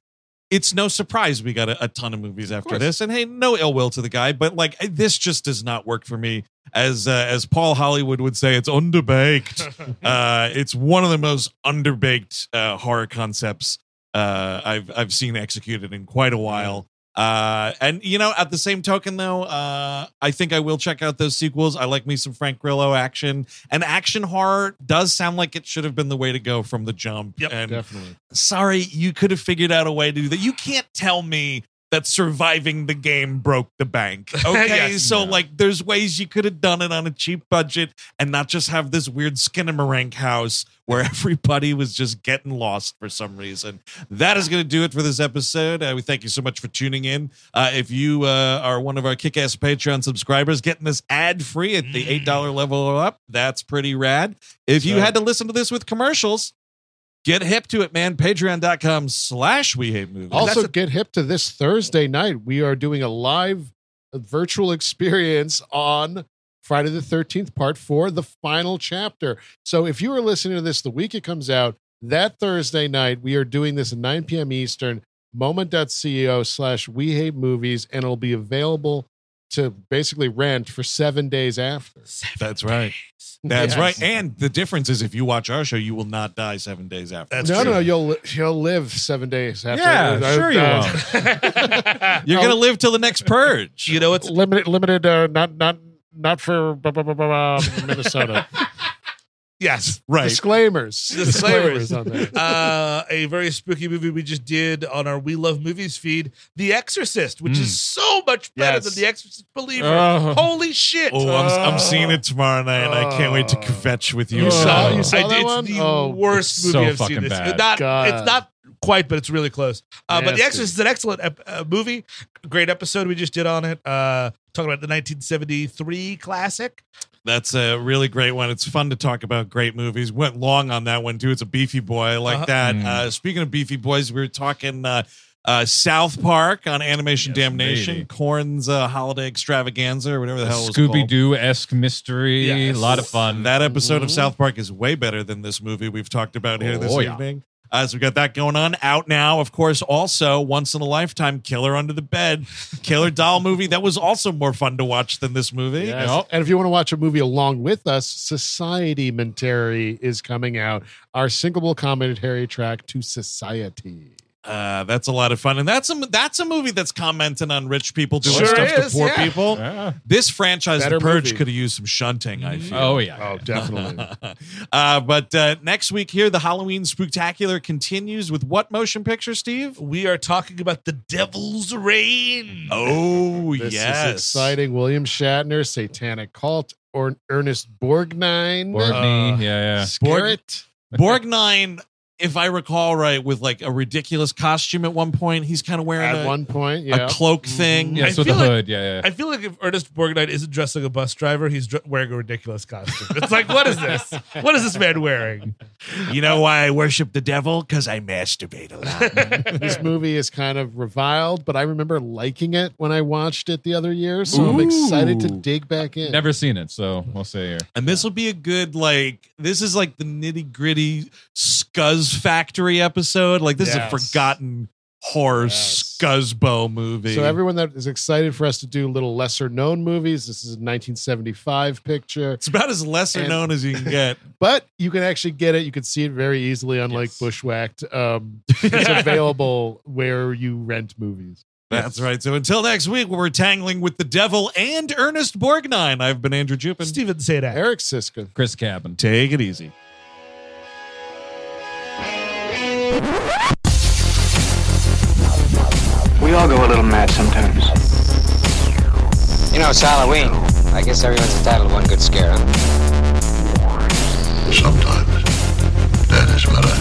S1: it's no surprise we got a, a ton of movies after
S3: course.
S1: this and hey no ill will to the guy but like this just does not work for me as uh, as paul hollywood would say it's underbaked uh it's one of the most underbaked uh horror concepts uh i've i've seen executed in quite
S2: Mm-hmm.
S1: a while uh, and you know, at the same token, though, uh, I think I will check out those sequels. I like me some Frank Grillo action, and action horror does sound like it should have been the way to go from the jump.
S2: Yep.
S1: and
S3: Definitely.
S1: sorry, you could have figured out a way to do that. You can't tell me that surviving the game broke the bank. Okay,
S2: Yes.
S1: so
S4: Yeah.
S1: like, there's ways you could have done it on a cheap budget and not just have this weird Skinamarink house where everybody was just getting lost for some reason. That is going to do it for this episode. Uh, we thank you so much for tuning in. Uh, if you uh, are one of our kick-ass Patreon subscribers, getting this ad-free at the eight dollar level or up, that's pretty rad. If you
S3: Right.
S1: had to listen to this with commercials. Get hip to it, man. Patreon.com slash we hate movies.
S3: Also,
S2: That's a-
S3: get hip to this Thursday night. We are doing a live uh, virtual experience on Friday the 13th, part four, the final chapter. So, if you are listening to this the week it comes out, that Thursday night, we are doing this at 9 p.m. Eastern, moment.co slash we hate movies, and it'll be available to basically rent for seven days after.
S1: That's right. That's
S3: Yes.
S1: right. And the difference is if you watch our show, you will not die seven days after.
S2: That's
S3: no,
S2: true.
S3: no, you'll you'll live seven days after.
S4: Yeah, sure you will.
S1: You're
S2: Oh.
S1: going to live till the next purge.
S2: You know it's
S3: limited limited uh, not not not for blah, blah, blah, blah, blah, Minnesota.
S2: yes.
S1: Right.
S3: Disclaimers.
S2: Disclaimers.
S3: on there.
S2: uh, a very spooky movie we just did on our We Love Movies feed, The Exorcist, which
S1: Mm.
S2: is so much better
S3: Yes.
S2: than The Exorcist Believer.
S4: Oh.
S2: Holy shit!
S1: Oh, I'm, I'm seeing it tomorrow night, and I can't wait to kvetch with Oh. you.
S3: You saw- you
S2: I-
S3: saw- that
S2: it's
S3: one?
S2: the
S3: Oh.
S2: worst
S4: It's
S2: movie
S4: so
S2: I've
S4: fucking
S2: seen. This.
S4: bad.
S2: Not,
S3: God.
S2: it's not quite, but it's really close. Uh, but The
S3: Nasty.
S2: Exorcist is an excellent ep- uh, movie. Great episode we just did on it. Uh, talking about the 1973 classic.
S1: That's a really great one. It's fun to talk about great movies. Went long on that one too. It's a beefy boy I like
S2: Uh-huh.
S1: that.
S4: Mm.
S1: Uh, speaking of beefy boys, we were talking. Uh,
S2: uh, South Park on Animation Damnation, Corn's uh, Holiday Extravaganza, or whatever the hell it was
S4: Scooby
S2: called.
S4: Doo esque mystery.
S2: Yes.
S4: A lot of fun.
S2: That episode of South Park is way better than this movie we've talked about here this
S4: Oh, yeah.
S2: evening. Uh, so we got that going on out now. Of course, also once in a lifetime, Killer Under the Bed, Killer Doll movie. That was also more fun to watch than this movie.
S3: Yes. And if you want to watch a movie along with us, Society Mentary is coming out, our sinkable commentary track to Society.
S2: Uh, that's a lot of fun, and that's a that's a movie that's commenting on rich people doing
S3: Sure
S2: stuff
S3: is,
S2: to poor
S3: yeah.
S2: people. This franchise,
S3: Better
S2: The Purge,
S3: movie.
S2: could have used some shunting. I feel.
S4: Oh, yeah.
S3: Oh, definitely.
S2: uh, but uh, next week here, the Halloween Spooktacular continues with what motion picture, Steve?
S14: We are talking about the Devil's Reign.
S2: Oh
S3: This
S2: yes,
S3: is exciting. William Shatner, Satanic Cult, or Ernest Borgnine.
S4: Borgnine,
S3: Uh,
S4: yeah, yeah.
S3: Scarrett.
S2: Borgnine. If I recall right, with like a ridiculous costume at one point, he's kind of wearing
S3: At
S2: a,
S3: one point, yeah.
S2: a cloak thing.
S4: Yes,
S14: I
S4: with the
S14: feel like-
S4: hood. Yeah, yeah.
S14: I feel like if Ernest Borgnine isn't dressed like a bus driver, he's dr- wearing a ridiculous costume. It's like, what is this? What is this man wearing?
S2: You know why I worship the devil? Because I masturbate a lot.
S3: this movie is kind of reviled, but I remember liking it when I watched it the other year. So I'm
S4: Ooh.
S3: excited to dig back in.
S4: Never seen it, so we'll see here.
S2: and this will be a good like this is like the nitty gritty Scuzz Factory episode. Like this is a
S3: Yes.
S2: forgotten horror Scuzzbo movie.
S3: So everyone that is excited for us to do little lesser known movies, this is a 1975 picture.
S2: it's about as lesser
S3: And-
S2: known as you can get.
S3: But you can actually get it. You can see it very easily, unlike Bushwhacked. Um, it's available where you rent movies.
S2: That's right. So until next week, we're tangling with the devil and Ernest Borgnine. I've been Andrew Jupin.
S14: Steven say that.
S3: Eric Siska.
S4: Chris Cabin.
S2: Take it easy.
S6: We all go a little mad sometimes. You know, it's Halloween. I guess everyone's entitled to one good scare, huh?
S15: Sometimes that is better.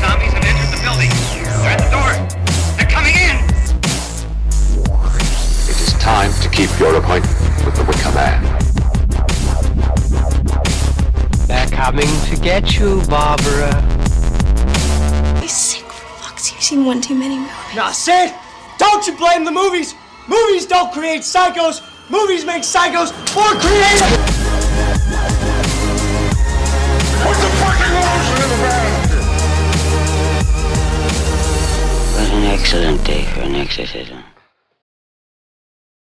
S16: Zombies have entered the building. They're at the door. They're coming in.
S15: It is time to keep your appointment with the Wicker Man.
S17: They're coming to get you, Barbara.
S8: He's sick for fucks. You've seen one too many movies.
S1: Now, Sid, don't you blame the movies? Movies don't create psychos. Movies make psychos more creative.
S18: What an excellent day for an exorcism.